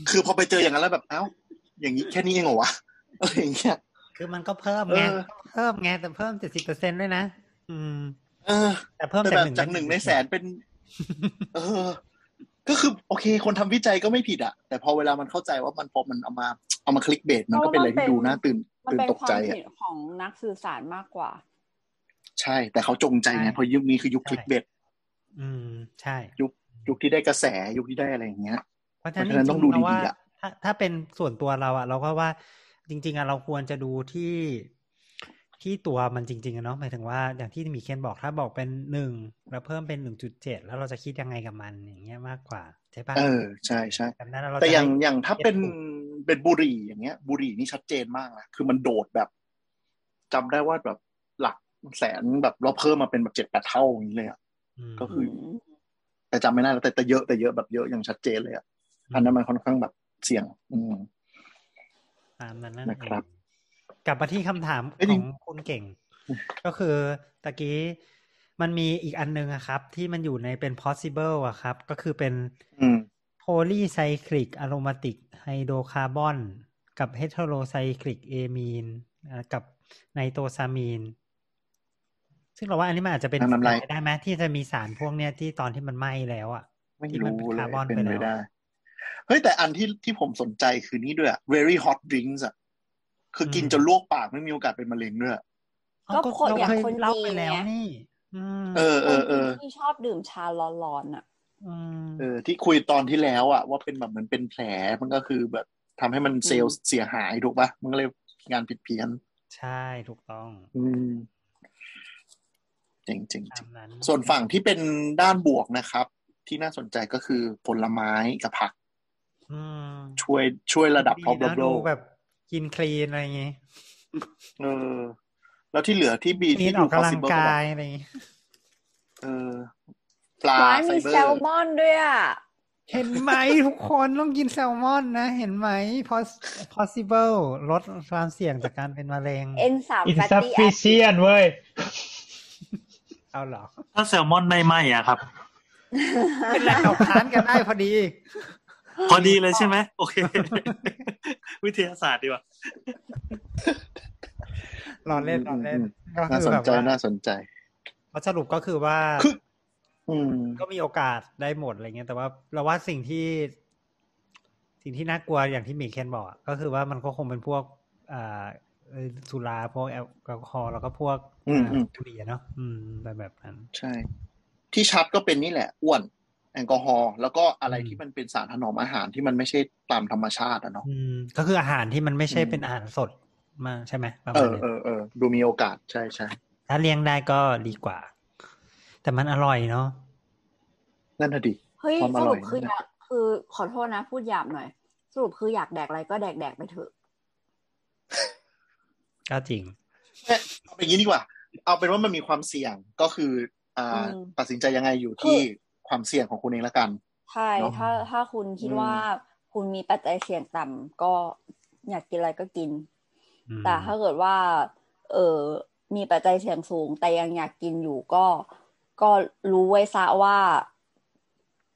คือพอไปเจออย่างนั้นแล้วแบบเอ้า อย่างนี้แค่นี้เองเหรอวะอะไรอย่างเงี้ย คือมันก็เพิ่มไง เออ เพิ่มไงแต่เพิ่มเจ็ดสิบเปอร์เซ็นด้วยนะ อืม เออ แต่เพิ่ม แต่ จาก แบบ หนึ่ง จากหนึ่งในแสนเป็น เออ ก็คือโอเค คนทำวิจัยก็ไม่ผิดอะแต่พอเวลามันเข้าใจว่ามันพอมันเอามาเอามาคลิกเบสมันก็เป็นอะไรที่ดูน่าตื่น มัน ตื่น เป็น ตก ควา ใจ ม อะ ผิดของนักสื่อสารมากกว่า ใช่ แต่เขาจงใจไงเพราะยุคนี้คือยุคคลิกเบส อืม ใช่ ยุคที่ได้กระแสยุคที่ได้อะไรอย่างเงี้ย เพราะฉะนั้น เพ จ ราะฉะนั้นต้ ริ อง ง ๆ ดู เราว่า ดีๆอะ ถ้าถ้าเป็นส่วนตัวเราอะเราก็ว่าจริง ๆอะเราควรจะดูที่ที่ตัวมันจริงๆอะเนาะหมายถึงว่าอย่างที่มีเคนบอกถ้าบอกเป็นหนึ่งแล้วเพิ่มเป็นหนึ่งจุดเจ็ดแล้วเราจะคิดยังไงกับมันอย่างเงี้ยมากกว่าใช่ปะ เออใช่ใช่ แบบนั้นเรา แต่ จะ อย่าง ได้ อย่างถ้าเป็น เก็บถู เป็นบุหรี่อย่างเงี้ย บุหรี่นี่ชัดเจนมากนะคือมันโดดแบบจำได้ว่าแบบหลักแสนแบบเราเพิ่มมาเป็นแบบเจ็ดแปดเท่าอย่างนี้เลยอะ อืม ก็คื อืม แต่จำไม่ได้แล้วแต่แต่เยอะแต่เยอะแบบเยอะอย่างชัดเจนเลยอะอันนั้นมันค่อนข้างแบบเสี่ยง อืม ตามนั้นนั่น นะ เอง ครับ กลับมาที่คำถาม เอ้ย ข จริ อง งคุณเก่ง ก็คือตะกี้มันมีอีกอันนึงอะครับ ที่มันอยู่ในเป็น possible อะครับ ก็คือเป็น อืม polycyclic aromatic hydrocarbon กับ heterocyclic amine อ่ากับไนโตซามีน ซึ่งเราว่าอันนี้มันอาจจะเป็น อ่ะน้ำลาย ไปได้ไหมที่จะมีสารพวกเนี้ยที่ตอนที่มันไหม้แล้วอะ ไม่ ที่มัน รู้ เป็น เล คาย ร์บอน เป็นไปไปแล้ว ได้ เฮ้ยแต่อันที่ที่ผมสนใจคือนี่ด้วยอะ very hot drinks อะคือกิน อืม จนลวกปากไม่มีโอกาสเป็นมะเร็งด้วยอะ อ้าว ก็คน เรา อย่าง เคย คน เล่า จี ไป น แล้ว ไง นี่ อืม เออ ค เอน อเอ จีน อ ที่ชอบดื่มชาร้อนๆอ่ะ ม เออที่คุยตอนที่แล้วอะว่าเป็นแบบเหมือนเป็นแผลมันก็คือแบบทำให้มันเซลล์เสียหายถูกปะมันก็เลยงานผิดเพี้ยน ใช่ถูกต้อง อืมเจริงจริง ตามนั้น ๆส่วนฝั่งที่เป็นด้านบวกนะครับ ที่น่าสนใจก็คือผลไม้กับผัก อืม ช่วยช่วยระดับ นะ problem ดู low แบบกินคลีนอะไรอย่างงี้ เออ แล้วที่เหลือที่บี คลีน ที่ อ ดู อกกำลัง possible กา แบบ ยอะไรอย่างงี้ เออปลา ร้าน ไฟ มี เบอ แซล ร์ มอนด้วยอ่ะ เห็นไหม ทุกคนต้องกินแซลมอนนะ เห็นไหม pos- possible ลดความเสี่ยงจากการเป็นมะเร็ง N สาม อิน แฟต ซับ ตี้แอ ฟิ ซ เชียนเว้ย เอาเหรอ ถ้าแซลมอนไม่ไหมอะครับ เป็นไรเราค้านกันได้พอดี พอดีเลยใช่ไหมโอเค วิทยาศาสตร์ดีกว่า รอเล่นรอเล่น ก็ น่า คือ สน แบบ ใจ ว่า น่าสนใจ เราสรุปก็คือว่า คือ อืม ก็มีโอกาสได้หมดอะไรเงี้ยแต่ว่าเราว่าสิ่งที่ สิ่งที่น่ากลัวอย่างที่หมีเคนบอกอะก็คือว่ามันก็คงเป็นพวกอ่าเอ่อสุราพวกแอลกอฮอล์แล้วก็พวก อืมอืม บุหรี่อะเนาะอืมแบบแบบนั้น ใช่ ที่ชัดก็เป็นนี่แหละ อ้วน แอลกอฮอล์แล้วก็อะไร อืม ที่มันเป็นสารถนอมอาหารที่มันไม่ใช่ตามธรรมชาติอะเนาะ อืมก็คืออาหารที่มันไม่ใช่ อืม เป็นอาหารสดมาใช่ไหมประ เอ มาณ อ นึง เออเออดูมีโอกาสใช่ใช่ ถ้าเลี้ยงได้ก็ดีกว่า แต่มันอร่อยเนาะ นั่นน่ะดิ เฮ้ย ความอ ส ร่ รุ อย ปคืออนะยากคือขอโทษนะ พูดหยาบหน่อย สรุปคืออยากแดกอะไรก็แดกแดกไปเถอะ ก็จริง เอาเป็นอย่างนี้ดีกว่า เอาเป็นว่ามันมีความเสี่ยงก็คืออ่า อืม ตัดสินใจยังไงอยู่คืที่อ ความเสี่ยงของคุณเองละกัน ใช่ เนอะ ถ้าถ้าคุณคิด อืม ว่าคุณมีปัจจัยเสี่ยงต่ำก็อยากกินอะไรก็กิน อืม แต่ถ้าเกิดว่า เออมีปัจจัยเสี่ยงสูง แต่ยังอยากกินอยู่ก็ ก็รู้ไว้ซะว่า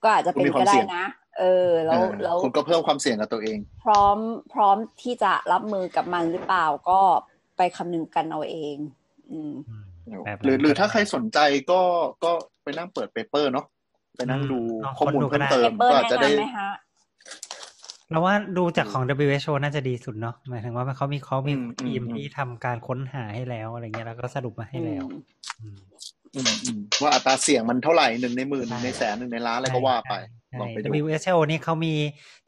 ก็อาจจะเป็นก็ได้นะ เออ เอ แล้ว อ แล้ว คุณก็เพิ่มความเสี่ยงกับตัวเอง พร้อมพร้อมที่จะรับมือกับมันหรือเปล่าก็ไปคำนึงกันเอาเอง อืม อืมแบบ หรือ นั้น หรือ ก็ ถ้า ได้ ใครสนใจก็ก็ไปนั่งเปิดเปเปอร์เนาะไปนั่งดู อืมลอง ข้อมูล ค้นดูก็ เพิ่มเติได้เป ม เปอร์ ก็อาจ แนะ จะได้ นำไหมฮะ เราว่าดูจากของ WHO น่าจะดีสุดเนาะหมายถึงว่าเขามีเขามีทีมที่ทำการค้นหาให้แล้วอะไรเงี้ยแล้วก็สรุปมาให้แล้ว อืม อืมอืมว่าอัตราเสี่ยงมันเท่าไหร่หนึ่งในหมื่นห ใช่ นึ่งในแสนหนึ่งในล้านอะไรก็ว่าไป ใช่ ลองไปดู WHO นี่เขามี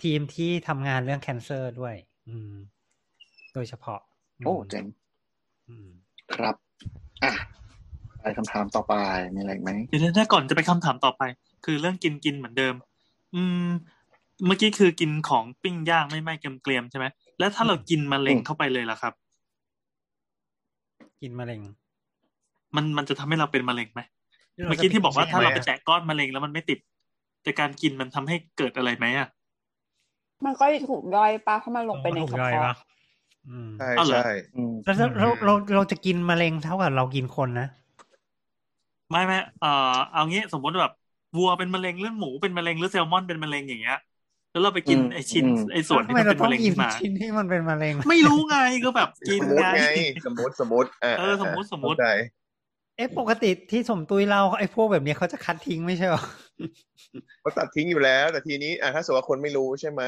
ทีมที่ทำงานเรื่องแคนเซอร์ด้วย อืม โดยเฉพาะม โอ้เจ๋ง อืม ครับอ่ะไปคำถามต่อไปมีอะไรอีกไหม เดี๋ยวถ้าก่อนจะไปคำถามต่อไป คือเรื่องกินกินเหมือนเดิม อืม เมื่อกี้คือกินของปิ้งย่างไม่ไหม้เกรียมๆใช่ไหมแล้วถ้าเรากินมะเร็งเข้าไปเลยล่ะครับ กินมะเร็ง มันมันจะทำให้เราเป็นมะเร็งไหมเมื่อกี้ที่บอกว่าถ้าเราไปแตะก้อนมะเร็งแล้วมันไม่ติด แต่การกินมันทำให้เกิดอะไรไหมอ่ะ มันก็ถูกย่อยปะเพราะมันลงไปใน ถูก กระ ย่อยปะ เพาะ อืม ใช่ เอาเหรอ ใช่ อืม แล้วถ้าเราเราเราจะกินมะเร็งเท่ากับเรากินคนนะ ไม่ไม่เอ่อเอางี้สมมติแบบวัวเป็นมะเร็งเลือดหมูเป็นมะเร็งหรือแซลมอนเป็นมะเร็งอย่างเงี้ย แล้วเราไปกิน อืม ไอชิ้น อืม ไอส่วนที่ แล้ มั วน ทำไมเรา เป็น ต้องมะเร็ง กิน ขึ้นมา ชิ้นที่มันเป็นมะเร็ง ไม่รู้ไงก็แบบกิน สมมติ ไง ไง สมมติสมมติอ่า เออสมมุติสมมุติ เข้าใจ เอ๊ะปกติที่สมตุยเราไอ้พวกแบบเนี้ยเขาจะคัดทิ้งไม่ใช่หรอ เขาตัดทิ้งอยู่แล้ว แต่ทีนี้อ่าถ้าสมมติว่าคนไม่รู้ใช่ไหม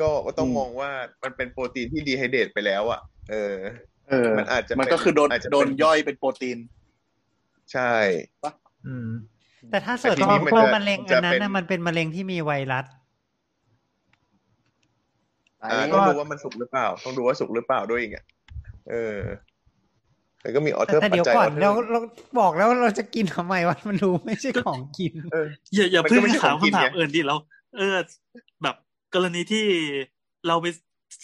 ก็ก็ต้อง อืม มองว่ามันเป็นโปรตีนที่ดีไฮเดรตไปแล้วอ่ะ เออ เออ มันอาจจะ มันก็คือโดน อาจจะเป็น โดนย่อยเป็นโปรตีน ใช่ อืม แต่ถ้าเสิร์ช แต่ทีนี้มัน พวก จะ มะเร็ง มัน อั จะ นนั้น เป็ นะ น มันเป็นมะเร็งที่มีไวรัส อ่าต้องดูว่ามันสุกหรือเปล่า ต้องดูว่าสุกหรือเปล่าด้วยอีกอ่ะเออแต่ก็มีออเทอร์ แต่ ปัจ เดี๋ยว จัยอ ก่อน อเทอ เรา ร์ เราบอกแล้วเราจะกินทำไมวะมันรู้ไม่ใช่ของกิน เออ อย่าอย่า มันก็ เพิ่ง ไม่ใช่ ถาม ของกิน คำถาม ไง อื่นดิเรา เออ แบบกรณีที่เราไป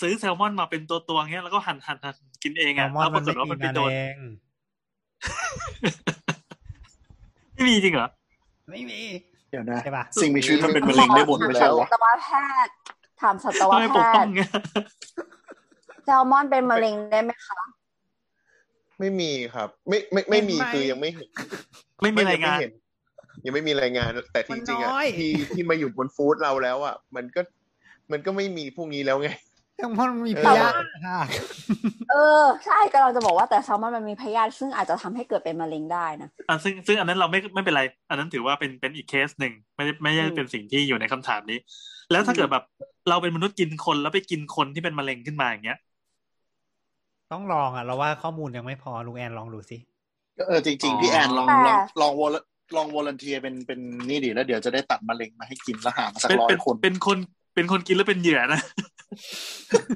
ซื้อแซลมอนมาเป็นตัวตัวๆเงี้ยแล้วก็หั่นหั่นหั่นกินเอง แซ อ่ะ ลมอน แล้วป มั ราน กฏ ไม่มีว่ามันไป มะ โดน เร็ง ไม่มีจริงเหรอ ไม่มี เดี๋ยวนะ ใช่ปะ สิ่งมีชีวิตมันเป็นมะ ข เร็ อง ได้หมด ถาม เลย สั เหรอวะ ตวแพทย์ถามสัตว ทำไมแพปกป้อง ทย์ เงี้ย แซลมอนเป็นมะเร็งได้ไหมคะ ไม่มีครับ ไม่ไม่ไม่มีคือยังไม่เห็น ไม่มีรายงาน ไม่ยังไม่มีรายงาน แต่จริงๆอ่ะที่ที่มาอยู่บนฟู้ดเราแล้วอ่ะมันก็มันก็ไม่มีพวกนี้แล้วไง แซลมอนมันมี เออ พยาธิค่ะ เออใช่กำลังจะบอกว่าแต่แซลมอนมันมีพยาธิซึ่งอาจจะทำให้เกิดเป็นมะเร็งได้นะ อ่ะซึ่งซึ่งอันนั้นเราไม่ไม่เป็นไร อันนั้นถือว่าเป็นเป็นอีกเคสหนึ่งไม่ได้ไม่ได้ อืม เป็นสิ่งที่อยู่ในคำถามนี้ แล้วถ้าเกิด อืม แบบเราเป็นมนุษย์กินคนแล้วไปกินคนที่เป็นมะเร็งขึ้นมาอย่างเงี้ย ต้องลองอ่ะ เราว่าข้อมูลยังไม่พอลุงแอนลองดูสิ เออจริง อ๋อ ๆ พี่แอนลอง แต่ ลองลองวอลลองวอลเนเทียเป็นเป็นนี่ดิแล้วเดี๋ยวจะได้ตัดมะเร็งมาให้กินแล้วหามาสัก เป็น ร้อ เป็ ย น คน เป็นคนเป็นคนกินแล้วเป็นเหยื่อนะ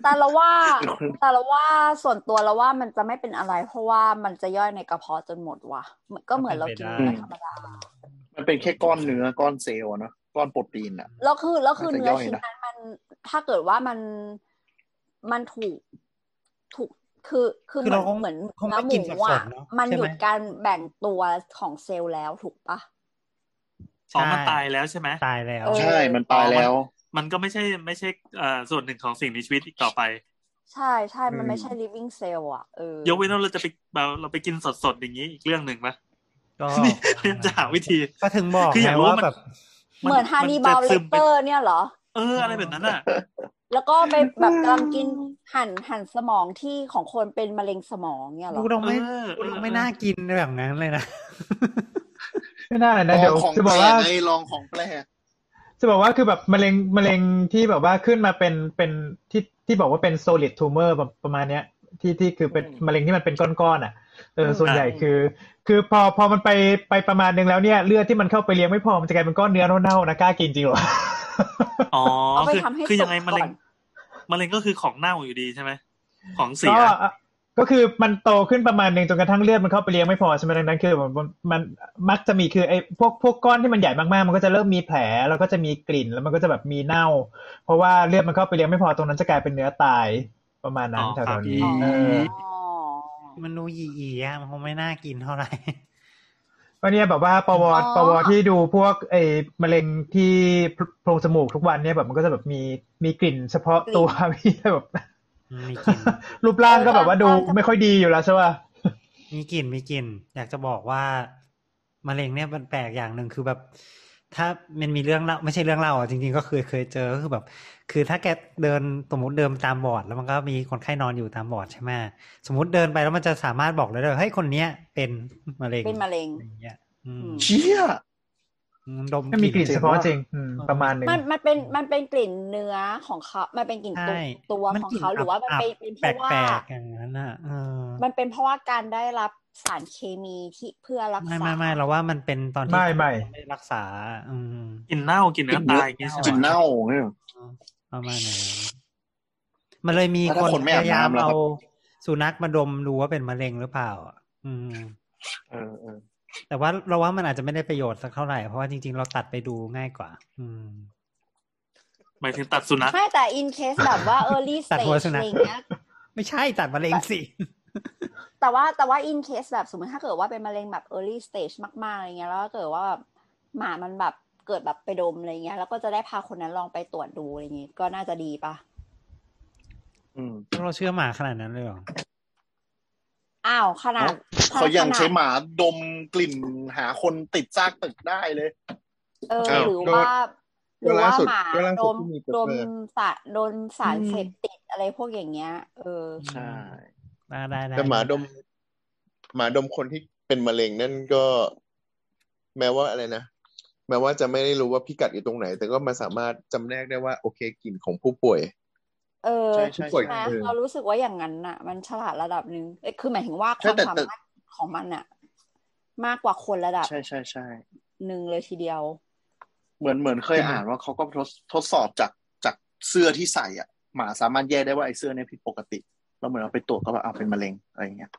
แต่ละว่า เป็นคน แต่ละว่าส่วนตัวละว่ามันจะไม่เป็นอะไร เพราะว่ามันจะย่อยในกระเพาะจนหมดว่ะเหมือนก็เหมือนเรากิน เป็น เนื้ ไปได้ อธรรมดา มันเป็นแค่ก้อนเนื้อก้อนเซลล์อะเนอะก้อนโปรตีนอะ แล้วคือแล้วคือ มันจะ เนื้อย่ อย ชิ้น นะ นั้นมันถ้าเกิดว่ามันมันถูกถูกคือคือเหมืคือเรา อน คง เหมือน คง เนื้อไม่ห กิ มู นสด อ่ะ ๆเนอะ มัน ใช่ ห ไหม ยุดการแบ่งตัวของเซลล์แล้วถูกปะ อ๋อ ใช่ มันตายแล้วใช่ไหม ตายแล้ว เออ ใช่มันตายแล้ว มันก็ไม่ใช่ไม่ใช่เอ่อส่วนหนึ่งของสิ่งมีชีวิตอีกต่อไป ใช่ใช่มัน อืม ไม่ใช่ living cell อ่ะเออย กเว้นว่าเราจะไปเราเราไปกินสดๆอย่างนี้อีกเรื่องหนึ่งปะ ก็ นี่พยายามจะหาวิธี ก็ถึงบอก คืออยา นะ กรู้ ว่า ว่ามัน แบบ เหมือนฮานิบาลเล ซึม ก ไป เตอร์เนี่ยเหรอ เออ อะไรแบบนั้นอ่ะ แล้วก็ไปแบบกำลังกินหั่นหั่นสมองที่ของคนเป็นมะเร็งสมองเนี่ยเหร ดู อ เราไม่ เออ ดูเราไม่ เออ น่ากินแบบนั้นเลยนะ ไม่ได้ ล นะ อ เดี๋ย ง ว ของ จะ แป บ ล อก ก ว่า ไงลองของแปลก จะบอกว่าคือแบบมะเร็งมะเร็งที่แบบว่าขึ้นมาเป็นเป็นที่ที่บอกว่าเป็น solid tumor แบบประมาณเนี้ย ที่ที่คือเป็นมะเร็งที่มันเป็นก้อนๆอ่ะเออส่วนใหญ่คือ คือพอพอมันไปไปประมาณนึงแล้วเนี่ยเลือดที่มันเข้าไปเลี้ยงไม่พอมันจะกลายเป็นก้อนเนื้อเน่าๆนะกล้ากินจริงเหรอ อ๋อ เอาไป คือ ทำให้ คือ สุ ยักงไงมะ ก่ เร็ อง น มะเร็งก็คือของเน่าอยู่ดีใช่ไหมของเสี ก็ ย ก็คือมันโตขึ้นประมาณหนึ่งจนกระทั่งเลือดมันเข้าไปเลี้ยงไม่พอใช่ไหมดังนั้นคือมันมันมักจะมีคือไอ้พวกพวกก้อนที่มันใหญ่มากๆ มันก็จะเริ่มมีแผลแล้วก็จะมีกลิ่นแล้วมันก็จะแบบมีเน่า เพราะว่าเลือดมันเข้าไปเลี้ยงไม่พอตรงนั้นจะกลายเป็นเนื้อตายประมาณนั้น อ๋อ แถ ครับ วๆนี้เออ อ๋อ มันดูหยีๆอ่ะมันคงไม่น่ากินเท่าไหร่ ก็เนี่ยแบบว่าปว อ๋อ ปวที่ดูพวกไอ้มะเร็งที่โพรงจมูกทุกวันเนี่ยแบบมันก็จะแบบมีมีกลิ่นเฉพาะตัว มีแบบ มีกลิ่น รูปร่างก็ เออ แบบว่าดู ร่างก็ ไม่ค่อยดีอยู่แล้วใช่ป่ะ มีกลิ่นมีกลิ่น อยากจะบอกว่ามะเร็งเนี่ยมันแปลกอย่างหนึ่งคือแบบ ถ้ามันมีเรื่องเล่าไม่ใช่เรื่องเล่าอ่ะจริงๆก็เคยเคยเจอก็คือแบบ คือถ้าแกเดินสมมติเดินตามบอร์ดแล้วมันก็มีคนไข้นอนอยู่ตามบอร์ดใช่ไหมสมมติเดินไปแล้วมันจะสามารถบอกเลยว่าเฮ้ยคนเนี้ยเป็นมะเร็ง เป็นมะเร็ง อย่างเงี้ยอืม อืม เชี่ย มันดม ก็มีกลิ่น กลิ่ เฉ น พาะจริงอืม เออ ประมาณหนึ่ง มันมันเป็นมันเป็นกลิ่นเนื้อของเขา มันเป็นกลิ่นตัว ใช่ ตัว มัน ของ กลิ่น เขาหรือว่ามัน อับ เป็นเป็น ๆ เพราะว่า แปลกๆอย่างนั้นอ่ะเออ มันเป็นเพราะว่าการได้รับสารเคมีที่เพื่อรัก ไม่ ษา ไม่ไม่เราว่ามันเป็นตอนที่ ไม่ไม่ เขาไม่รักษา อืม กินเน่ากินเนื้อตายอย่างงี้ใช่ไหม กินเน่าเนี่ย ประมาณนั้นมันเลยมี แล้ว ค ถ้าน คนไม่ พ อาบ ยายาม น้ำล่ะครั เอา บ สุนัขมาดมดูว่าเป็นมะเร็งหรือเปล่าอ่ะอืม เออเออ แต่ว่าเราว่ามันอาจจะไม่ได้ประโยชน์สักเท่าไหร่เพราะว่าจริงๆเราตัดไปดูง่ายกว่า อืม หมายถึงตัดสุนัข ไม่แต่อินเคสแบบว่า early ตัดหัว stage สุนัข อะไรเงี้ย ไม่ใช่ตัดมะเร็ง สิ แต่ว่าแต่ว่าอินเคสแบบสมมติถ้าเกิดว่าเป็นมะเร็งแบบ early stage มากๆอะไรเงี้ยแล้วก็เกิดว่าแบบหมามันแบบเกิดแบบไปดมอะไรเงี้ยแล้วก็จะได้พาคนนั้นลองไปตรวจดูอะไรเงี้ยก็น่าจะดีปะ อืม เราเชื่อหมาขนาดนั้นเลยเหรอ อ้าวขนาด เขายังใช้ ขนด หมาดมกลิ่นหาคนติดซากตึกได้เลย เออ อ้าว หรือว่า ห ก็ รือ ล่า ว่า สุด หมา ก็ล่า โด สุด น ที่มี โด เปิด น เผย สารโดนสาร อืม เสพติดอะไรพวกอย่างเงี้ย เออ ใช่ ได้ได้ได้ แต่หมาดม หมาดมคนที่เป็นมะเร็งนั่นก็ แม้ว่าอะไรนะแม้ว่าจะไม่ได้รู้ว่าพิกัดอยู่ตรงไหน แต่ก็มาสามารถจำแนกได้ว่า โอเคกลิ่นของผู้ป่วย เออ ใช่ใช่ ใช่ไหม ใช่ เรารู้สึกว่าอย่างนั้นน่ะ มันฉลาดระดับหนึ่งเอ้ยคือหมายถึงว่าค ใช่ วาม แต่ สา แต่ มารถของมันน่ะ มากกว่าคนระดับ ใช่ใช่ใช่ หนึ่งเลยทีเดียว เหมือนเหมือนเคยอ่านว่าเขาก็ทดทดสอบจากจากเสื้อที่ใส่อ่ะหมาสามารถแยกได้ว่าไอ้เสื้อเนี่ยผิดปกติ แล้วเหมือนเอาไปตรวจก็แบบเอาวเป็นมะเร็งอะไรอย่างเงี้ย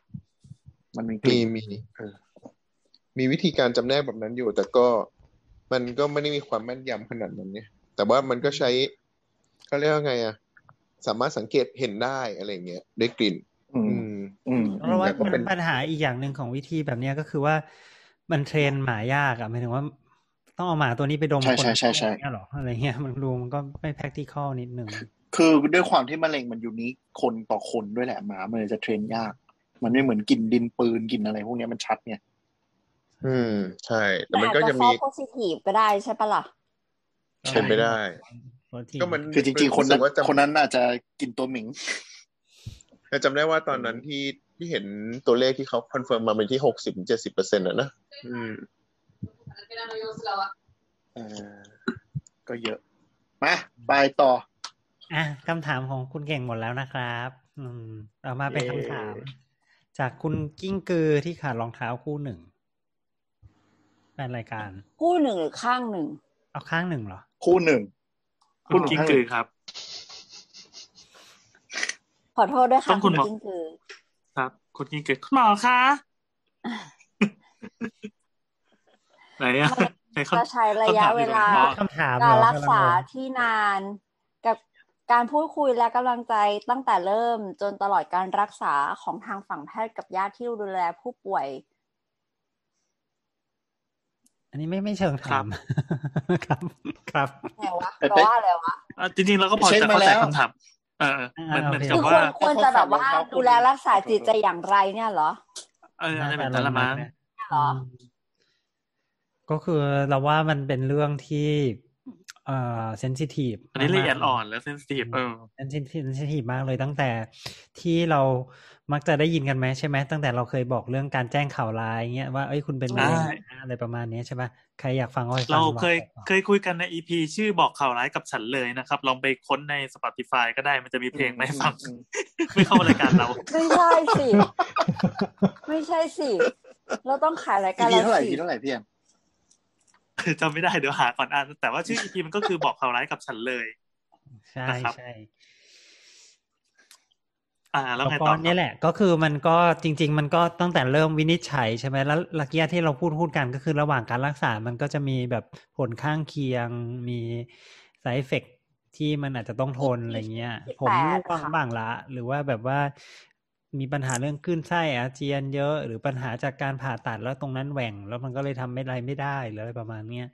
มันมีก มี ลิ่น มี เออ มีวิธีการจำแนกแบบนั้นอยู่ แต่ก็มันก็ไม่ได้มีความแม่นยำขนาดนั้นเนี่ย แต่ว่ามันก็ใช้เขาเรียกว่าไงอะสามารถสังเกตเห็นได้อะไรอย่างเงี้ยได้กลิ่น อื อื ม ม อืม เพราะว่า แต่ก็เป็น ปัญหาอีกอย่างหนึ่งของวิธีแบบเนี้ยก็คือว่ามันเทรนหมายากอะหมายถึงว่า ต้องเอาหมาตัวนี้ไปดม ใช่ คน ใช่ใช่ใช่ อย่างเงี้ยเหรออะไรเงี้ยมันดูมันก็ไม่ practical นิดหนึ่ง คือด้วยความที่มะเร็งมันอยู่นี้คนต่อคนด้วยแหละหมามันเลยจะเทรนยาก มันไม่เหมือนกลิ่นดินปืนกลิ่นอะไรพวกเนี้ยมันชัดเนี่ย อืม ใช่ แต่ มัน มัน อาจ ก็ จะ จะ ซอ มี ฟต์โพซิทีฟก็ได้ใช่ปะล่ะ เป็นไปได้ ก็มัน คือจริง ๆ คน สึ นั้น กว่าจำ คนนั้นอาจจะกลิ่นตัวหมิง แต่จำได้ว่าตอนนั้นที่ที่เห็นตัวเลขที่เขาคอนเฟิร์มมาเป็นที่หกสิบเจ็ดสิบเปอร์เซ็นต์ะนะอืม เออก็เยอะมาไปต่อ อ่ะคำถามของคุณเก่งหมดแล้วนะครับ อืมต่อมาเป็น เย้ คำถาม จากคุณกิ้งกือที่ขาดรองเท้าคู่หนึ่งแฟนรายการ คู่หนึ่งหรือข้างหนึ่ง เอาข้างหนึ่งเหรอ คู่หนึ่ง คุณกิ้งกือครับ ขอโทษด้วย ต้ ค่ะ องคุ คุณ ณ หมอ กิ้งกือ ครับคุณกิ้งกือคุณหมอคะ ไหนอะ มัน ไหนค จะ น ใช้ระยะเวลา อ๋อ คำถามเห การ อ รักษา ำลังงง ที่นาน กับการพูดคุยและกำลังใจตั้งแต่เริ่มจนตลอดการรักษาของทางฝั่งแพทย์กับญาติที่ดูแลผู้ป่วย อันนี้ไม่ไม่เชิงถาม ครับ ครับ ไงวะ เอ้ย แปล เป๊ะ ว่าอะไรวะ อ่ะจริงๆเราก็พอ เช็ค จะ มา เข้าใจ แล้ว คำถามเออเออเหมือนเหมือน คื กับ อค ว่า วรควรจะแบบว่าดูแลรักษาจิตใจอย่างไรเนี่ยเหรอ เอออะไรแบบนั้นละมั้ง นะ เหรอ ก็คือเราว่ามันเป็นเรื่องที่เอ่อเซนซิทีฟ อันนี้ละเอียดอ่อนและเซนซิทีฟเออ เซนซิทีฟเซนซิทีฟมากเลยตั้งแต่ที่เรามักจะได้ยินกันไหมใช่ไหมตั้งแต่เราเคยบอกเรื่องการแจ้งข่าวร้ายเงี้ยว่าเอ้ยคุณเป็นมะเร็ง ใช่ นะอะไรประมาณเนี้ยใช่ปะใครอยากฟังก็ไปฟัง เราเคย บอกต่อ เคยคุยกันในอีพีชื่อบอกข่าวร้ายกับฉันเลยนะครับ ลองไปค้นใน Spotify ก็ได้มันจะมีเพลงมาให้ฟัง อืม ไม่เข้ารายการเรา ไม่ใช่สิ ไม่ใช่สิ เราต้องขายราย อี การ พีเท่าไหร่ สิ อีพีเท่าไหร่พี่แอม จำไม่ได้เดี๋ยวหาก่อนอ่านแต่ว่าชื่ออีพีมันก็คือบอกข่าวร้ายกับฉันเลย ใช่ นะครับ ใช่ อ่า แล้ว แล้ว ไง ก็ ต่อ เนี่ยแหละก็คือมันก็จริง ๆ มันก็ตั้งแต่เริ่มวินิจฉัยใช่ไหมแล้วลักเกียที่เราพูดพูดกันก็คือระหว่างการรักษา มันก็จะมีแบบผลข้างเคียง มีไซเฟกที่มันอาจจะต้องทนอะไรเงี้ย ผมร่วงบ้างละ หรือว่าแบบว่ามีปัญหาเรื่องคลื่นไส้อาเจียนเยอะ หรือปัญหาจากการผ่าตัดแล้วตรงนั้นแหว่ง แล้วมันก็เลยทำไม่ไรไม่ได้หรืออะไรประมาณเนี้ย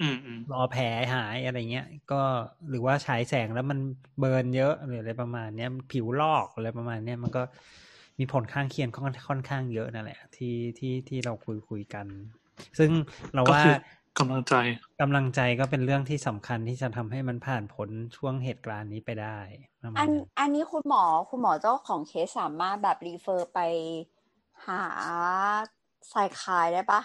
อืมอืม รอแผลหายอะไรเงี้ย ก็หรือว่าฉายแสงแล้วมันเบิร์นเยอะหรืออะไรประมาณเนี้ยผิวลอกอะไรประมาณเนี้ยมันก็มีผลข้างเคียงค่อนค่อนข้างเยอะนั่นแหละ ที่ที่ที่เราคุยคุยกัน ซึ่งเรา ก็ ว่า คือกำลังใจ กำลังใจก็เป็นเรื่องที่สำคัญที่จะทำให้มันผ่านผลช่วงเหตุการณ์นี้ไปได้ประมา อั ณ น นั้น อันนี้คุณหมอคุณหมอเจ้าของเคสสามารถแบบรีเฟอร์ไปหาสายคายได้ปะ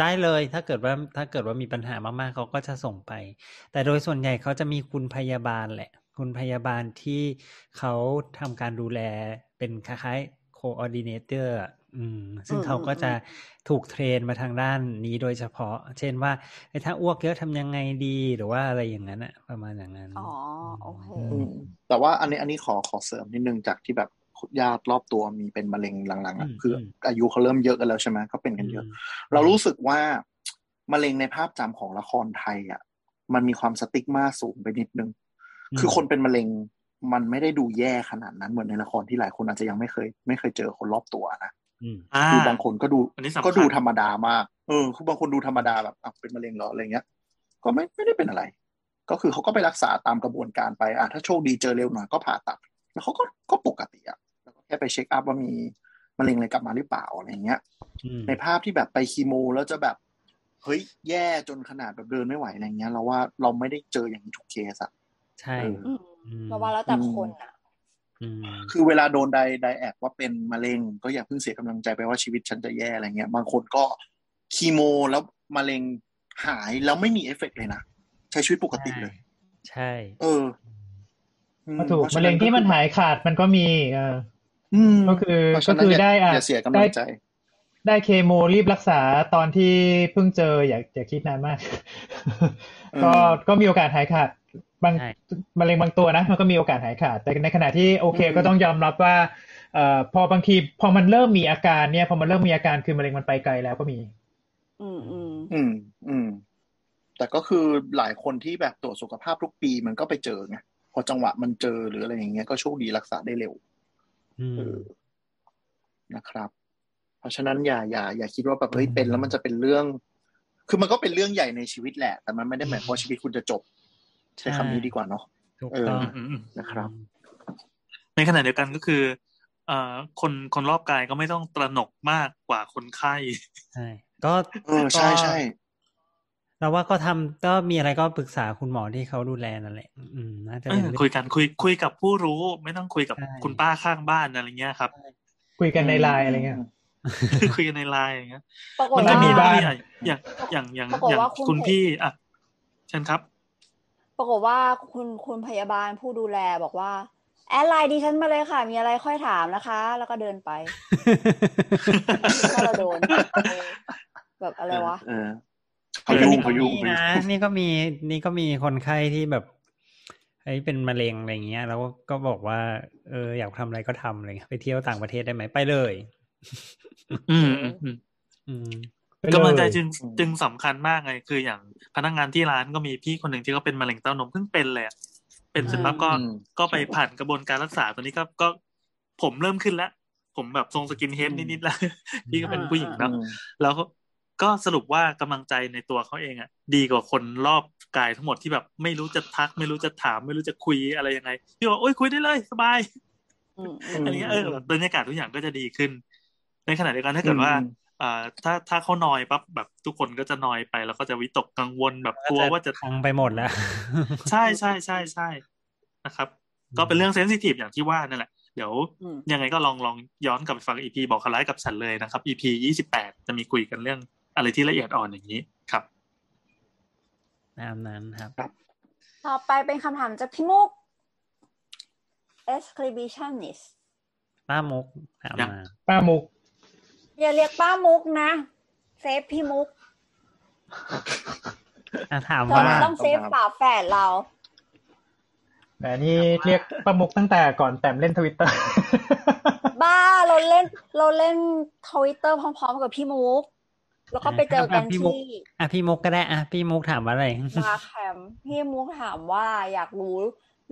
ได้เลยถ้าเกิดว่าถ้าเกิดว่ามีปัญหามากๆเขาก็จะส่งไป แต่โดยส่วนใหญ่เขาจะมีคุณพยาบาลแหละ คุณพยาบาลที่เขาทำการดูแลเป็นคล้ายๆ coordinator อะอืม ซึ่งเขาก็จะถูกเทรนมาทางด้านนี้โดยเฉพาะ เช่นว่าเอ้ยถ้าอ้วกเยอะทำยังไงดีหรือว่าอะไรอย่างนั้นอะประมาณอย่างนั้น อ๋อโอเค อืม แต่ว่าอันนี้อันนี้ขอขอเสริมนิดนึงจากที่แบบญาติรอบตัวมีเป็นมะเร็งหลังๆอ่ะ อืม คืออ ม อายุเขาเริ่มเยอะกันแล้วใช่ไหมเขาเป็นกันเยอะ ม เรารู้สึกว่ามะเร็งในภาพจำของละครไทยอ่ะ มันมีความสติ๊กมาสูงไปนิดนึง อืม คือคนเป็นมะเร็งมันไม่ได้ดูแย่ขนาดนั้นเหมือนในละครที่หลายคนอาจจะยังไม่เคย ไม่เคยเจอคนรอบตัวนะ อืม อ่า คือบางคนก็ดู อันนี้สำคัญ ก็ดูธรรมดามาก เออ คือบางคนดูธรรมดาแบบอ่ะเป็นมะเร็งเหรออะไรเงี้ย ก็ไม่ไม่ได้เป็นอะไร ก็คือเขาก็ไปรักษาตามกระบวนการไปอ่ะถ้าโชคดีเจอเร็วหน่อยก็ผ่าตัด แล้วเขาก็ก็ปกติอ่ะแล้วก็แค่ไปเช็คอัพว่ามีมะเร็งอะไรกลับมาหรือเปล่าอะไรเงี้ย อืม ในภาพที่แบบไปคีโม แล้วจะแบบเฮ้ยแย่จนขนาดแบบเดินไม่ไหวอะไรเงี้ย เราว่าเราไม่ได้เจออย่างนี้ทุกเคสอะ ใช่ เออ อืม อืม เราว่าแล้วแต่คนอ่ะ อืม คือเวลาโดนไดไดแอบว่าเป็นมะเร็ง ก็อย่าเพิ่งเสียกำลังใจไปว่าชีวิตฉันจะแย่อะไรเงี้ย บางคนก็คีโมแล้วมะเร็งหายแล้วไม่มีเอฟเฟกต์เลยนะ ใช้ชีวิตปกติเลย ใช่ เอออื ก็ถูกมะเร็งที่มันหายขาดมันก็มีเออ อืม ก็คือ เพราะฉะนั้ก็คืออย่นา ได้อ่ะ อย่าเสียกำลังใจ ได้ ได้เคโมรีบรักษาตอนที่เพิ่งเจออย่าอย่าคิดนานมาก เออ ก็ก็มีโอกาสหายขาดบาง ใช่ มะเร็งบางตัวนะ มันก็มีโอกาสหายขาด แต่ในขณะที่โอเคก็ต้องยอมรับว่าเอ่อพอบางทีพอมันเริ่มมีอาการเนี่ยพอมันเริ่มมีอาการคือมะเร็งมันไปไกลแล้วก็มี อืมอืม อืม อืม แต่ก็คือหลายคนที่แบบตรวจสุขภาพทุกปีมันก็ไปเจอไงพอจังหวะมันเจอหรืออะไรอย่างเงี้ยก็โชคดีรักษาได้เร็ว อืม เออนะครับ เพราะฉะนั้นอย่าอย่าอย่าคิดว่าแบบเฮ้ยเป็นแล้วมันจะเป็นเรื่อง คือมันก็เป็นเรื่องใหญ่ในชีวิตแหละ แต่มันไม่ได้หมายความว่าชีวิตคุณจะจบ ใช้คำนี้ดีกว่าเนาะ ถูก เออ ต้อง อืมอืม นะครับ ในขณะเดียวกันก็คือเอ่อคนคนรอบกายก็ไม่ต้องตระหนกมากกว่าคนไข้ ใช่ก็ เออใช่ใช่ เราว่าก็ทำก็มีอะไรก็ปรึกษาคุณหมอที่เขาดูแลนั่นแหละ อืม น่าจะเป็น เออ เรื่อง คุยกันคุยคุยกับผู้รู้ ไม่ต้องคุยกับ ใช่ คุณป้าข้างบ้านอะไรเงี้ยครับ คุยกันในไลน์อะไรเงี้ย คือคุยกันในไลน์อย่างเงี้ย ปรากฏ มัน ว่า จะมี บ้าน อ่ะอย่างอย่างอย่าง ปรากฏ อย่าง ว่าคุณ คุณพี่อ่ะเชิญครับ ปรากฏว่าคุณคุณพยาบาลผู้ดูแลบอกว่า แอดไลน์ดิฉันมาเลยค่ะ มีอะไรค่อยถามนะคะ แล้วก็เดินไปถ้าเราโดน เออแบบอะไรวะ เออ เอ เขา อ ยุ่ง นี่ก็ เขา มี ยุ่งเขายุ่ นะ ง นี่ก็มีนี่ก็มีคนไข้ที่แบบไอ้ยเป็นมะเร็งอะไรเงี้ย แล้วก็บอกว่า เอออยากทำอะไรก็ทำอะไรเงี้ยไปเที่ยวต่างประเทศได้ไหมไปเลย อืมอืมอืม อืม ไปเลย กำลังใจจึงจึงสำคัญมากไงคืออย่างพนักงานที่ร้านก็มีพี่คนหนึ่งที่เขาเป็นมะเร็งเต้านมเพิ่งเป็นเลยอะเป็นเสร็จปั๊บก็ อืม ก็ไปผ่านกระบวนการรักษาตอนนี้ก็ก็ผมเริ่มขึ้นแล้ว ผมแบบทรงสกินเฮดนิดๆแล้ว พี่ก็เป็นผู้หญิง อื เนาะ ม แล้วก็สรุปว่ากำลังใจในตัวเขาเองอ่ะ ดีกว่าคนรอบกายทั้งหมดที่แบบไม่รู้จะทัก ไม่รู้จะถาม ไม่รู้จะคุยอะไรยังไงที่บอกโอ้ยคุยได้เลยสบาย อืมอืม อันนี้เออแบบบรรยากาศทุกอย่างก็จะดีขึ้น ในขณะเดียวกันถ้า อืม เกิดว่า อ่าถ้าถ้าเขานอยปั๊บแบบทุกคนก็จะนอยไป แล้วก็จะวิตกกังวลแบบกลัวว่าจะ พังไปหมดแล้ว ใช่ใช่ใช่ใช่นะครับ ก็เป็นเรื่องเซนซิทีฟอย่างที่ว่านั่นแหละ เดี๋ยว อืม ยังไงก็ลองลองย้อนกลับไปฟังอีพีบอกคล้ายกับฉันเลยนะครับอีพียี่สิบแปดจะมีคุยกันเรื่องอะไรที่ละเอียดอ่อนอย่างนี้ครับ ตามนั้นครับ ต่อไปเป็นคำถามจากพี่มุก exhibitionist ป้ามุกถาม ยัง มา ป้ามุก อย่าเรียกป้ามุกนะ เซฟพี่มุก อ่ะถาม เรา ว่า ต้องเซฟฝาแฝดเรา แต่นี่เรียกป้ามุกตั้งแต่ก่อนแต้มเล่นทวิตเตอร์ บ้าเราเล่นเราเล่นทวิตเตอร์พร้อม ๆ กับพี่มุก แล้วก็ไปเจอกัน อ่ะพี่มุก ที่ อ่ะพี่มุกก็ได้อ่ะพี่มุกถามว่าอะไร ลาแคมป์พี่มุกถามว่าอยากรู้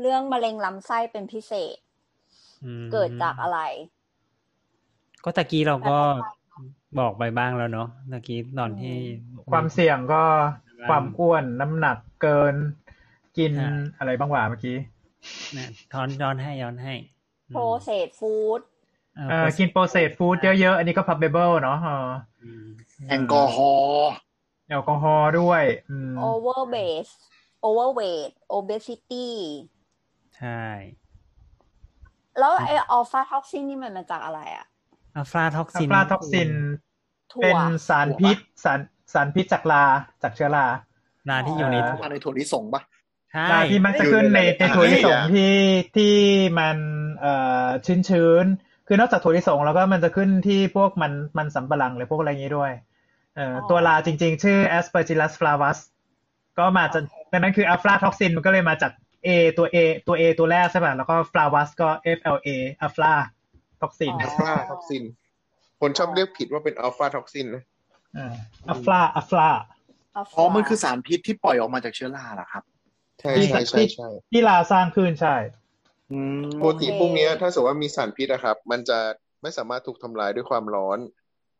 เรื่องมะเร็งลำไส้เป็นพิเศษ อืม เกิดจากอะไร ก็ตะกี้เราก็บอกไปบ้างแล้วเนาะตะกี้ตอนที่ ความเสี่ยงก็ บ้าง ความอ้วนน้ำหนักเกิน กิน ใช่ อะไรบ้างหวะเมื่อกี้ เนี่ยทอนย้อนให้ย้อนให้อืม processed food เออกินโปรเซสฟู้ดเยอะๆ อันนี้ก็พับเบเบิลเนาะเออ อืม แอลกอฮอล์ แอลกอฮอล์ด้วยอืม overweight overweight obesity ใช่ แล้วไออัลฟาท็อกซินนี่มันมาจากอะไรอะ อัลฟาท็อก อัล ซิน ฟาท็อกซิน ถั่ เป็วนสารพิษสารสารพิษจากลาจากเชื้อรา ลาที่อยู่ในถั่วทานในถั่วลิสงปะ ใช่ ลาที่มันจะขึ้นในในถั่วลิสงที่ที่มันเอ่อชื้นชื้นๆคือนอกจากถั่วลิสงแล้วก็มันจะขึ้นที่พวกมันมันสำปะหลังหรือพวกอะไรอย่างนี้ด้วยเอ่อ อ๋อ ตัวลาจริงๆ ชื่อ Aspergillus flavus ก็มาจากดังนั้นคืออัลฟาท็อกซินมันก็เลยมาจาก A ตัว A ตัว A ตัวแรกใช่ป่ะแล้วก็ flavus ก็ FLA อัลฟาท็อกซิน อ๋ อัล อ ฟาท็อกซิน คนชอบเรียกผิดว่าเป็นอัลฟาท็อกซินนะ อัลฟาอัลฟา อัลฟา อ๋อมันคือสารพิษที่ปล่อยออกมาจากเชื้อราเหรอครับ ใช่ใช่ใช่ใช่ ที่ลาสร้างขึ้นใช่ อืม ปกติพวกเนี้ย ถ้าสมมติว่ามีสารพิษอะครับ มันจะไม่สามารถถูกทำลายด้วยความร้อน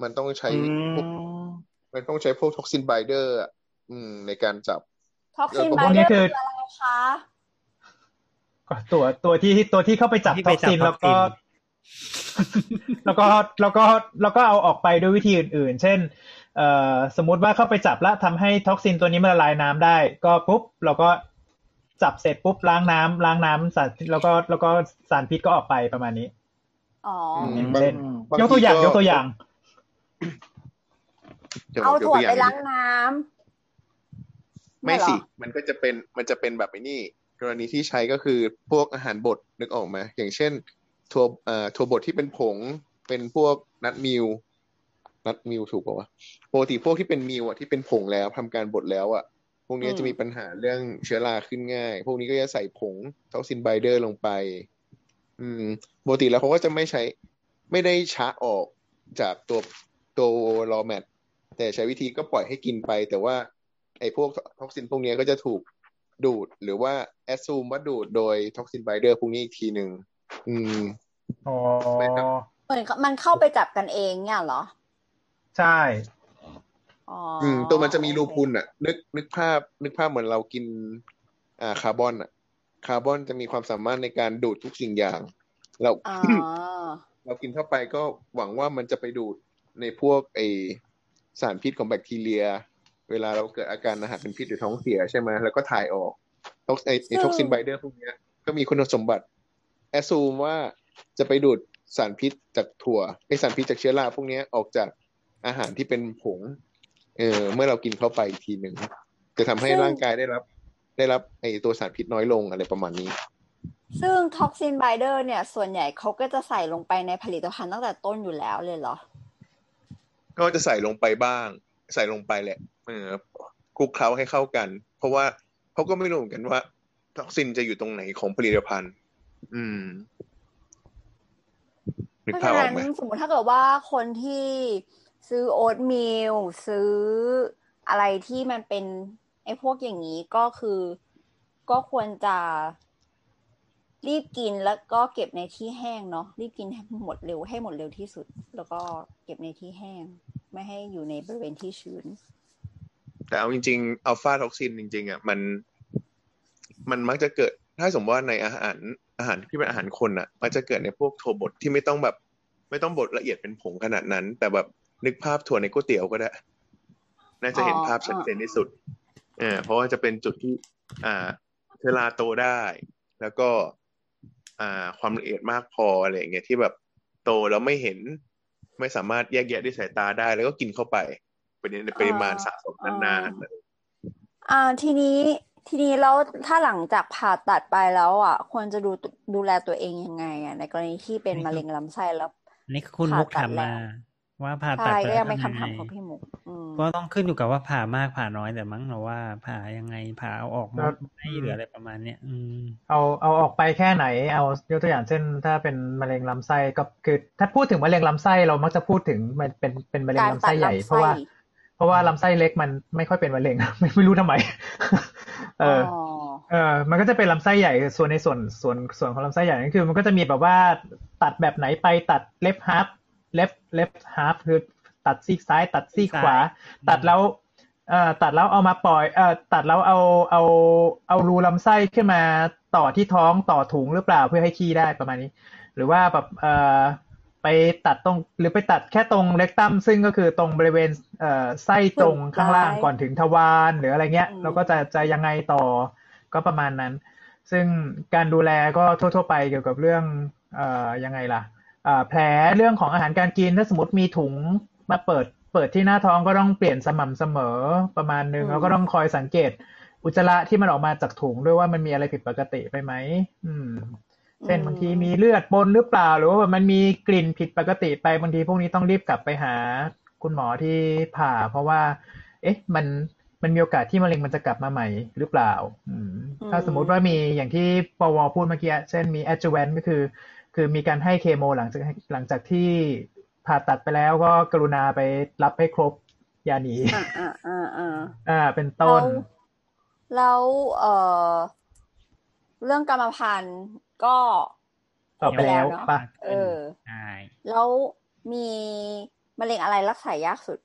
มันต้องใช้ อื พวก ม มันต้องใช้พวกท็อกซินไบเดอร์อืม ในการจับ ท็อกซิน เออผม ไบ ว่า เด นี่ อร์ คื คือ ออะไรคะ ตัวตัวที่ตัวที่เข้าไปจับ ที่ ท็ ไป อก จับ ซินแล้วก็ ท็อก แล้วก็แล้วก็แล้วก็เอาออกไปด้วยวิธีอื่น ๆ เช่น เอ่อสมมติว่าเข้าไปจับแล้วทำให้ท็อกซินตัวนี้มันละลายน้ำได้ ก็ปุ๊บเราก็จับเสร็จปุ๊บล้างน้ำล้างน้ำสารแล้วก็แล้วก็สารพิษก็ออกไปประมาณนี้ อ๋ออ ม บาง เล่น บาง ยกตัวอย่าง ที ยกตัวอย่าง เดี๋ย เอา ยก ถั่ว อย่ ไปล้างน้ำ ไม่ เนี่ยเหรอ สิ มันก็จะเป็นมันจะเป็นแบบไอ้นี่ กรณีที่ใช้ก็คือพวกอาหารบดนึกออกไหมอย่างเช่นถั่วเอ่อถั่วบดที่เป็นผงเป็นพวกนัดมิลนัดมิลถูกป่าวะปกติพวกที่เป็นมิลอะที่เป็นผงแล้วทำการบดแล้วอะพวกเนี้ยจะมีปัญหาเรื่องเชื้อราขึ้นง่าย พวกนี้ก็จะใส่ผงท็อกซินไบเดอร์ลงไป อืมปกติแล้วเขาก็จะไม่ใช้ ไม่ได้ชะออกจากตัวตัวรอแมทแต่ใช้วิธีก็ปล่อยให้กินไป แต่ว่า ไอ้พวกท็อกซินพวกเนี้ยก็จะถูกดูด หรือว่าแอสซูมว่าดูดโดยท็อกซินไบเดอร์พวกนี้อีกทีหนึ่งอืม อ๋อ ไม่ครับ เหมือนกับมันเข้าไปจับกันเองเนี่ยเหรอ ใช่ อ๋อ อืมตัวมันจะมีรู โอเค พุนอ่ะ นึกนึกภาพ นึกภาพเหมือนเรากิน อ่าคาร์บอนอ่ะ คาร์บอนจะมีความสามารถในการดูดทุกสิ่งอย่าง เรา อ๋อ เรากินเข้าไปก็หวังว่ามันจะไปดูดในพวกไอสารพิษของแบคทีเรีย เวลาเราเกิดอาการอาหารเป็นพิษหรือท้องเสียใช่ไหมแล้วก็ถ่ายออกท็อกไอไอ ซึ่ง ท็อกซินไบเดอร์พวกเนี้ยก็มีคุณสมบัติแอสซูมว่าจะไปดูดสารพิษจากถั่วไอสารพิษจากเชื้อราพวกเนี้ยออกจากอาหารที่เป็นผงเออเมื่อเรากินเข้าไปอีกทีหนึ่งจะทำให้ร่างกายได้รับ ได้รับไอตัวสารพิษน้อยลงอะไรประมาณนี้ ซึ่งท็อกซินไบเดอร์เนี่ย ส่วนใหญ่เขาก็จะใส่ลงไปในผลิตภัณฑ์ตั้งแต่ต้นอยู่แล้วเลยเหรอ ก็จะใส่ลงไปบ้าง ใส่ลงไปแหละเออคลุกเคล้าให้เข้ากัน เพราะว่าเขาก็ไม่รู้เหมือนกันว่าท็อกซินจะอยู่ตรงไหนของผลิตภัณฑ์ อืมนึ เพ ก ราะฉะภาพออ นั้นกไหม สมมติถ้าเกิดว่าคนที่ซื้อโอ๊ตมิลซื้ออะไรที่มันเป็นไอ้พวกอย่างนี้ก็คือ ก็ควรจะรีบกินแล้วก็เก็บในที่แห้งเนาะรีบกินให้หมดเร็วให้หมดเร็วที่สุด แล้วก็เก็บในที่แห้ง ไม่ให้อยู่ในบริเวณที่ชื้น แต่เอาจริงๆอัลฟาท็อกซินจริง ๆอ่ะมัน มันมักจะเกิด ถ้าสมมติว่าในอาหารอาหารที่เป็นอาหารคนอ่ะ มันจะเกิดในพวกถั่วบดที่ไม่ต้องแบบ ไม่ต้องบดละเอียดเป็นผงขนาดนั้น แต่แบบนึกภาพถั่วในก๋วยเตี๋ยวก็ได้ น่าจะเห็นภาพชัดเจนที่สุด เออเพราะว่าจะเป็นจุดที่ อ่าเชื้อราโตได้ แล้วก็ อ่า ความละเอียดมากพออะไรอย่างเงี้ยที่แบบโตแล้วไม่เห็น ไม่สามารถแยกแยะด้วยสายตาได้ แล้วก็กินเข้าไปเป็นในปริมาณสะสมนาน อ่าทีนี้ทีนี้แล้วถ้าหลังจากผ่าตัดไปแล้วอ่ะ ควรจะดูดูแลตัวเองยังไงอ่ะในกรณีที่เป็นมะเร็งลำไส้แล้ว อันนี่คุณ ผ่า มุก ตัด ถาม แล้ มา ว ว่าผ่าตั ใช่ ด ก็ แล้ว ยังเป็น ทำ คำถาม ไ ของพี่หมูอืม ก็ต้องขึ้นอยู่กับว่าผ่ามากผ่าน้อยแต่มั้งเราว่าผ่ายังไงผ่าเอาออกหมดไหมหรืออะไรประมาณเนี้ยอืม เอาเอาออกไปแค่ไหน เอายกตัวอย่างเช่น ถ้าเป็นมะเร็งลำไส้ก็คือ ถ้าพูดถึงมะเร็งลำไส้เรามักจะพูดถึงมันเป็นเป็นมะเร็ง การ ลำ ตั ไส้ ด ใหญ่ ลำ เพราะ ไส้ ว่า เพราะว่าลำไส้เล็กมันไม่ค่อยเป็นมะเร็ง ไม่ไม่รู้ทำไม เอ อ๋อ อ เออมันก็จะเป็นลำไส้ใหญ่ ส่วนในส่วนส่วนส่วนของลำไส้ใหญ่นั่นคือ มันก็จะมีแบบว่าตัดแบบไหนไปตัดเล็บฮาร์ฟเล็บเล็บฮาร์ฟคือตัดซีกซ้าย ตัดซีกขวา ซ้าย ตัดแล้วเอ่อตัดแล้วเอามาปล่อยเอ่อตัดแล้วเอาเอาเอารูลำไส้ขึ้นมาต่อที่ท้องต่อถุงหรือเปล่าเพื่อให้ขี้ได้ประมาณนี้ หรือว่าแบบเอ่อไปตัดตรงหรือไปตัดแค่ตรงเล็กตัมซึ่งก็คือตรงบริเวณเอ่อไส้ตรงข้างล่างก่อนถึงทวารหรืออะไรเงี้ยเราก็จะจะยังไงต่อ ก็ประมาณนั้น ซึ่งการดูแลก็ทั่ว ๆ ไปเกี่ยวกับเรื่องเอ่อยังไงล่ะเอ่อแผลเรื่องของอาหารการกิน ถ้าสมมติมีถุงมาเปิดเปิดที่หน้าท้องก็ต้องเปลี่ยนสม่ำเสมอประมาณนึงแล้วก็ต้องคอยสังเกต อุจจาระที่มันออกมาจากถุงด้วยว่ามันมีอะไรผิดปกติไปไหมอืม เช่นบางทีมีเลือดปนหรือเปล่า หรือว่ามันมีกลิ่นผิดปกติไปบางทีพวกนี้ต้องรีบกลับไปหาคุณหมอที่ผ่า เพราะว่า เอ๊ะ มันมันมีโอกาสที่มะเร็งมันจะกลับมาใหม่หรือเปล่าอืมถ้าสมมุติว่ามีอย่างที่ปวพูดเมื่อกี้เช่นมี adjuvant ก็คือ คือมีการให้เคโมหลังจากหลังจากที่ผ่าตัดไปแล้วก็กรุณาไปรับให้ครบ อย่าหนี อ่าอ่าอ่าอ่า อ่า เป็นต้น แล้วแล้วเอ่อเรื่องกรรมพันธุ์ก็ ตอบไปแล้ว เนอะ ป่ะ เออ ใช่ แล้วมีมะเร็งอะไรรักษายากสุด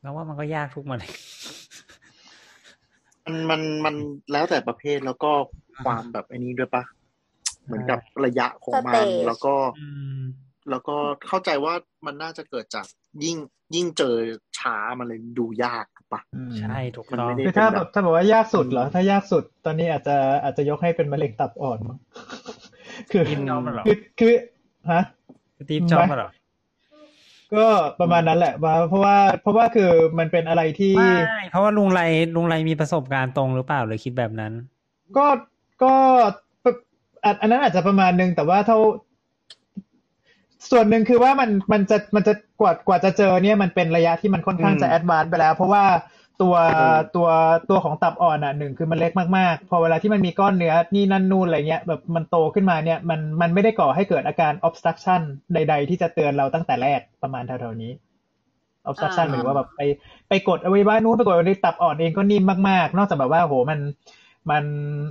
แล้วว่ามันก็ยากทุกมะเร็ง มันมันมันแล้วแต่ประเภทแล้วก็ความแบบไอันนี้ด้วยปะเหมือนกับระยะของมั สเต น จ แล้วก็ อืม แล้วก็เข้าใจว่ามันน่าจะเกิดจากยิ่งยิ่งเจอช้ามันเลยดูยากถูกปะ อืม ใช่ถูก มัน ต้อ ไม่ ง ได้ คือถ้าแบบถ้าบอกว่ายากสุดเหรอ ถ้ายากสุดตอนนี้อาจจะอาจจะยกให้เป็นมะเร็งตับอ่อนมั้ง คือ ตีมจอบมันเหรอ คือคือฮะ ตีมจอบมันเหรอ ก็ประมาณนั้นแหละว่าเพราะว่าเพราะว่าคือมันเป็นอะไรที่ ไม่เพราะว่าลุงไรลุงไรมีประสบการณ์ตรงหรือเปล่าเลยคิดแบบนั้น ก็ก็ปะอันอันนั้นอาจจะประมาณนึงแต่ว่าเท่า ส่วนหนึ่งคือว่ามันมันจะมันจะกว่ากว่าจะเจอเนี่ยมันเป็นระยะที่มันค่อนข้าง อืม จะแอดวานซ์ไปแล้ว เพราะว่าตัว อืม ตัวตัวของตับอ่อนอ่ะหนึ่งคือมันเล็กมากๆ พอเวลาที่มันมีก้อนเนื้อนี่นั่นนู่นอะไรเงี้ยแบบมันโตขึ้นมาเนี่ย มันมันไม่ได้ก่อให้เกิดอาการ obstruction ใด ๆ ที่จะเตือนเราตั้งแต่แรกประมาณเท่าๆนี้ obstruction อ่า หมายถึงว่าแบบไปไปกดเอาไว้ว่านู้นไปกดเอาไว้ตับอ่อนเองก็นิ่มมากๆ นอกจากแบบว่าโหมัน มัน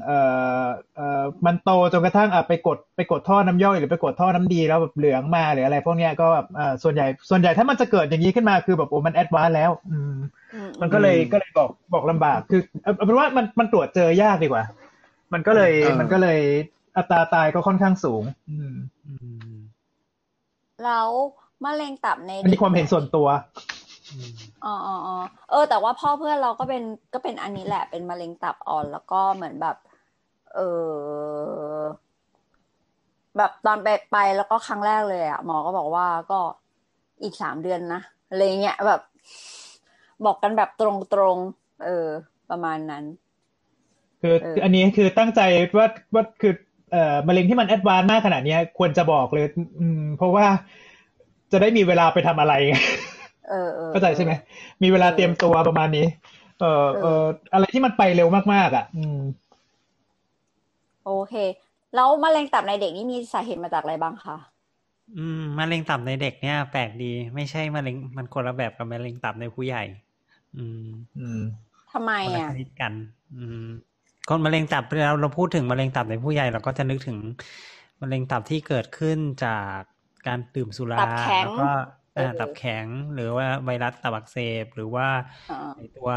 เอ่อเอ่อมันโตจนกระทั่งอ่ะไปกดไปกดท่อน้ำย่อยหรือไปกดท่อน้ำดีแล้วแบบเหลืองมาหรืออะไรพวกเนี้ยก็แบบเอ่อส่วนใหญ่ส่วนใหญ่ถ้ามันจะเกิดอย่างนี้ขึ้นมาคือแบบโอ้มันแอดวานซ์แล้ว อืม อืม มันก็เลย อืม ก็เลยบอกบอกลำบากคือเอาเอาเป็นว่ามันมันตรวจเจอยากดีกว่า มันก็เลย เออ มันก็เลยอัตราตายก็ค่อนข้างสูง อืม อืม แล้วมะเร็งตับใน อันนี้ความเห็นส่วนตัว อืม อ๋ออ๋ออ๋อเออ แต่ว่าพ่อเพื่อนเราก็เป็นก็เป็นอันนี้แหละเป็นมะเร็งตับอ่อนแล้วก็เหมือนแบบ เออแบบตอนไปไปแล้วก็ครั้งแรกเลยอ่ะหมอก็บอกว่าก็อีกสามเดือนนะอะไรเงี้ยแบบ บอกกันแบบตรงๆเออ ประมาณนั้น คือ เออ คืออันนี้คือตั้งใจว่าว่าคือเอ่อมะเร็งที่มันแอดวานซ์มากขนาดเนี้ยควรจะบอกเลยอืมเพราะว่าจะได้มีเวลาไปทำอะไร เออเออ เข้าใจใช่ไหม มีเวลาเตรียมตัวประมาณนี้ เอ่อ เอ เอ่ อ ออะไรที่มันไปเร็วมากๆอ่ะ อืม โอเค แล้วมะเร็งตับในเด็กนี่มีสาเหตุมาจากอะไรบ้างคะ อืมมะเร็งตับในเด็กเนี่ย แปลกดีไม่ใช่มะเร็งมันคนละแบบกับมะเร็งตับในผู้ใหญ่ อืม อืม ทำไม คนละ อ่ะ ชนิดกัน อืมคนมะเร็งตับเราเราพูดถึงมะเร็งตับในผู้ใหญ่เราก็จะนึกถึงมะเร็งตับที่เกิดขึ้นจากการดื่มสุรา ตับแข็ง แล้วก็ เออ อ่าตับแข็งหรือว่าไวรัสตับอักเสบหรือว่า อ่า ไอ้ตัว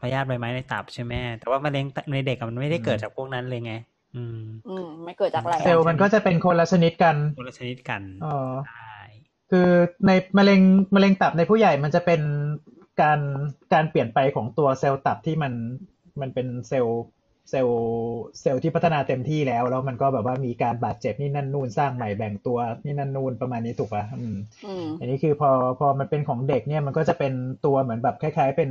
พยาธิใบไม้ในตับใช่ไหมแต่ว่ามะเร็งตับในเด็กอะมันไม่ได้เกิดจากพวกนั้นเลยไง อืม อืมไม่เกิดจากอะไร เซล อ่ะ ล์มันก็จะเป็นคนละชนิดกัน คนละชนิดกัน เอ่อ ใช่ คือในมะเร็งมะเร็งตับในผู้ใหญ่มันจะเป็นการการเปลี่ยนไปของตัวเซลล์ตับที่มันมันเป็นเซลล์เซลล์เซลล์ที่พัฒนาเต็มที่แล้ว แล้วมันก็แบบว่ามีการบาดเจ็บนี่นั่นนู่นสร้างใหม่แบ่งตัวนี่นั่นนู่นประมาณนี้ถูกป่ะอืม อืม อันนี้คือพอพอมันเป็นของเด็กเนี่ยมันก็จะเป็นตัวเหมือนแบบคล้าย ๆ เป็น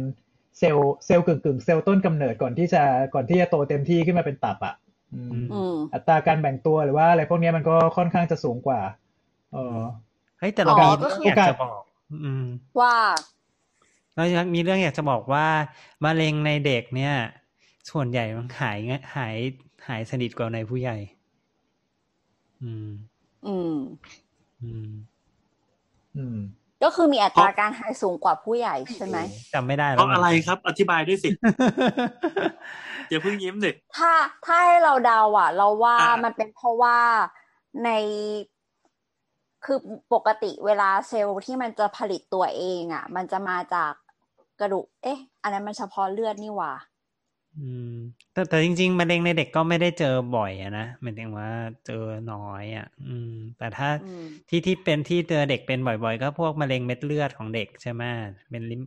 เซลล์เซลล์กึ่งกึ่งๆเซลล์ต้นกำเนิดก่อนที่จะก่อนที่จะโตเต็มที่ขึ้นมาเป็นตับอ่ะอืม อืม อัตราการแบ่งตัวหรือว่าอะไรพวกเนี้ยมันก็ค่อนข้างจะสูงกว่าเออ เฮ้ยแต่เรา อ๋อ มี ก็ เรื่อ คื ง อ อ อ ยากจะบอก อืม ว่า เรายังมีเรื่องอยากจะบอกว่ามะเร็งในเด็กเนี่ย ส่วนใหญ่มันหายง่ายหายหายสนิทกว่าในผู้ใหญ่ อืม อืม อืม อืม ก็คือมีอัตราการหายสูงกว่าผู้ใหญ่ใช่ไหม จำไม่ได้ เพ แล้ว ราะอะไรครับ อธิบายด้วยสิอย่าเพิ่งยิ้มสิ ถ้าถ้าให้เราเดาอ่ะ เราว่า อ่ามั มันเป็นเพราะว่าในคือปกติเวลาเซลล์ที่มันจะผลิตตัวเองอ่ะ มันจะมาจากกระดูก เอ๊ะ อันนั้นมันเฉพาะเลือดนี่หว่า อืม แต่แต่จริง ๆมะเร็งในเด็กก็ไม่ได้เจอบ่อยอะนะหมายถึงว่าเจอน้อยอะอืม แต่ถ้า อืม ที่ที่เป็นที่เจอเด็กเป็นบ่อยๆ ก็พวกมะเร็งเม็ดเลือดของเด็กใช่ไหมเป็นลิม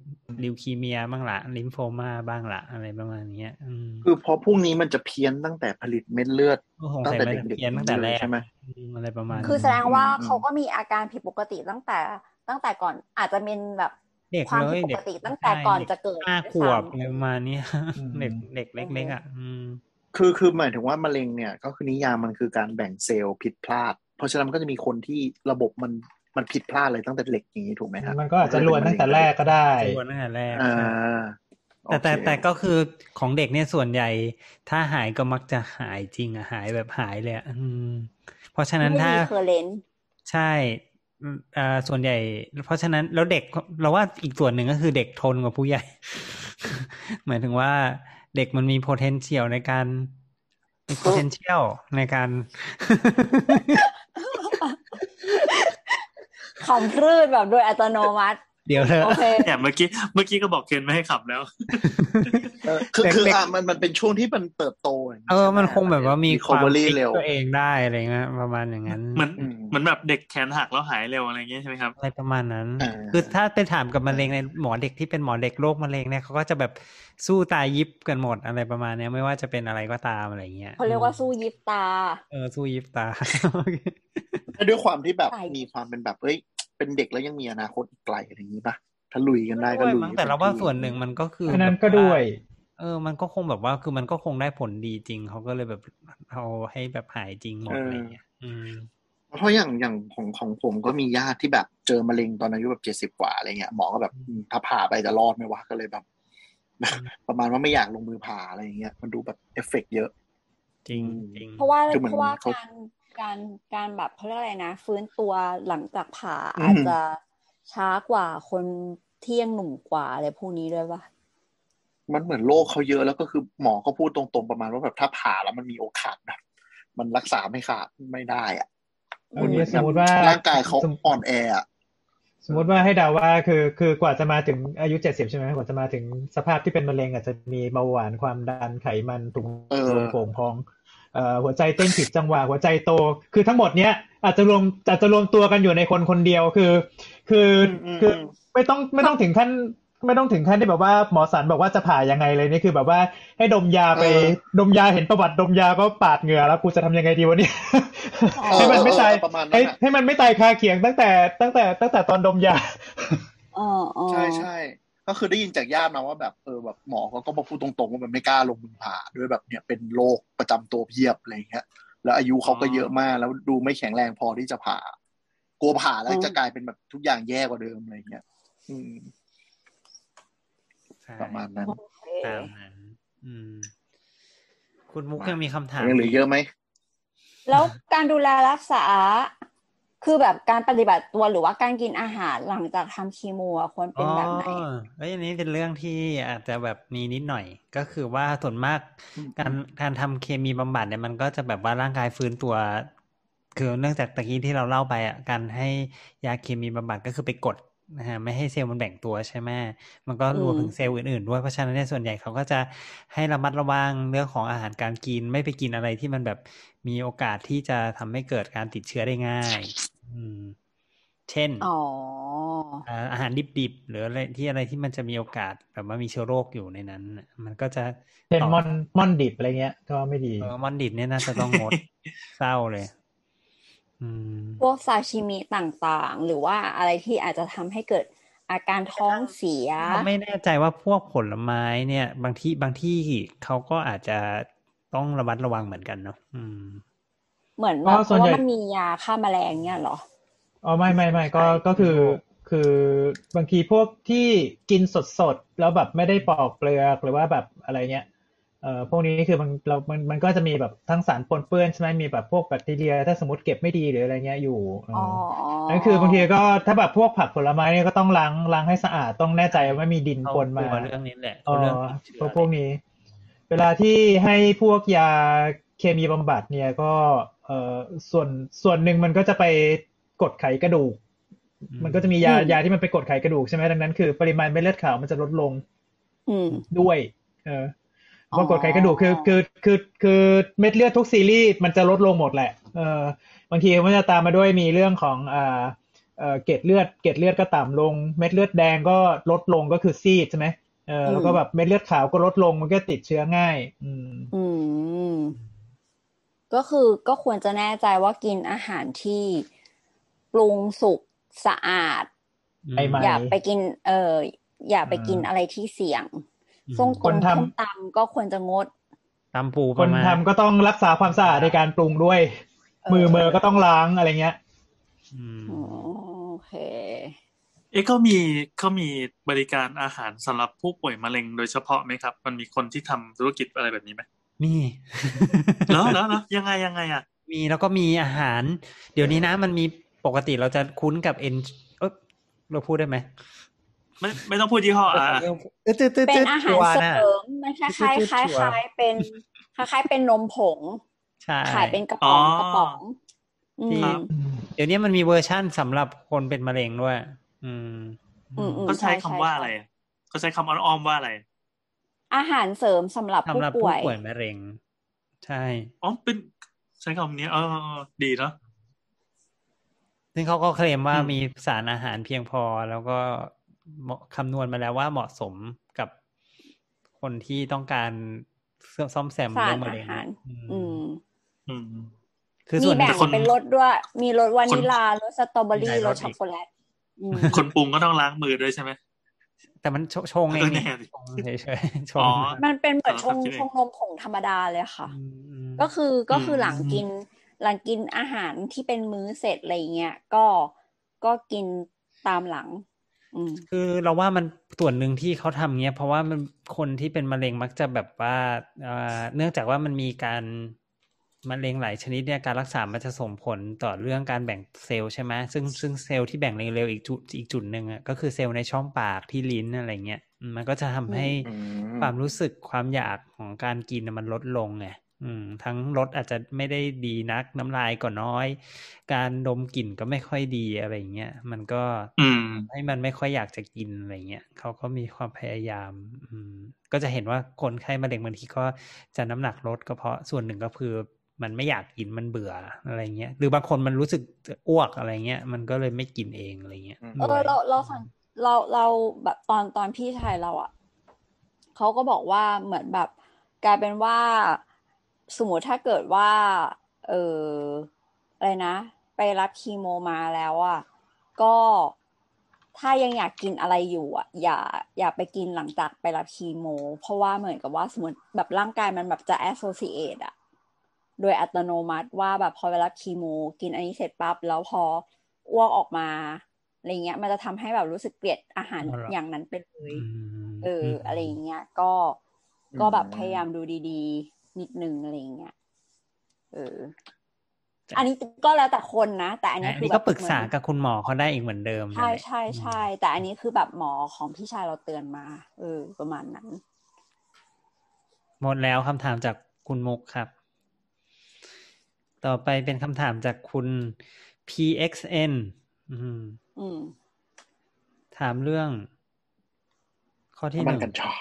ลิวคีเมียบ้างละลิมโฟมาบ้างละอะไรประมาณเนี้ย อืม คือเพราะพวกนี้มันจะเพี้ยนตั้งแต่ผลิตเม็ดเลือด ก็สง ตั้ง สัย แต่ มันจะ เด็ก เพี้ยนตั้ๆงแต่แรก ใช่ไหม อืมอะไรประมาณ คือ นั้น แสดงว่า อืม เขาก็มีอาการผิดปกติตั้งแต่ตั้งแต่ก่อนอาจจะเป็นแบบ เด็ก ความ เล ผิดปยเด็ กติตั้งแต่ก่อนจะเกิด ห้า ด้วย ขวบ ซ้ำ อะไรประมาณเนี้ย อืม เด็กเด็กเล็กๆอ่ะ อืม คือคือหมายถึงว่ามะเร็งเนี่ยก็คือนิยามมันคือการแบ่งเซลล์ผิดพลาด เพราะฉะนั้นมันก็จะมีคนที่ระบบมันมันผิดพลาดอะไรตั้งแต่เด็กอย่างนี้ถูกไหมฮะ มันก็อาจจะลวนตั้งแต่แรกก็ได้ จำนวนตั้งแต่แรก อ่า ใช่ โอ แต่ เค แต่แต่ก็คือของเด็กเนี่ยส่วนใหญ่ ถ้าหายก็มักจะหายจริงอะหายแบบหายเลยอะอืม เพราะฉะนั้น ไม่ ถ้า มีเคอร์เรนต์ ใช่ เอ่อส่วนใหญ่ เพราะฉะนั้นแล้วเด็กเราว่าอีกส่วนหนึ่งก็คือเด็กทนกว่าผู้ใหญ่ หมายถึงว่าเด็กมันมี potential ในการมี potential ในการ ขำคลื่นแบบโดยอัตโนมัติ เดี๋ยวเถอะ โอเค เนี่ยเมื่อกี้เมื่อกี้ก็บอกเคนไม่ให้ขับแล้ว เออคือ เด็ก คือ เด็ก อ่ะมันมันเป็นช่วงที่มันเติบโตย่างงี้ เออ ใช่ไห มันคงแบบว่ามี ค ค อม วาม เวอรี่ คิด เร็ว ตัวเองได้อะไรเงี้ยประมาณอย่างนั้น เหมือน อืม เหมือนแบบเด็กแขนหักแล้วหายเร็วอะไรอย่างเงี้ยใช่ไหมครับ อะไรประมาณนั้น อ่า คือถ้าไปถามกับมะเร็งในหมอเด็กที่เป็นหมอเด็กโรคมะเร็งเนี่ยเขาก็จะแบบสู้ตายยิบกันหมดอะไรประมาณเนี้ยไม่ว่าจะเป็นอะไรก็ตามอะไรเงี้ย เขาเรียกว่าสู้ยิบตา เออสู้ยิบตา ด้วยความที่แบบ ใช่ มีความเป็นแบบเอ้ย เป็นเด็กแล้วยังมีอนาคตอีกไกลอะไรอย่างนี้ป่ะถ้าลุยกันได้ก็ลุย มั้ง แต่เราว่าส่วนหนึ่งมันก็คือ อันนั้นก็ด้วย เออ มันก็คงแบบว่าคือมันก็คงได้ผลดีจริงเขาก็เลยแบบเอาให้แบบหายจริงหมดอะไรเงี้ยอืม เพราะอย่างอย่างของของผมก็มีญาติที่แบบเจอมะเร็งตอนอายุแบบเจ็ดสิบ70กว่าอะไรเงี้ยหมอก็แบบอืมถ้าผ่าไปจะรอดไหมวะก็เลยแบบ ประมาณว่าไม่อยากลงมือผ่าอะไรอย่างเงี้ยมันดูแบบเอฟเฟกต์เยอะ จริง อืม จริง เพราะว่า คือเหมือน เพราะว่า เขา การการการแบบเขาเรียกอะไรนะ ฟื้นตัวหลังจากผ่า อืม อาจจะช้ากว่าคนที่ยังหนุ่มกว่าอะไรพวกนี้ด้วยป่ะ มันเหมือนโรคเขาเยอะแล้วก็คือหมอก็พูดตรงๆประมาณว่าแบบถ้าผ่าแล้วมันมีโอกาสแบบมันรักษาไม่ขาดไม่ได้อะ เอา มันเหมือน สมมุติว่า ร่างกายเขาอ่อนแออะ สมมติว่าให้เดาว่าคือคือกว่าจะมาถึงอายุเจ็ดสิบใช่ไหมกว่าจะมาถึงสภาพที่เป็นมะเร็งอาจจะมีเบาหวานความดันไขมันถุง เออ ลมโป่งพองเอ่อหัวใจเต้นผิดจังหวะหัวใจโต คือทั้งหมดเนี้ยอาจจะรวมอาจจะรวมตัวกันอยู่ในคนคนเดียวคือ คืออ ม คืออ ม ไม่ต้องไม่ต้องถึงขั้นไม่ต้องถึงขั้นที่แบบว่าหมอสันบอกว่าจะผ่ายังไงเลยนี่คือแบบว่าให้ดมยาไป เออ ดมยาเห็นประวัติดมยาก็ปาดเหงื่อแล้วกูจะทำยังไงดีวะเนี่ย ให้มันไม่ตาย เออเออเออประมาณนั้ ให้ นอะ ให้มันไม่ตายคาเขียงตั้งแต่ตั้งแต่ตั้งแต่ตอนดมยา อ๋ออ๋อ ใช่ใช่ก็คือได้ยินจากญาติมาว่าแบบเออแบบหมอเขาก็มาพูดตรงๆว่ามันไม่กล้าลงมือผ่าด้วยแบบเนี่ยเป็นโรคประจำตัวเพียบอะไรอย่างเงี้ยแล้วอายุเขาก็เยอะมากแล้วดูไม่แข็งแรงพอที่จะผ่ากลัวผ่าแล้วจะกลายเป็นแบบทุกอย่างแย่กว่าเดิมอะไรอย่างเงี้ยอืม ใช่ ประมาณนั้น โอเค ตามนั้นอืม คุณมุก มา ยังมีคำถาม ยังเหลือเยอะไหม แล้วการดูแลรักษา คือแบบการปฏิบัติตัวหรือว่าการกินอาหารหลังจากทำคีโมอะควรเป็นแบบไหน อ๋อเอ้ยอันนี้เป็นเรื่องที่อาจจะแบบมีนิดหน่อย ก็คือว่าส่วนมาก อืม การการทำเคมีบำบัดเนี่ยมันก็จะแบบว่าร่างกายฟื้นตัว คือเนื่องจากตะกี้ที่เราเล่าไปอ่ะการให้ยาเคมีบำบัดก็คือไปกดนะฮะไม่ให้เซลล์มันแบ่งตัวใช่ไหม มันก็รวม อืม ถึงเซลล์อื่นๆด้วย เพราะฉะนั้นเนี่ยส่วนใหญ่เขาก็จะให้ระมัดระวังเรื่องของอาหารการกินไม่ไปกินอะไรที่มันแบบมีโอกาสที่จะทำให้เกิดการติดเชื้อได้ง่าย อืม เช่น อ๋อ อ่าอาหารดิบๆหรืออะไรที่อะไรที่มันจะมีโอกาสแบบว่ามีเชื้อโรคอยู่ในนั้นน่ะมันก็จะ เช่นมอนมอนดิบอะไรเงี้ย ก็ไม่ดี เออมอนดิบเนี่ยน่าจะต้องงด เศร้าเลย อืม พวกซาชิมิต่างๆ หรือว่าอะไรที่อาจจะทำให้เกิดอาการท้องเสีย เราไม่แน่ใจว่าพวกผลไม้เนี่ย บางที่บางที่เขาก็อาจจะต้องระมัดระวังเหมือนกันเนาะอืม เหมือนแบบ อ๋อ เพ ส่วน ราะ ให ว่า ญ่ มันมียาฆ่าแมลงเนี่ยเหรอ อ๋อไม่ไม่ไม่ก็ก็คือคือบางทีพวกที่กินสดสดๆแล้วแบบไม่ได้ปอกเปลือกหรือว่าแบบอะไรเงี้ยเอ่อพวกนี้คือมันเรามันมันก็จะมีแบบทั้งสารปนเปื้อนใช่ไหมมีแบบพวกแบคทีเรีย ถ้าสมมติเก็บไม่ดีหรืออะไรเงี้ยอยู่เออ อ๋อ อ นั่นคือบางทีก็ถ้าแบบพวกผักผลไม้เนี่ยก็ต้องล้างล้างให้สะอาดต้องแน่ใจว่าไม่มีดิน เขา ปน ก มา ลัวเรื่องนี้แหละ เอก ลัวเรื่ อ ติดเชื้ พวก อ พวกนี้ เวลาที่ให้พวกยาเคมีบำบัดเนี่ยก็เออส่วนส่วนหนึ่งมันก็จะไปกดไขกระดูก มันก็จะมียายาที่มันไปกดไขกระดูกใช่ไหมดังนั้นคือปริมาณเม็ดเลือดขาวมันจะลดลง อืม ด้วย เออ อ๋อ ปรากฏไขกระดูกคือคือคือคือเม็ดเลือดทุกซีรีส์มันจะลดลงหมดแหละ เออบางทีมันจะตามมาด้วยมีเรื่องของอ่าเออเกล็ดเลือด เกล็ดเลือดก็ต่ำลง เม็ดเลือดแดงก็ลดลงก็คือซีดใช่ไหมเออแล้วก็แบบเม็ดเลือดขาวก็ลดลงมันก็ติดเชื้อง่าย อืม อืม ก็คือก็ควรจะแน่ใจว่ากินอาหารที่ปรุงสุกสะอาด อืม ไอ้มัน อย่าไปกิน เอออย่าไปกิน อ่า อะไรที่เสี่ยง อืม ส้ม คน ตำ ทำ ส้มตำก็ควรจะงด ตำปูป ค ระ น มาณ ทำก็ต้องรักษาความสะอาดในการปรุงด้วย เออ มือมือก็ต้องล้างอะไรเงี้ย อืม อ๋อโอเค เอ๊ะเขามีเขามีบริการอาหารสำหรับผู้ป่วยมะเร็งโดยเฉพาะไหมครับ มันมีคนที่ทำธุรกิจอะไรแบบนี้ไหม นี่ แล้วแล้วยังไงยังไงอ่ะ มีแล้วก็มีอาหาร เดี๋ยวนี้นะมันมีโป ปกติเราจะคุ้นกับเอ็นเอยเราพูดได้ไหม ไม่ไม่ต้องพูดยี่ห้ออ่ะ เอ้ยตืดตืด เป็ ตื น ด อาหาร ชัว เส น่ะ ริมมันคล้ายคล้ายๆคล้าย ชัวร์ ๆเป็นคล้ายคล้ายๆเป็นนมผง ใช่ ขายเป็นกระป๋องกระป๋องอื ที่ ม เดี๋ยวนี้มันมีเวอร์ชั่นสำหรับคนเป็นมะเร็งด้วย อืม อืมอืม เขาใช้ ใช่ใช่ คำว่าอะไรเขาใช้คำอ้อมๆว่าอะไร อาหารเสริมสำหรับผู้ สำหรับ ป่ ผู้ วย ป่วยมะเร็ง ใช่ อ๋อเป็นใช้คำนี้เออเออเออดีเนาะ ซึ่งเขาก็เคลมว่า อืม มีสารอาหารเพียงพอแล้วก็เหมาะคำนวณมาแล้วว่าเหมาะสมกับคนที่ต้องการซ่อมแซม สา เรื่ ร องมะ อา เร็ง หาร อืม อืม อืม คือ มี ส่วน แบ่ง แต่คน เป็นรสด้วย มีรสวานิลารสสตรอเบอ ห รี่ ลาย ร ร ส ส ช็อก อีก โกแลตอืม คนปรุงก็ต้องล้างมือด้วยใช่ไหม แต่มันชชงเองนี่ แน่ดิ ชงเฉยๆชง อ๋อ มันเป็นเหมือนช สำหรับ ง ที่ ชงนมผงธรรมดาเลยค่ะ อืม ก็คือก็คืออ ม หลังกิน หลังกินอาหารที่เป็นมื้อเสร็จอะไรเงี้ยก็ก็กินตามหลัง อืม คือเราว่ามันส่วนหนึ่งที่เขาทำเนี้ย เพราะว่ามันคนที่เป็นมะเร็งมักจะแบบว่าเอ่อเนื่องจากว่ามันมีการมะเร็งหลายชนิดเนี่ยการรักษามันจะส่งผลต่อเรื่องการแบ่งเซลล์ใช่ไหมซึ่งซึ่งเซลล์ที่แบ่งเร็วๆอีกจุดอีกจุดหนึ่งอ่ะก็คือเซลล์ในช่องปากที่ลิ้นอะไรเงี้ยอืมมันก็จะทำให้ อืม ความรู้สึกความอยากของการกินน่ะมันลดลงไงอืม ทั้งรสอาจจะไม่ได้ดีนักน้ำลายก็น้อย การดมกลิ่นก็ไม่ค่อยดีอะไรเงี้ยมันก็ อืม ให้มันไม่ค่อยอยากจะกินอะไรเงี้ยเขาก็มีความพยายาม อืม ก็จะเห็นว่าคนไข้มะเร็งบางทีก็จะน้ำหนักลดก็เพราะส่วนหนึ่งก็คือมันไม่อยากกินมันเบื่ออะไรเงี้ยหรือบางคนมันรู้สึกอ้วกอะไรเงี้ยมันก็เลยไม่กินเองอะไรเงี้ย อืม เออเราเราสังเราเราแบบตอนตอนพี่ชายเราอ่ะเขาก็บอกว่าเหมือนแบบ กลายเป็นว่าสมมติถ้าเกิดว่า เอออะไรนะ ไปรับคีโมมาแล้วอ่ะก็ถ้ายังอยากกินอะไรอยู่อ่ะ อย่า อย่าไปกินหลังจากไปรับคีโม เพราะว่าเหมือนกับว่าสมมติแบบร่างกายมันแบบจะ associate อ่ะ โดยอัตโนมัติว่าแบบพอไปรับคีโม กินอันนี้เสร็จปั๊บแล้วพออ้วกออกมาอะไรเงี้ย มันจะทำให้แบบรู้สึกเกลียดอาหารอย่างนั้นไปเลย อืม เออ ม อะไรอย่างเงี้ยก็ก็แบบพยายามดูดีๆ นิดนึงอะไรอย่างเงี้ยเออ อันนี้ก็แล้วแต่คนนะ แต่อันนี้ อัน คือ นี้ แบ ก็ บ ปรึกษา เหมือน กับคุณหมอเขาได้อีกเหมือนเดิม ใช่ นั่นแหละ ใช่ใช่แต่อันนี้คือแบบหมอของพี่ชายเราเตือนมา เออ ประมาณนั้น หมดแล้วคำถามจากคุณมุกครับ ต่อไปเป็นคำถามจากคุณ PXN อืม อืม ถามเรื่อง ข้อที่ห น้ำมัน นึ่ง กัญชา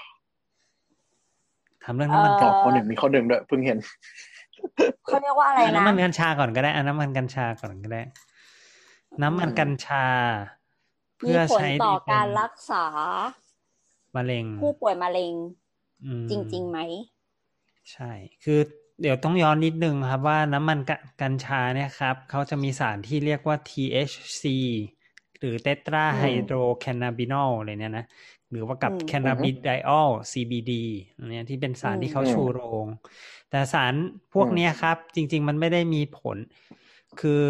ถามเรื่องน้ำมัน เอ่ ต อ อบข้อหนึ่งมีข้อหนึ่งด้วยเพิ่งเห็น เขาเรียกว่าอะไร เอา นะ น้ำมันกัญชาก่อนก็ได้เอาน้ำมันกัญชาก่อนก็ได้ น้ำมันกัญชามีมเพื่อ ผล ใช้ ต่อ ในเป็น การรักษา มะเร็ง ผู้ป่วยมะเร็ง อืม จริงๆไหม ใช่ คือเดี๋ยวต้องย้อนนิดนึงครับว่าน้ำมันกะกัญชาเนี่ยครับเขาจะมีสารที่เรียกว่า THC หรือเตตราไฮโดรแคนนาบินอลอะไรเนี่ยนะ หรือว่ากับ อืม แคนนาบิไดออล CBD อันเนี้ยที่เป็นสาร อืม ที่เขา อืม ชูโรง แต่สารพวกเนี้ยครับ จริง ๆ มันไม่ได้มีผล คือ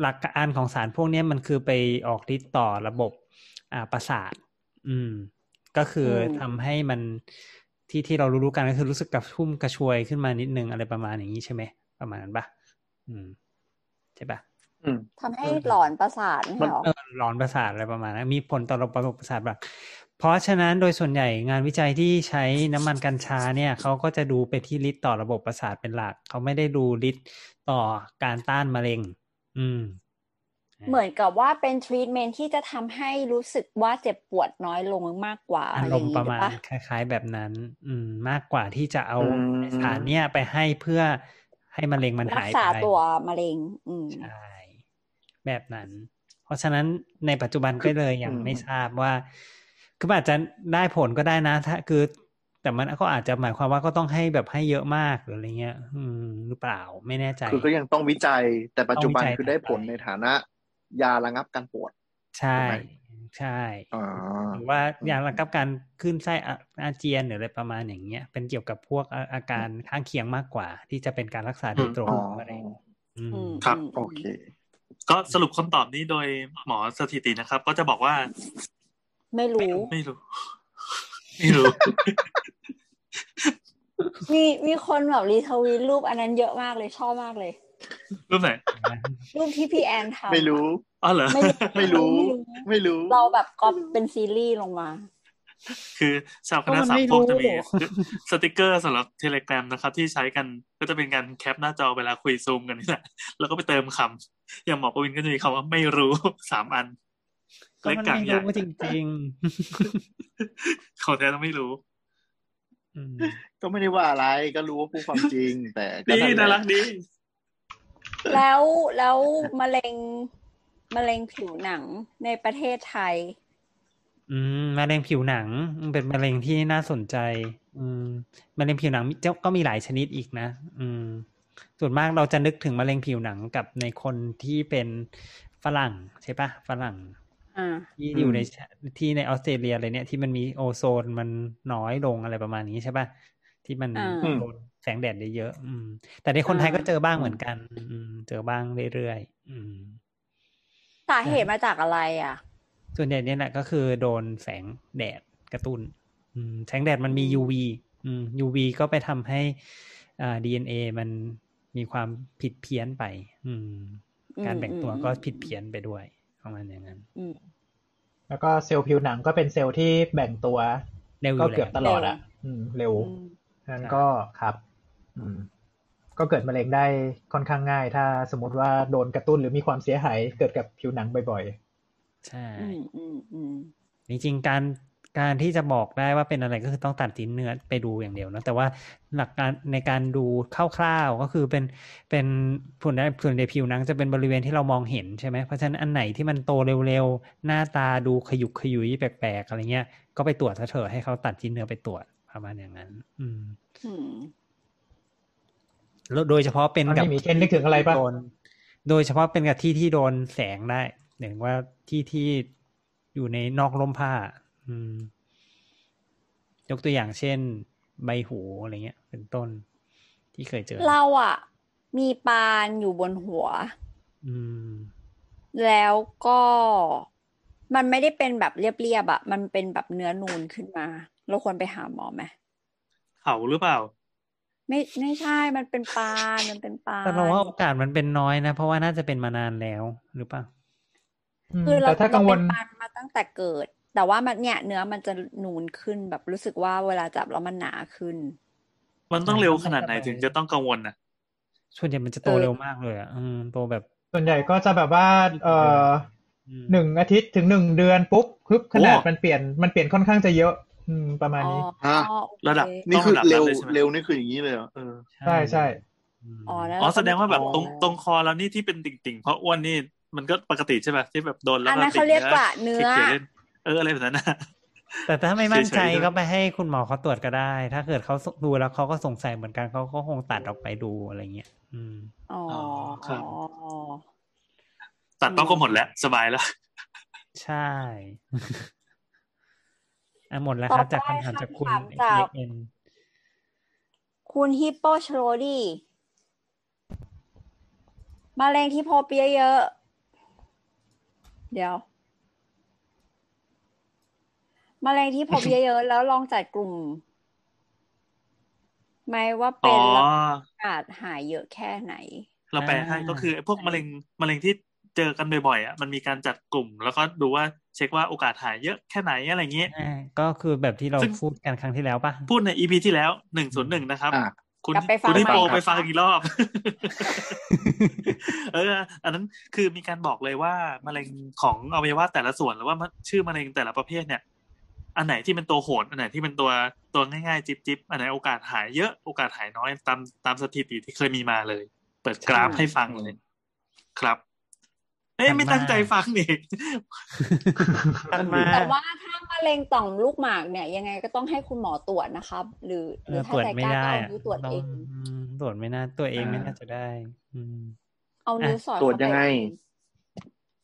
หลักการของสารพวกเนี้ยมันคือไปออกฤทธิ์ต่อระบบอ่าประสาท อืม ก็คือมอทำให้มันที่ที่เรารู้ๆกันก็คือรู้สึกกระชุ่มกระชวยขึ้นมานิดนึงอะไรประมาณอย่างนี้ใช่ไหมประมาณนั้นปะอืมใช่ปะ อืม ทำให้หลอนประสาทไม่ใช่เหรอ เออหลอนประสาทอะไรประมาณนั้นมีผลต่อระบบประสาทแบบเพราะฉะนั้นโดยส่วนใหญ่งานวิจัยที่ใช้น้ำมันกัญชาเนี่ยเขาก็จะดูไปที่ฤทธิ์ต่อระบบประสาทเป็นหลักเขาไม่ได้ดูฤทธิ์ต่อการต้านมะเร็ง อืม เหมือนกับว่าเป็นทรีทเมนที่จะทำให้รู้สึกว่าเจ็บปวดน้อยลงมากกว่า อา อะไร ร อ ม ย่าง ณ์ นี้ ประ หรือ มาณ ปะ คล้าย ๆ แบบนั้น อืม มากกว่าที่จะเอา อืม สารเนี่ยไปให้เพื่อให้มะเร็งมัน รั หากย ษา ไป ตัวมะเร็ง อืม ใช่ แบบนั้น เพราะฉะนั้นในปัจจุบันก็เลยยัง อืม ไม่ทราบว่า คือมันอาจจะได้ผลก็ได้นะ ถ้า คือ แต่มันก็อาจจะหมายความว่าก็ต้องให้แบบให้เยอะมากหรืออะไรเงี้ย อืม หรือเปล่าไม่แน่ใจ คือก็ยังต้องวิจัยแต่ปัจจุบัน ต้องวิจัย คือได้ผลในฐานะ ยาระงับการปวด ใช่ ใช่ อ่า หรือว่าอย่างระงับการขึ้นไส้อาอาเจียนหรืออะไรประมาณอย่างเงี้ย เป็นเกี่ยวกับพวกอาอาการข้างเคียงมากกว่า ที่จะเป็นการรักษาโดยตรง อ๋อ ของมะเร็งอืม อืม ครับ อืม โอเค ก็สรุปคำตอบนี้โดยหมอสถิตินะครับ ก็จะบอกว่า ไม่รู้ ไม่รู้ ไม่รู้ มีมีคนแบบรีทวีตรูปอันนั้นเยอะมากเลยชอบมากเลย รูปไหน รูปที่พี่แอนทำ ไม่รู้ อ๋อเหรอ ไม่รู้ ไม่รู้ ไม่รู้ เราแบบก็เป็นซีรีส์ลงมา คือชาวคณะ ก็มัน สาม ไม่ พวกจะมี รู้ สติกเกอร์สำหรับเทเลกรานะครับ ที่ใช้กันก็จะเป็นการแคปหน้าจอเวลาคุยซูมกันนี่แหละแล้วก็ไปเติมคำอย่างหมอประวินก็จะมีคำว่าไม่รู้ สามอัน ก็มันไม่ ใหญ่ รู้จริง ของแท้ต้องไม่รู้ ๆอืม ก็ไม่ได้ว่าอะไรก็รู้ว่าพูดความจริง แต่ก็ ดี แหละ น่ารักดี แล้วแล้วมะเร็งมะเร็งผิวหนังในประเทศไทย อืมมะเร็งผิวหนังเป็นมะเร็งที่น่าสนใจ อืมมะเร็งผิวหนังมีเจ้าก็มีหลายชนิดอีกนะ อืม ส่วนมากเราจะนึกถึงมะเร็งผิวหนังกับในคนที่เป็นฝรั่งใช่ปะฝรั่ง อ่า ที่อยู่ในชะที่ในออสเตรเลียอะไรเนี่ยที่มันมีโอโซนมันน้อยลงอะไรประมาณนี้ใช่ป่ะที่มัน อ่า โดนแสงแดดเยอะๆอืม แต่ในคนไทย อ่า ก็เจอบ้างเหมือนกัน อืม เจอบ้างเรื่อยๆอืม สาเหตุมาจากอะไรอ่ะ ส่วนใหญ่เนี่ยแหละก็คือโดนแสงแดดกระตุน้นอืมแสงแดดมันมี อืม UV อืม UV ก็ไปทำให้อ่า DNA มันมีความผิดเพี้ยนไป อืม การแบ่งตัวก็ผิดเพี้ยนไปด้วยประมาณอย่างนั้น อืม แล้วก็เซลล์ผิวหนังก็เป็นเซลล์ที่แบ่งตัว เร็วอ ก็ ยู่ เกือบต แล้ว ลอดอ่ะ อืม เร็ว อืม นั้นก็ครับ อืม ก็เกิดมะเร็งได้ค่อนข้างง่าย ถ้าสมมติว่าโดนกระตุ้นหรือมีความเสียหายเกิดกับผิวหนังบ่อย ใช่ อืมอืมอืม จริงๆการการที่จะบอกได้ว่าเป็นอะไรก็คือต้องตัดสินเนื้อไปดูอย่างเดียวเนอะแต่ว่าหลักการในการดูคร่าวๆก็คือเป็นเป็นผลส่วนในผิวหนังจะเป็นบริเวณที่เรามองเห็นใช่ไหมเพราะฉะนั้นอันไหนที่มันโตเร็วๆ หน้าตาดูขยุกขยุยแปลกๆอะไรเงี้ยก็ไปตรวจซะเถอะให้เขาตัดชิ้นเนื้อไปตรวจประมาณอย่างนั้น อืม อืม แล้วโดยเฉพาะเป็นกับ มันไม่มีเทคนิคถึงอะไรปะ โดนโดยเฉพาะเป็นกับที่ที่โดนแสงได้อย่างว่าที่ที่อยู่ในนอกร่มผ้า อืม ยกตัวอย่างเช่น ใบหูอะไรเงี้ย เป็นต้น ที่เคยเจอ เราอ่ะ มีปานอยู่บนหัว อืม แล้วก็มันไม่ได้เป็นแบบเรียบๆอ่ะ มันเป็นแบบเนื้อนูนขึ้นมา เราควรไปหาหมอไหม เขาหรือเปล่า ไม่ไม่ใช่มันเป็นปานมันเป็นปาน แต่เราว่าโอกาสมันเป็นน้อยนะ เพราะว่าน่าจะเป็นมานานแล้วหรือเปล่า ๆอืม คือเรา แต่ถ้ากังวล เรเป็นปานมาตั้งแต่เกิด แต่ว่ามันเนี่ย เนื้อมันจะนูนขึ้นแบบรู้สึกว่าเวลาจับแล้วมันหนาขึ้น มันต้องเร็วขนาดไหนถึงจะต้องกังวลนะ ส่วนใหญ่มันจะโต เออ เร็วมากเลยอ่ะอืมโตแบบ ส่วนใหญ่ก็จะแบบว่าเอ่อ อืม หนึ่งอาทิตย์ถึงหนึ่งเดือนปุ๊บคึบขนาดมันเปลี่ยนมันเปลี่ยนค่อนข้างจะเยอะ อืม ประมาณนี้ อ๋ออ๋อโอ ระดับ เค นี่ ต้อง คือ ระดับ เร็ นั้น ว เลยใช่ไหม เร็วนี่คืออย่างนี้เลยเหรอเออ ใช่ใช่ ม อ๋อแล้ว อ๋อแสดงว่าแบบตรง เ ตรงคอเรานี่ที่เป็นติ่งๆเพราะอ้วนนี่มันก็ปกติใช่ป่ะที่แบบโดนแล้ว อัน ก็ นั้น ติ่ เขา ง เรียก เนื้ กระเนื้ออเขียนเล่นเอออะไรแบบนั้นนะ แต่ถ้าไม่มั่นใจ เฉยๆ ก็ไปให้คุณหมอเขาตรวจก็ได้ ถ้าเกิดเขาดูแล้วเขาก็สงสัยเหมือนกันเขาก็คงตัดออกไปดูอะไรเงี้ยอืม อ๋ออ๋ออ๋อ ตัดต้องก็หมดแล้วสบายแล้ว ใช่ อ่ะหมดแล้ว ต่อ ครับจาก ไป คำถามจากคุณ คำถามจาก APN คุณฮิปโปชโรดีมะเร็งที่โพเปียเยอะ เดี๋ยวมะเร็งที่โพเปียเยอะ แล้วลองจัดกลุ่มไหมว่าเป็ อ๋ น อ แล้วโอกาสหายเยอะแค่ไหน เราแปลให้ อ่า ก็คือไอ้พวกมะเร็งมะเร็งที่เจอกันบ่อยๆอ่ะมันมีการจัดกลุ่ม แล้วก็ดูว่าเช็คว่าโอกาสหายเยอะแค่ไหนอะไรอย่างเงี้ย อ่าก็คือแบบที่เรา ซึ่ง พูดกันครั้งที่แล้วป่ะ พูดในอีพีที่แล้วหนึ่งศูนย์หนึ่งนะครับ อ่ะ คุณ กลับไปฟัง คุณที่โปร ใหม่ครับ ไปฟังอีกรอบ เออ อันนั้นคือมีการบอกเลยว่ามะเร็งของอวัยวะแต่ละส่วนหรือว่ามะชื่อมะเร็งแต่ละประเภทเนี่ย อันไหนที่เป็นตัวโหดอันไหนที่เป็นตัวตัวง่ายๆ จิบจิบอันไหนโอกาสหายเยอะโอกาสหายน้อยตามตามสถิติที่เคยมีมาเลย เปิดกราฟให้ฟังเลย ครับเอ้ย ถัดมา ไม่ตั้งใจฟังนี่ ถัดมา แต่ว่าถ้ามะเร็งต่อมลูกหมากเนี่ย ยังไงก็ต้องให้คุณหมอตรวจนะครับ หรือห เอ รือ อ ตร ถ้าว จ ใจ ไม่ กล้า ได้ ก็เอา อะ นิ้วตรวจ ต้อ เอง ง อืมตรวจไม่น่าตัวเองไม่น่าจะได้ อืม เอานิ้วสอด ตรวจ เข้าไป ยังไง เอ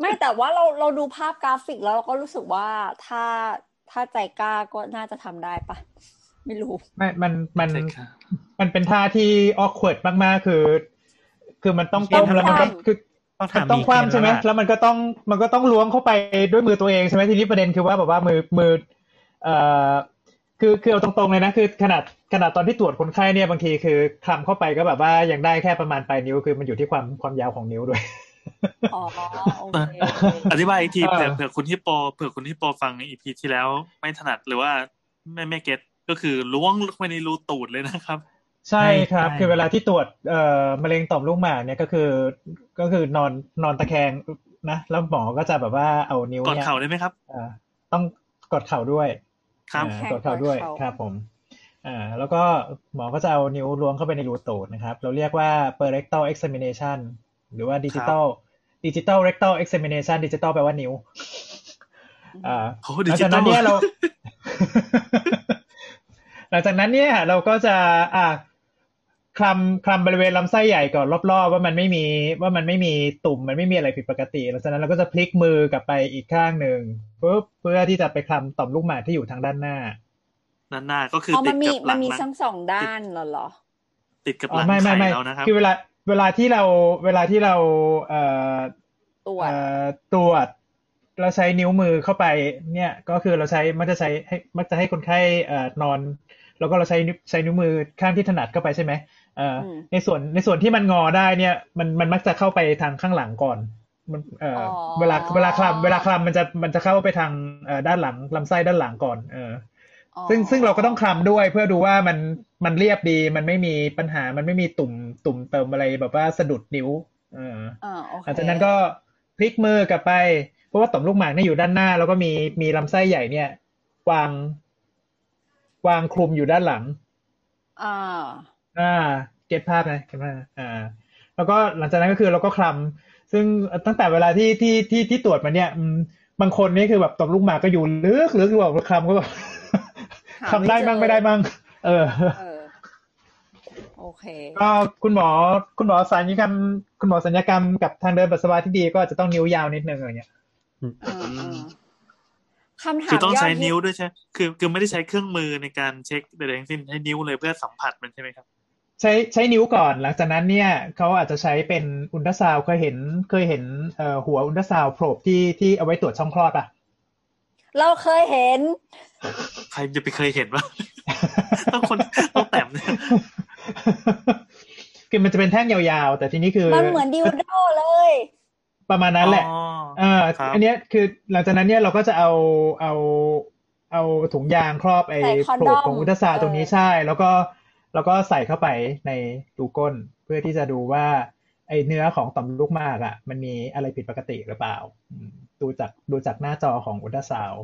ไม่แต่ว่าเราเราดูภาพกราฟิกแล้วเราก็รู้สึกว่าถ้าถ้าใจกล้าก็น่าจะทำได้ปะไม่รู้ ไม่มันมัน ใช่ครับ มันเป็นท่าที่ออกขวดมากๆ คือ คือมันต้องก้มแล้วมันก็ ต้องคว่ำ คือ ต้อง มั ถาม นต้องคว่ำใช่ไหม อีกเกณฑ์แล้วล่ะ แล้วมันก็ต้องมันก็ต้องล้วงเข้าไปด้วยมือตัวเองใช่ไหมทีนี้ประเด็นคือว่าแบบว่ามือมือเอ่อคือคือเอาตรงๆเลยนะคือขนาด ขนาดตอนที่ตรวจคนไข้เนี่ยบางทีคือคลำเข้าไปก็แบบว่ายังได้แค่ประมาณปลายนิ้วคือมันอยู่ที่ความความยาวของนิ้วด้วย อ๋อโอเค อธิบายอีกที เออ เผื่อเผื่อคุณฮิปโปเผื่อคุณฮิปโปฟังอีพีที่แล้วไม่ถนัดหรือว่าไม่ไม่เก็ตก็คือล้วงลงไปในรูตูดเลยนะครับ ใช่ครับ ใช่ คือเวลาที่ตรวจเอ่อมะเร็งต่อมลูกหมากเนี่ยก็คือ ก็คือนอนนอนตะแคงนะแล้วหมอก็จะแบบว่าเอานิ้ว กด เนี่ย เข่าได้ไหมครับ เอ่อต้องกดเข่าด้วย ครับ อ่ากดเข่าด้วยครับผมอ่าแล้วก็หมอก็จะเอานิ้วล้วงเข้าไปในรูตูดนะครับ เราเรียกว่า perectal examination หรือว่า digital digital rectal examination digital แปลว่านิ้วอ่า โอ้ หลังจากนั้น digital เนี่ยเรา หลังจากนั้นเนี่ยเราก็จะอ่าคลำคลำบริเวณลำไส้ใหญ่ก่อนรอบๆ ว่ามันไม่มีว่ามันไม่มีตุ่มมันไม่มีอะไรผิดปกติหลังจากนั้นเราก็จะพลิกมือกลับไปอีกข้างหนึ่งปุ๊บเพื่อที่จะไปคลำต่อมลูกหมากที่อยู่ทางด้านหน้า ด้านหน้าก็คือ อ๋อ ติ มั ด นมี กับห มั ลั น ง มี นะ ทั้งสองด้านเหรอเหรอ ติดกับ อ๋ ห อ ลัง ไม่ ไข่ ไม่ไม่ เรานะครับ คือเวลาเวลาที่เราเวลาที่เราเอ่อ ตรวจ เอ่อตรวจเราใช้นิ้วมือเข้าไปเนี่ยก็คือเราใช้มักจะใช้ให้มักจะให้คนไข้เอ่อนอน แล้วก็เราใช้นิ้วใช้นิ้วมือข้างที่ถนัดเข้าไปใช่ไหมเอ่ออ ม ในส่วนในส่วนที่มันงอได้เนี่ยมันมันมักจะเข้าไปทางข้างหลังก่อนมันเอ่ออ อ เวลาเวลาคลำเวลาคลำมันจะมันจะเข้าไปทางเอ่อด้านหลังลำไส้ด้านหลังก่อนเออ อ๋อ ซึ่งซึ่งเราก็ต้องคลำด้วยเพื่อดูว่ามันมันเรียบดี มันไม่มีปัญหามันไม่มีตุ่มตุ่มเติมอะไรแบบว่าสะดุดนิ้วเออ อ่าโอ ห เค ลังจากนั้นก็พลิกมือกลับไป เพราะว่าต่อมลูกหมากเนี่ยอยู่ด้านหน้า แล้วก็มีมีลำไส้ใหญ่เนี่ย วาง วางคลุมอยู่ด้านหลัง อ่า อ่าเก็ตภาพนะเก็ตภาพนะอ่า แล้วก็หลังจากนั้นก็คือเราก็คลำซึ่งตั้งแต่เวลาที่ที่ที่ที่ตรวจมาเนี่ยอืมบางคนนี่คือแบบตบลูกหมากก็อยู่ลึกลึกคือแบบคลำก็แบบ หา คลำได้ เจอ มั่งไม่ได้มั่งเออ เออโอเค ก็คุณหมอคุณหมอสัญญกรรม คุณหมอสัญญกรรมกับทางเดินปัสสาวะที่ดีก็อาจจะต้องนิ้วยาวนิดนึงอะไรเงี้ย อ่า อืม ๆคำถาม คือต้อง ยอ ใช้ ดฮิต นิ้วด้วยใช่ไหมคือคือไม่ได้ใช้เครื่องมือในการเช็คใดๆทั้งสิ้นใช้นิ้วเลยเพื่อสัมผัสมันใช่ไหมครับ ใช้ใช้นิ้วก่อน หลังจากนั้นเนี่ยเขาอาจจะใช้เป็นอุลตราซาวด์เคยเห็นเคยเห็นเอ่อหัวอุลตราซาวด์โผล่ที่ที่เอาไว้ตรวจช่องคลอด ป่ะ เราเคยเห็น ใครจะไปเคยเห็นว่า ต้องคนต้องแต้มเนี่ย คือมันจะเป็นแท่งยาวๆ แต่ทีนี้คือ มันเหมือนดิวโดเลย ประมาณนั้นแหละ อ๋อ เออ ครับ อันเนี้ยคือหลังจากนั้นเนี่ยเราก็จะเอาเอาเอาถุงยางครอบไอ้ ใส่คอน โผ โด ล่ ม ของอุลตราซาวด์ เออ ตรงนี้ใช่ แล้วก็แล้วก็ใส่เข้าไปในรูก้น เพื่อที่จะดูว่าไอ้เนื้อของต่อมลูกหมากอ่ะ มันมีอะไรผิดปกติหรือเปล่าอืมดูจากดูจากหน้าจอของอุลตราซาวด์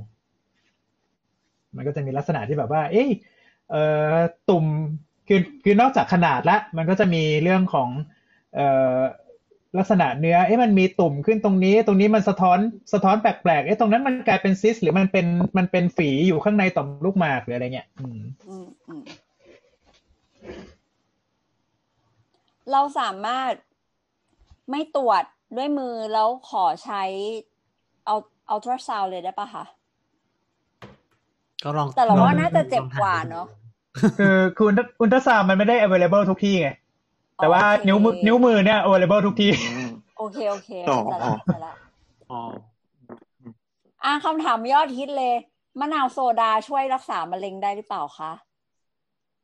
มันก็จะมีลักษณะที่แบบว่า เอ้ยเอ่อตุ่ม คือ คือนอกจากขนาดละ มันก็จะมีเรื่องของ เอ่อ ลักษณะเนื้อ เอ้ยมันมีตุ่มขึ้นตรงนี้ ตรงนี้มันสะท้อน สะท้อนแปลกๆ เอ้ยตรงนั้นมันกลายเป็นซิสหรือมันเป็น มันเป็นฝีอยู่ข้างในต่อมลูกหมากหรืออะไรเงี้ย อืม อืมอืมเราสามารถไม่ตรวจด้วยมือแล้วขอใช้เอาอัลตราซาวเลยได้ปะคะ ก็ลอง แต่เรา ลอง ว่าน่าจะเจ็บกว่า ลองหดู เนอะ คือคืออุลตราซาวมันไม่ได้ available ทุกที่ไง แต่ว่า โอเค นิ้วมือ นิ้วมือเนี่ย available ทุกที่ โอเค โอเคเข้าใจละเข้าใจละ อ๋อ อ่าคำถามยอดฮิตเลยมะนาวโซดาช่วยรักษามะเร็งได้หรือเปล่าคะ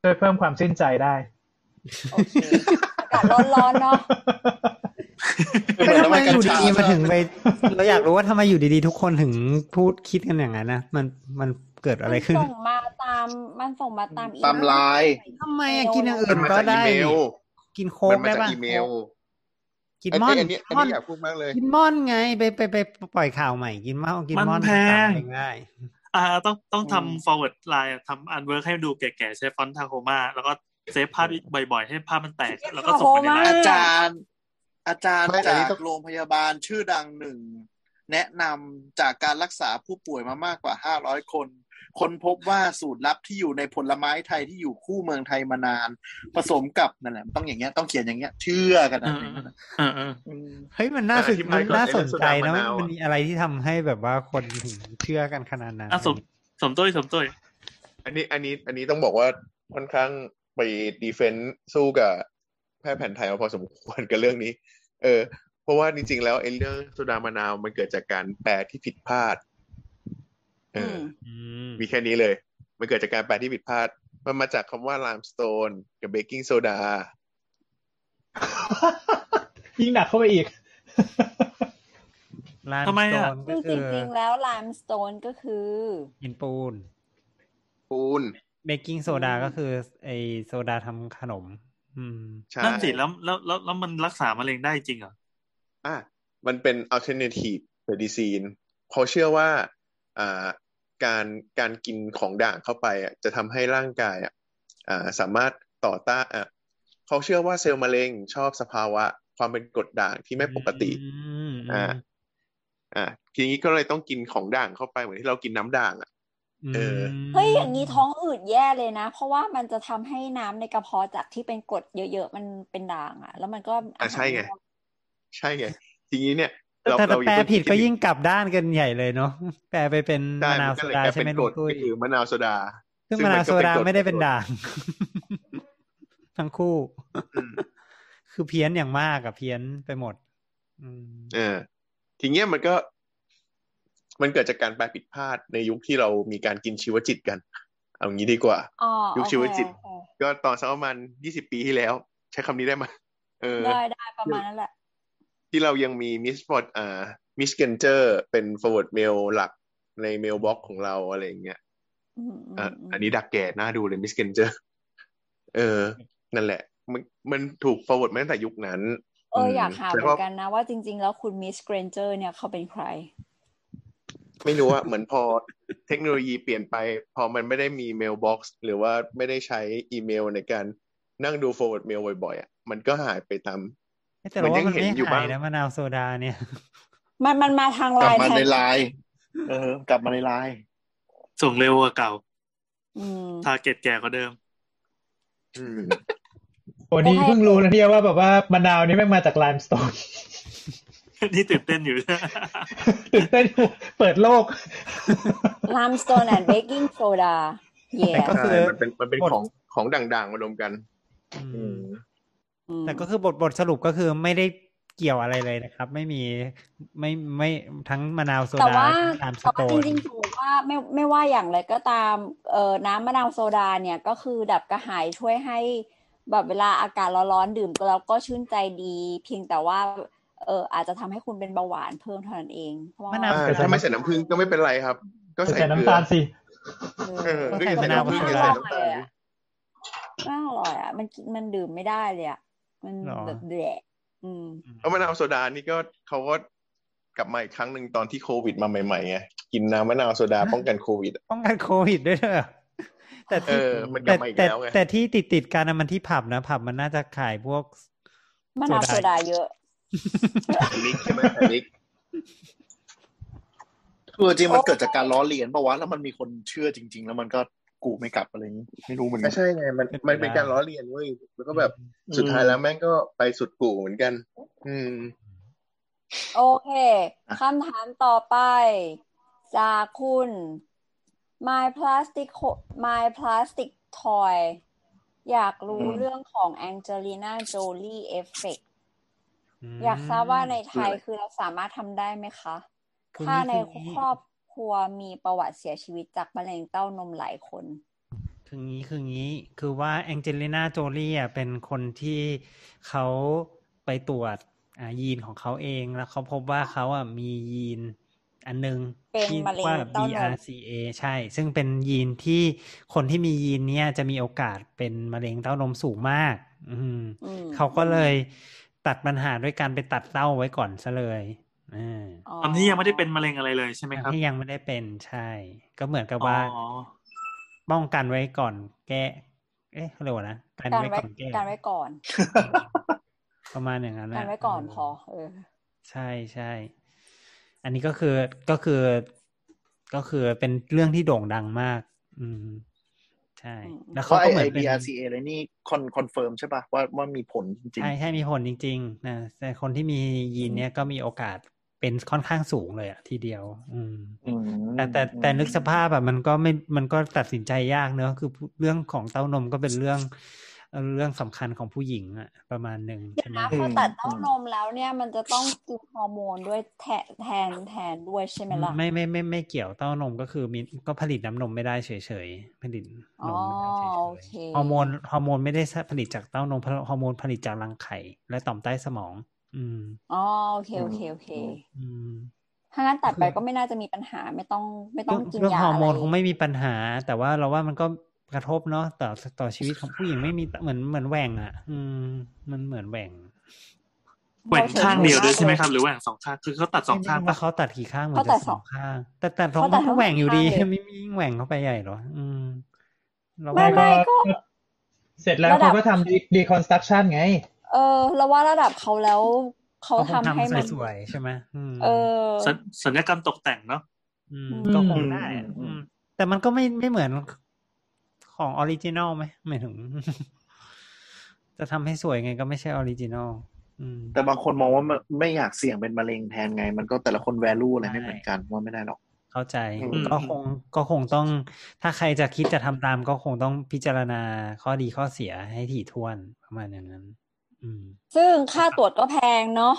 ช่วยเพิ่มความชื่นใจได้ โอเคอากาศร้อนๆเนาะ ไม่ทำไมอยู่ดีๆมาถึงไปเราอยากรู้ว่าทำไมอยู่ดีๆ ทุกคนถึงพูดคิดกันอย่างนั้นนะมันมันเกิดอะไรขึ้น มันส่งมาตามมันส่งมาตามอี ตามไลน์ ทำไมอะกินอย่าง มั อื่ น น มา ก็ จากอี ได้ เม นี่ ล กินโค้กมันมา ได้ จาก ป่ะ อีเมล กิน ไอ้ ม่อน ไอ้อันนี้อัน ม่อน นี้อยากพูดมากเลย กินม่อนไงไปไปไปไปปล่อยข่าวใหม่กินม่อนกินม่อน มันแพง ตามเองได้ อ่าต้องต้อง อืม ทำ forward line ทำ unwork ให้ดูแก่ๆใช้ฟอนต์ทาโคมา แล้วก็เซฟภาพบ่อยๆ ให้ภาพมันแตก แล้วก็ส่งไปในไล อา น์ จารย์ อาจารย์ ไม่อัน จา นี้ ก ต้อง โรงพยาบาลชื่อดังหนึ่ง แนะนำจากการรักษาผู้ป่วยมามากกว่า 500 คน คนพบว่าสูตรลับที่อยู่ในผลไม้ไทยที่อยู่คู่เมืองไทยมานาน ผสมกับนั่นแหละต้องอย่างเงี้ยต้องเขียนอย่างเงี้ย เชื่อกัน เอ นะ อเออเออ อืม เฮ้ยมันน่าสึก อธิบา มั ย น ก่อน น่า ไอ้ ส เรื่ น อง ใจนะ โซดามันมะนาวอะ มันมีอะไรที่ทำให้แบบว่าคนถึงเชื่อกันขนาดนั้น อ่ะสมสมตุ้ยสมตุ้ย อันนี้อันนี้อันนี้ต้องบอกว่าค่อนข้างไปดีเฟนซ์สู้กับแพทย์แผนไทยมาพอสมควรกับเรื่องนี้ เออ เพราะว่าจริงๆแล้วไอ้เรื่องโซดามะนาวมันเกิดจากการแปลที่ผิดพลาด เอออ ม อืม มีแค่นี้เลย มันเกิดจากการแปลที่ผิดพลาด มันมาจากคำว่า limestone กับ baking soda ยิ่งหนักเข้าไปอีก ล ทำไมอะ มสโตนก็ ซึ่งจ คือ ริงๆ แล้วไลม์สโตนก็คือ หินปูน ปูน เบกกิ้งโซดาก็คือไอโซดาทำขนม อืม ใช่ นั่นสิแล้วแล้วแล้วแล้วมันรักษามะเร็งได้จริงเหรอ อ่ะมันเป็น alternative medicine เขาเชื่อว่าอ่าการการกินของด่างเข้าไปอ่ะจะทำให้ร่างกายอ่ะอ่าสามารถต่อต้านอ่ะเขาเชื่อว่าเซลล์มะเร็งชอบสภาวะความเป็นกรดด่างที่ไม่ปกติ อืม อ่า อ่ะทีนี้ก็เลยต้องกินของด่างเข้าไปเหมือนที่เรากินน้ำด่างอ่ะ ม เออ เฮ้ยอย่างนี้ท้องอืดแย่เลยนะ เพราะว่ามันจะทำให้น้ำในกระเพาะจากที่เป็นกรดเยอะๆ มันเป็นด่างอ่ะ แล้วมันก็ อ่ะใช่ไง ใช่ไง ทีนี้เนี่ย แต่ เรา แต่แปเราล ต้อง ผิดก็ น ยิ่งกลับด้านกันใหญ่เลยเนาะแปลไปเป็น ใช่ มะนาว ก็ โซ เลย ดาก ลาย ใช่ เป็ ไหม นก ลุ รง ด ตุ้ย ก็คือมะนาวโซดา ซึ่ง ซึ่งมันมะาว ก็ โซ เป็น ดาก รด ไม่ได้เป็นด่าง ทั้งคู่ อืม คือเพี้ยนอย่างมากอะเพี้ยนไปหมด อืม เออทีเนี้ยมันก็ มันเกิดจากการแปลผิดพลาดในยุคที่เรามีการกินชีวจิตกัน เอางี้ดีกว่า อ๋อ ยุคชีวจิต โอเคโอเค ก็ตอนสักประมาณยี่สิบปีที่แล้ว ใช้คำนี้ได้ไหมเออ ได้ได้ประมาณนั้นแหละ ที่เรายังมีมิสฟอร์ดอ่ามิสเกนเจอร์เป็น forward mail หลักใน mail box ของเราอะไรอย่างเงี้ย อืมอืม อ่ะ อืม อันนี้ดักแก่หน้าดูเลยมิสเกนเจอร์ เออ นั่นแหละ มันมันถูก forward มาตั้งแต่ยุคนั้น เอออยากหาเห แล้ว มือ ก็ นกันนะว่าจริงๆ แล้วคุณมิสเกรนเจอร์เนี่ยเขาเป็นใคร ไม่รู้ว่าเหมือนพอเทคโนโลยีเปลี่ยนไป พอมันไม่ได้มี mail box หรือว่าไม่ได้ใช้อีเมลในการนั่งดู forward mail บ่อยๆอ่ะมันก็หายไปตาม แต่เราม นว่ายัง มัน เห็น ไม่ อยู่ หา บ้าย ง นะมะนาวโซดาเนี่ย มันมันมาทาง ก ไล ลับ น์ มา แท ใน น ไลน์เออกลับมาในไลน์ ส่งเร็วกว่าเก่า อืม ทาร์เก็ตแก่กว่าเดิม อืม โอ้นี่ โอเค เพิ่งรู้นะเนี่ยว่าแบบว่ามะนาวนี่แม่งมาจากไลม์สโตน นี่ตื่นเต้นอยู่ ตื่นเต้นอยู่เปิดโลก ไลม์สโตนแอนด์เบกกิ้งโซดาเย่ แต่ก็ ใช่มันเป็นมันเป็น บท ของของด่างๆมารวมกัน อื อื ม ม แต่ก็คือบทบทสรุปก็คือไม่ได้เกี่ยวอะไรเลยนะครับ ไม่มีไม่ไม่ทั้งมะนาวโซ แต่ ดา ว่า ทั้งลามส แต่ โต ว่าจ น ริงๆถือว่าไม่ไม่ว่าอย่างไรก็ตามเอ่อน้ำมะนาวโซดาเนี่ยก็คือดับกระหายช่วยให้ แบบเวลาอากาศร้อนๆดื่มแล้วก็ชื่นใจดี เพียงแต่ว่าเอออาจจะทำให้คุณเป็นเบาหวานเพิ่มเท่านั้นเองเพราะว่าม ะนาวโซอ่าดา ถ้าไม่ใส่น้ำผึ้งก็ไม่เป็นไรครับ ก็ใส่ ใส่ เกลื น้ำ อ ตาลสิ เออ ก็ ก็ ใส่ อย่าใส่ มะนาว น้ำผึ้งอย่า ก็ ใส่ พอ น้ำตาล ไม่อร่อยอ่ะมันกินมันดื่มไม่ได้เลยอ่ะมัน หรอ แบบแหละอืม แล้วมะนาวโซดานี่ก็เขาก็กลับมาอีกครั้งหนึ่งตอนที่โควิดมาใหม่ๆไงกินน้ำมะนาวโซดาป้องกันโควิดอะ ป้องกันโควิดด้วยเถอะแต่ เอ ที่ อ มันกลั แต่ บมาอีก แต่ แล้วไง แต่ที่ติดติดๆกันนะมันที่ผับนะผับมันน่าจะขายพวก มะนาวโซดาเยอะ ไอ้มิกใช่ไหมไอ้มิก คือจริงมันเกิดจากการล้อเลียนปะวะแล้วมันมีคนเชื่อจริง ๆ แล้วมันก็กูไม่กลับอะไรนี้ไม่รู้เหมือนกั ก็ น ใช่ไงมัน เป็นไปได้ มันเป็นการล้อเลียนเว้ยแล้วก็แบบสุดท้ายแล้วแม่งก็ไปสุดกู่เหมือนกัน อืม โอเคคำถามต่อไป จากคุณ My Plastic Ho- My Plastic Toy อยากรู้ อืม เรื่องของ Angelina Jolie Effect ม อยากทราบว่าในไทยคือเราสามารถทำได้ไหมคะ คือ ถ้าใน คือ ครอบครัวมีประวัติเสียชีวิตจากมะเร็งเต้านมหลายคน คืองี้คืองี้คือว่าแองเจลิน่าโจลี่อ่ะเป็นคนที่เขาไปตรวจอ่ายีนของเขาเองแล้วเขาพบว่าเขาอ่ะมียีนอันนึง เป็น ที่ มะเร็ง ว่า เต้านม BRCA ใช่ ซึ่งเป็นยีนที่คนที่มียีนเนี้ยจะมีโอกาสเป็นมะเร็งเต้านมสูงมาก อืม อืม เขาก็เลยตัดปัญหาด้วยการไปตัดเต้าไว้ก่อนซะเลยอ่า อ๋อ ตอนนี้ยังไม่ได้เป็นมะเร็งอะไรเลยใช่ไหมครับ ที่ยังไม่ได้เป็นใช่ ก็เหมือนกับ อ๋อ ว่าป้องกันไว้ก่อนแก้ เอ๊ะเขาเรียกว่านะกัน การ ไว้ ไว้ ก่อนแก้ การไว้ก่อน ประมาณอย่างนั้น การไว้ ะ ก่อนพอ เ เออ ใช่ใช่ อันนี้ก็คือก็คือก็คือเป็นเรื่องที่โด่งดังมาก อืม ใช่ อืม แล้วเขา ว่าะ ก็ ไอ้ เหมือ ไอ้ นเป็น BRCA อะไรนี่คอนคอนเฟิร์มใช่ป่ะว่าว่ามีผลจริง ใช่ใช่มีผลจริงๆนะแต่คนที่มียีนเนี้ยก็มีโอกาสเป็นค่อนข้างสูงเลยอะทีเดียว อืม ๆ อืม แต่แต่แต่นึกสภาพแบบมันก็ไม่มันก็ตัดสินใจยากเนอะคือเรื่องของเต้านมก็เป็นเรื่อง เรื่องสำคัญของผู้หญิงอะประมาณหนึ่ง เดี๋ ใช่ ยว ไหม นะพอตัดเต้านมแล้วเนี่ยมันจะต้องกินฮอร์โมนด้วยแทนแทนแทนด้วยใช่ไหมล่ะ ไม่ไม่ไม่ไม่เกี่ยวเต้านมก็คือมีก็ผลิตน้ำนมไม่ได้เฉยๆผลิตนมไม่ได้เฉ อ๋อโอย เค ๆฮอร์โมนฮอร์โมนไม่ได้ผลิตจากเต้านมฮอร์โมนผลิตจากรังไข่และต่อมใต้สมอง อืม อ๋อโอเคโอเคโอเค อืม ถ้างั้นตัดไป คือ ก็ไม่น่าจะมีปัญหาไม่ต้องไม่ต้อเรื่อง งกิน เรื่อง ยา ฮอ อะ ร์ ไร โมนคงไม่มีปัญหา แต่ว่าเราว่ามันก็กระทบเนาะต่อต่อชีวิตของผู้หญิงไม่มีเหมือนเหมือนแหว่งอ่ะ อืม มันเหมือนแหว่ง แหว่งข้างเดียวด้วยใช่ไหมครับ บ หรือแหว่งสองข้างคือเขาตัดสองข้าง ไม่แน่ ปะ ว่าเขาตัดกี่ข้างเหมือน เขาตั จะ ด ส ส อ อง ง ข้าง แต่แต่ท้อง เขาตั มั ด นก็แหว่งอยู่ดี สองข้างเลย ไม่มียิ่งแหว่งเข้าไปใหญ่เหรออืมเรา ไม่ ว่า ไม่ ก็ เสร็จแล้ว ระดั เขา บ ก็ทำดีคอนสตรักชั่นไง เออเราว่าระดับเขาแล้วเขา เขาคง ทำให้ ทำ มัน สวยๆใช่ไหมอืม เออ สัญสัญญกรรมตกแต่งเนาะ อืม อืม ก็คงได้อะ อืม อืม แต่มันก็ไม่ไม่เหมือนของออริจินอลไหมหมายถึง จะทำให้สวยไงก็ไม่ใช่ออริจินอลอืม แต่บางคนมองว่าไม่ไม่อยากเสี่ยงเป็นมะเร็งแทนไง มันก็แต่ละคนแวลูอะไรไม่เหมือนกันว่าไม่ได้หรอก เข้าใจ อืม ก็คงก็คงต้อง ถ้าใครจะคิดจะทำตามก็คงต้องพิจารณาข้อดีข้อเสียให้ถี่ถ้วนประมาณอย่างนั้น อืม ซึ่งค่าตรวจก็แพงเนาะ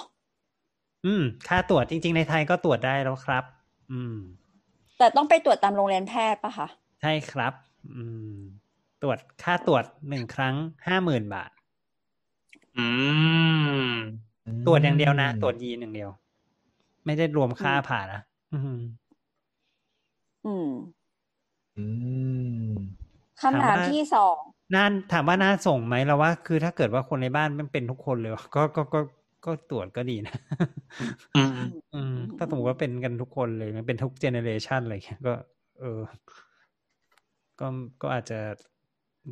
อืม ค่าตรวจจริง ๆ ในไทยก็ตรวจได้แล้วครับ อืม แต่ต้องไปตรวจตามโรงเรียนแพทย์ปะคะ ใช่ครับ อืม ตรวจค่าตรวจหนึ่งครั้งห้าหมื่นบาท อืม ตรวจอย่างเดียวนะ ตรวจยีนอย่างเดียว ไม่ได้รวมค่าผ่านะอืม อืม อืม คำถามที่สอง น่าถามว่าน่าส่งไหมเราว่า คือถ้าเกิดว่าคนในบ้านมันเป็นทุกคนเลยวะก็ก็ก็ก็ตรวจก็ดีนะ อืม อืมถ้าสมมติว่าเป็นกันทุกคนเลยมันเป็นทุกเจเนเรชันอะไรเงี้ยก็ เออ ก็ก็อาจจะ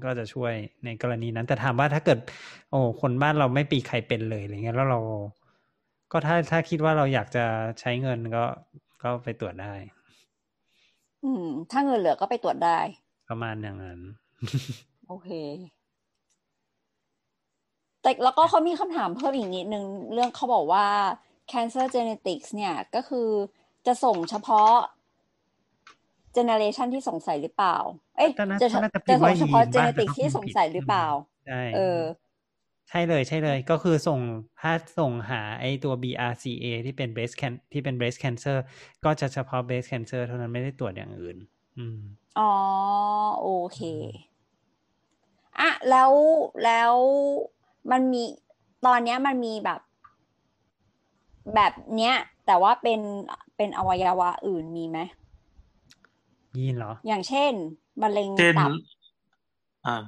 ก็จะช่วยในกรณีนั้น แต่ถามว่าถ้าเกิด โอ้คนบ้านเราไม่ปีใครเป็นเลยอะไรเงี้ยแล้วเรา ก็ถ้าถ้าคิดว่าเราอยากจะใช้เงินก็ก็ไปตรวจได้ อืม ถ้าเงินเหลือก็ไปตรวจได้ ประมาณอย่างนั้น โอเค แต่แล้วก็เขามีคำถามเพิ่มอีกนิดนึง เรื่องเขาบอกว่า cancer genetics เนี่ย ก็คือจะส่งเฉพาะ generation ที่สงสัยหรือเปล่า เอ้ย แต่น่า จะ น่าจะผิด จะส่ ว่าง เฉพาะ ยีนบ้าง genetics ที่สงสัยหรือเปล่า ใช่ เออ ใช่เลยใช่เลย ก็คือส่งถ้าส่งหาไอตัว BRCA ที่เป็น breast can ที่เป็น breast cancer ก็จะเฉพาะ breast cancer เท่านั้นไม่ได้ตรวจอย่างอื่น อืม อ๋อ โอเค อ่ะ แล้วแล้วมันมีตอนเนี้ยมันมีแบบ แบบเนี้ย แต่ว่าเป็นเป็นอวัยวะอื่นมีไหม ยีนเหรอ อย่างเช่นมะเร็ง เช่น ตับ อ่า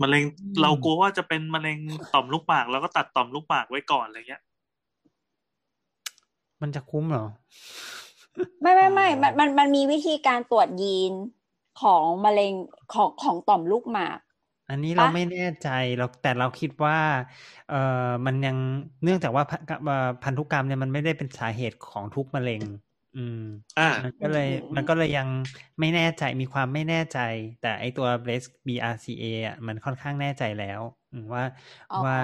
มะเร็งเรากลัวว่าจะเป็นมะเร็งต่อมลูกปากแล้วก็ตัดต่อมลูกปากไว้ก่อนอะไรเงี้ย มันจะคุ้มเหรอ ไม่ไม่ไม่ อ๋อ มันมันมันมีวิธีการตรวจยีนของมะเร็งของของต่อมลูกหมาก อันนี้เรา ปะ ไม่แน่ใจเราแต่เราคิดว่าเอ่อมันยังเนื่องจากว่าพันเอ่อพันธุกรรมเนี่ยมันไม่ได้เป็นสาเหตุของทุกมะเร็ง อืม อ่า มันก็เลย อืม มันก็เลยยังไม่แน่ใจมีความไม่แน่ใจ แต่ไอตัว breast BRCA อ่ะมันค่อนข้างแน่ใจแล้วอืมว่า อ๋อ ว่า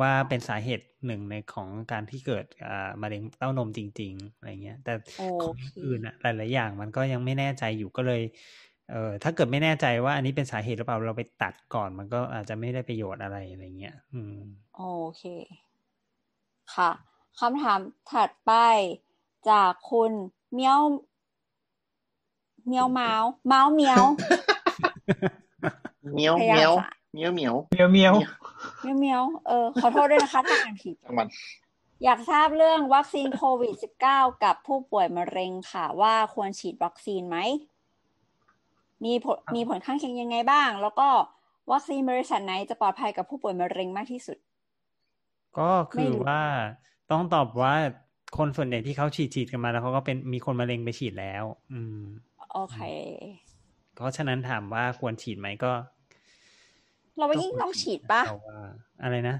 ว่าเป็นสาเหตุหนึ่งในของการที่เกิดอ่ามะเร็งเต้านมจริง ๆอะไรเงี้ย แต่ โอ ของ เค อื่นอ่ะหลายๆอย่างมันก็ยังไม่แน่ใจอยู่ก็เลยเออถ้าเกิดไม่แน่ใจว่าอันนี้เป็นสาเหตุหรือเปล่าเราไปตัดก่อนมันก็อาจจะไม่ได้ประโยชน์อะไรอะไรเงี้ยอืม โอเค ค่ะคำถามถัดไปจากคุณเมียวเมียวเมาส์เมาส์เมียว เมียว พยายาม เมียว จะ เมียวเมียว เมียวเมียว เมียวเมียวเออขอโทษด้วยนะคะถ้าอ่านผิด จังหวัด อยากทราบเรื่องวัคซีนโควิด -19 กับผู้ป่วยมะเร็งค่ะ ว่าควรฉีดวัคซีนไหม มีผลมีผลข้างเคียงยังไงบ้าง แล้วก็วัคซีนบริษัทไหนจะปลอดภัยกับผู้ป่วยมะเร็งมากที่สุด ก็ ไม่ คือ รู้ ว่าต้องตอบว่าคนส่วนใหญ่ที่เขาฉีดฉีดกันมาแล้วเขาก็เป็นมีคนมะเร็งไปฉีดแล้ว อืม โอเค เพราะฉะนั้นถามว่าควรฉีดไหมก็ เราว่ายิ่งต้องฉีดปะ เราว่าอะไรนะ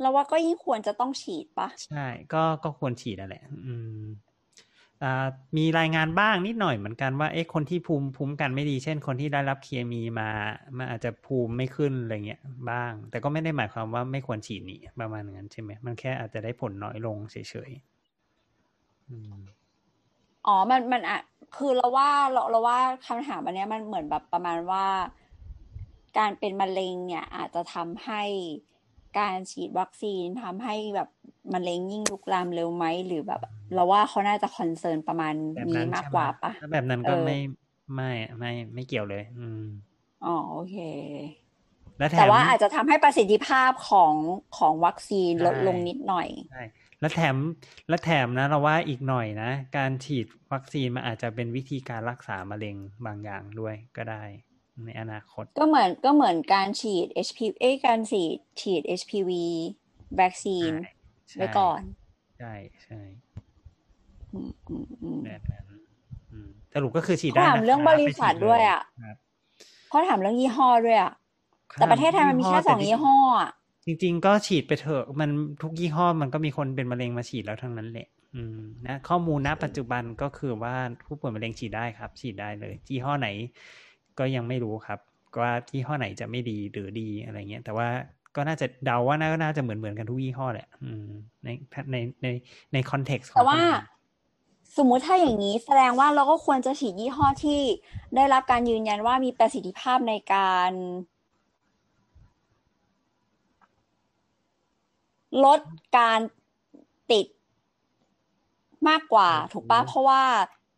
เราว่าก็ยิ่งควรจะต้องฉีดปะ ใช่ ก็ก็ควรฉีดนั่นแหละ อืมอ่ามีรายงานบ้างนิดหน่อยเหมือนกันว่าเอ๊ะคนที่ภูมิภูมิกันไม่ดี เช่น คนที่ได้รับเคมีมามันอาจจะภูมิไม่ขึ้นอะไรเงี้ยบ้าง แต่ก็ไม่ได้หมายความว่าไม่ควรฉีดนี่ประมาณนั้นใช่ไหมมันแค่อาจจะได้ผลน้อยลงเฉยๆอืม อ๋อมันมันอ่ะคือเราว่าเราเราว่าคำถามอันเนี้ยมันเหมือนแบบประมาณว่า การเป็นมะเร็งเนี่ยอาจจะทำให้การฉีดวัคซีนทำให้แบบมะเร็งยิ่งลุกลามเร็วไหมหรือแบบ เราว่าเขาน่าจะคอนเซิร์นประมาณ แบบ นี้มานั้นก ใช่ไห กว่าปะ ถ้แบบนั้นก็ เออ ไม่ไม่ไม่ไม่เกี่ยวเลย อืม อ๋อโอเค และแถ แต่ ม ว่าอาจจะทำให้ประสิทธิภาพของของวัคซีน ใช่ ลดลงนิดหน่อย ใช่และแถมและแถมนะ เราว่าอีกหน่อยนะ การฉีดวัคซีนมันอาจจะเป็นวิธีการรักษามะเร็งบางอย่างด้วยก็ได้ ในอนาคต ก็เหมือนก็เหมือนการฉีด HPV เอ้ยการฉีดฉีด HPV วัคซีน ใช่ ใช่ ไว้ก่อน ใช่ใช่ อืมอืมอืม แบบนั้น อืมสรุปก็คือฉีด เขา ได้ ถาม นะ เรื่อง ค บริ ไป ษั ฉี ท เล ด้วยอะ ครับ เขาถามเรื่องยี่ห้อด้วยอ่ะ แต่ประเทศไทยมันมีแค่สองยี่ห้ออ่ะ จริง ๆ ก็ฉีดไปเถอะมันทุกยี่ห้อมันก็มีคนเป็นมะเร็งมาฉีดแล้วทั้งนั้นแหละ อืมนะข้อมูลณปัจจุบันก็คือว่าผู้ป่วยมะเร็งฉีดได้ครับ ฉีดได้เลยยี่ห้อไหน ก็ยังไม่รู้ครับว่ายี่ห้อไหนจะไม่ดีหรือดีอะไรเงี้ยแต่ว่าก็น่าจะเดาว่าน่าน่าจะเหมือนเหมือนๆกันทุกยี่ห้อแหละ อืม ในในในในคอนเท็กซ์ของ แต่ว่า คนอื่น สมมุติถ้าอย่างนี้แสดงว่าเราก็ควรจะฉีดยี่ห้อที่ได้รับการยืนยันว่ามีประสิทธิภาพในการลดการติดมากกว่า อืม ถูกปะเพราะว่า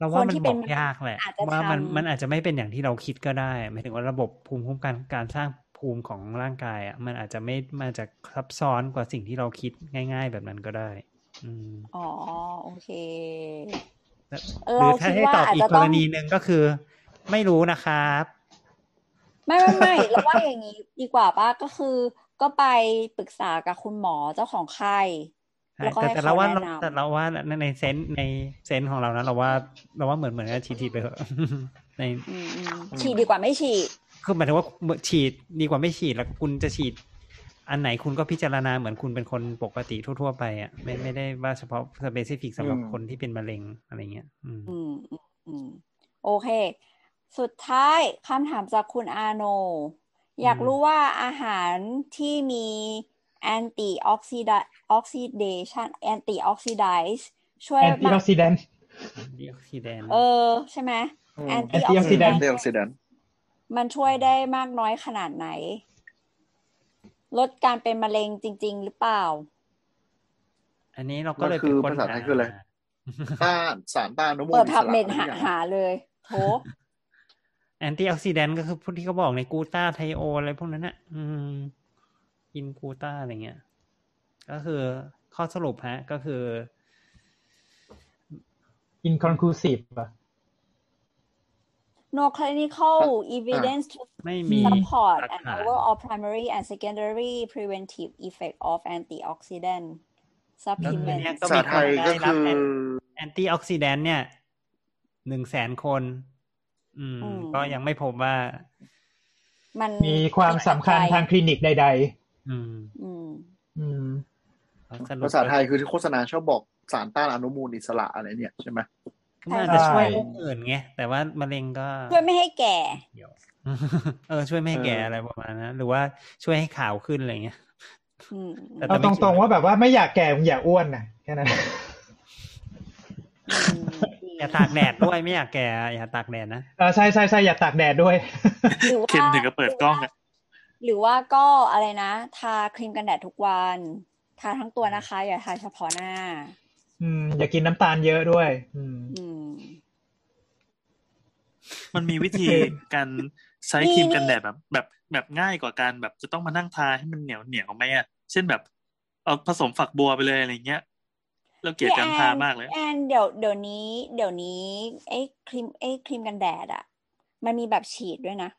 เรา ค ว่าน มัน ที่ บ เป็ อน ก มะเร็ง ยากแหละ อาจจะ ว่ามัน ทำ มันอาจจะไม่เป็นอย่างที่เราคิดก็ได้หมายถึงว่าระบบภูมิคุ้มกันการสร้างภูมิของร่างกายอ่ะมันอาจจะไม่มาจากซับซ้อนกว่าสิ่งที่เราคิดง่าย ๆ แบบนั้นก็ได้ อืม อ๋อโอเค ห เรา รือถ้า คิด ให้ ว่า ตอบ อาจ อีก จะ ก ต้อง รณีหนึ่งก็คือ ไม่รู้นะครับ ไม่ไม่ไม่ เราว่าอย่างนี้ดีกว่าป่ะก็คือ ก็ไปปรึกษากับคุณหมอเจ้าของไข้ ใช่ แล้วก็ แต่ ให้ แต่ เขา เราว่า แนะ เรา น แต่เราว่าในในเซนส์ในเซนส์ของเรานะเราว่าเราว่าเหมือนเหมือนกันฉีดๆไปเถอะ ใน ำอืมอืมฉีดดีกว่าไม่ฉีด คือหมายถึงว่าฉีดดีกว่าไม่ฉีดแล้วคุณจะฉีด อันไหนคุณก็พิจารณาเหมือนคุณเป็นคนปกติทั่ว ๆ ไปอ่ะไม่ไม่ได้ว่าเฉพาะสเปซิฟิกสำหรับ อืม คนที่เป็นมะเร็งอะไรเงี้ยอืม อืมอืมอืมโอเค สุดท้ายคำถามจากคุณอาโน อยากรู้ว่าอาหารที่มีแอนตี้ออกซิดาออกซิเดชันแอนตี้ออกซิไดซ์ช่วย แอนตี้ มา อก อกซิแดนต์ ดีออกซิแดน เออ ใช่ไหมแอนตี้ออกซิแด antioxidant น ได้ออกซิแดนต์ มันช่วยได้มากน้อยขนาดไหน ลดการเป็นมะเร็งจริง ๆ หรือเปล่า อันนี้เราก็ มัน เลย คือภาษาไทยคืออะไรต้านสารต้านอนุมู เปิ ล ด อิ พั ส บ ระ เม อะ ด ไรอย่าง หา เงี้ย หาเลยโถ แอนตี้ออกซิแดนก็คือพวกที่เขาบอกในกูต้าไทโออะไรพวกนั้นน่ะ อืมกินกูต้าอะไรเงี้ย ก็คือข้อสรุปฮะ ก็คือ อินคอนคลูซีฟอ่ะ no clinical evidence to ไม่มี support หลัก an ฐาน overall primary and secondary preventive effect of antioxidant แล้วคือเนี่ย supplements ก็ ภาษา มี ไท คน ย ได้ ก็ รั คื บ อ แอน แอนตี้ออกซิแดนต์เนี่ยหนึ่งแสนคน อืม อืม ก็ยังไม่พบว่า มัน มีความสำคัญทางคลินิกใด อืม อืม ๆ อืม สรุป ภาษาไทยคือที่โฆษณาชอบบอกสารต้านอนุมูลอิสระอะไรเนี่ยใช่ไหม ก็มันอาจจะช่วย ใช่ โรคอื่นไง แต่ว่ามะเร็งก็ ช่วยไม่ให้แก่ เดี๋ยว เออ ช่วยไม่ให้แก่ เอออ อะไรประมาณนั้นหรือว่าช่วยให้ขาวขึ้นอะไรเงี้ย อืม แต่ เอาตรงๆว่าแบบว่าไม่อยากแก่มึงอย่าอ้วนนะแค่นั้น อืม อย่าตากแดดด้วยไม่อยากแก่ อย่าตากแดดนะ เออใช่ใช่ใช่อย่าตากแดดด้วย หรือว่า เคนถึงก็เปิดกล้องอะ หรือว่าก็อะไรนะ ทาครีมกันแดดทุกวัน ทาทั้งตัวนะคะ อย่าทาเฉพาะหน้า อืม อย่ากินน้ำตาลเยอะด้วย อืม อืม มันมีวิธีการใช้ นี่ ครีมกันแดดแบบแบบแบบง่ายกว่าการแบบจะต้องมานั่งทาให้มันเหนียวเหนียวไหมอ่ะเช่นแบบเอาผสมฝักบัวไปเลยอะไรเงี้ยเราเกลียดการทามากเลย พี่แอนพี่แอนเดี๋ยวเดี๋ยวนี้ เดี๋ยวนี้ไอ้ครีมไอ้ครีมกันแดดอะมันมีแบบฉีดด้วยนะ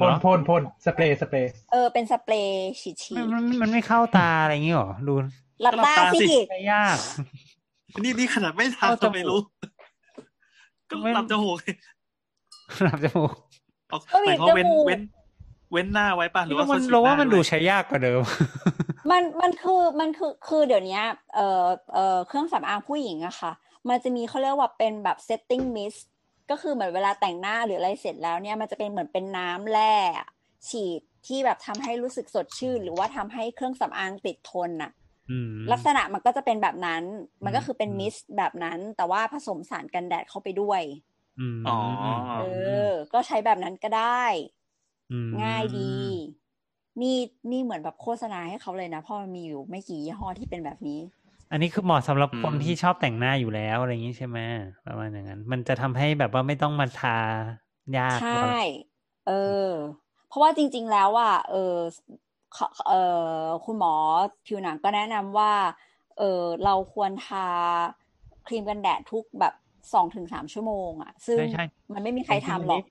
พ่น เนาะ พ่นพ่นสเปรย์สเปรย์ เออเป็นสเปรย์ฉีดฉี มัน ด มันมันไม่เข้าตาอะไรอย่างเงี้ยหรอ ดู หลับตา หลับตาสิ สิ ไม่ยาก นี่นี่ขนาดไม่ทา เข้าจมูก ทำไมรู้ ก็หลับจมูก หลับจมูก ออกหมายความว่าเว้นเว้น เว้นหน้าไว้ป่ะหรือว่า มัน เขฉี รู้ว่า ห มันดูใช้ยากกว่าเดิม มันมันคือมันคือคือเดี๋ยวนี้เออเออเครื่องสำอางผู้หญิงอะค่ะ มันจะมีเขาเรียกว่าเป็นแบบ setting mist ก็คือเหมือนเวลาแต่งหน้าหรืออะไรเสร็จแล้วเนี่ยมันจะเป็นเหมือนเป็นน้ำแร่อะฉีดที่แบบทำให้รู้สึกสดชื่น หรือว่าทำให้เครื่องสำอางติดทนน่ะ อืม ลักษณะมันก็จะเป็นแบบนั้น มันก็คือเป็น อืม มิสต์แบบนั้น แต่ว่าผสมสารกันแดดเข้าไปด้วย อืม อ๋อ เออ ก็ใช้แบบนั้นก็ได้ อืม ง่ายดี นี่นี่เหมือนแบบโฆษณาให้เขาเลยนะเพราะมันมีอยู่ไม่กี่ยี่ห้อที่เป็นแบบนี้ อันนี้คือเหมาะสำหรับ อืม คนที่ชอบแต่งหน้าอยู่แล้วอะไรอย่างนี้ใช่ไหมประมาณอย่างนั้น มันจะทำให้แบบว่าไม่ต้องมาทายาก ใช หรอ่ เออ เพราะว่าจริง ๆ แล้วอ่ะเออขอเออคุณหมอผิวหนังก็แนะนำว่า เออเราควรทาครีมกันแดดทุกแบบสองถึงสามชั่วโมงอ่ะ ซึ่ง ใช่ใช่ มันไม่มีใครทำหรอก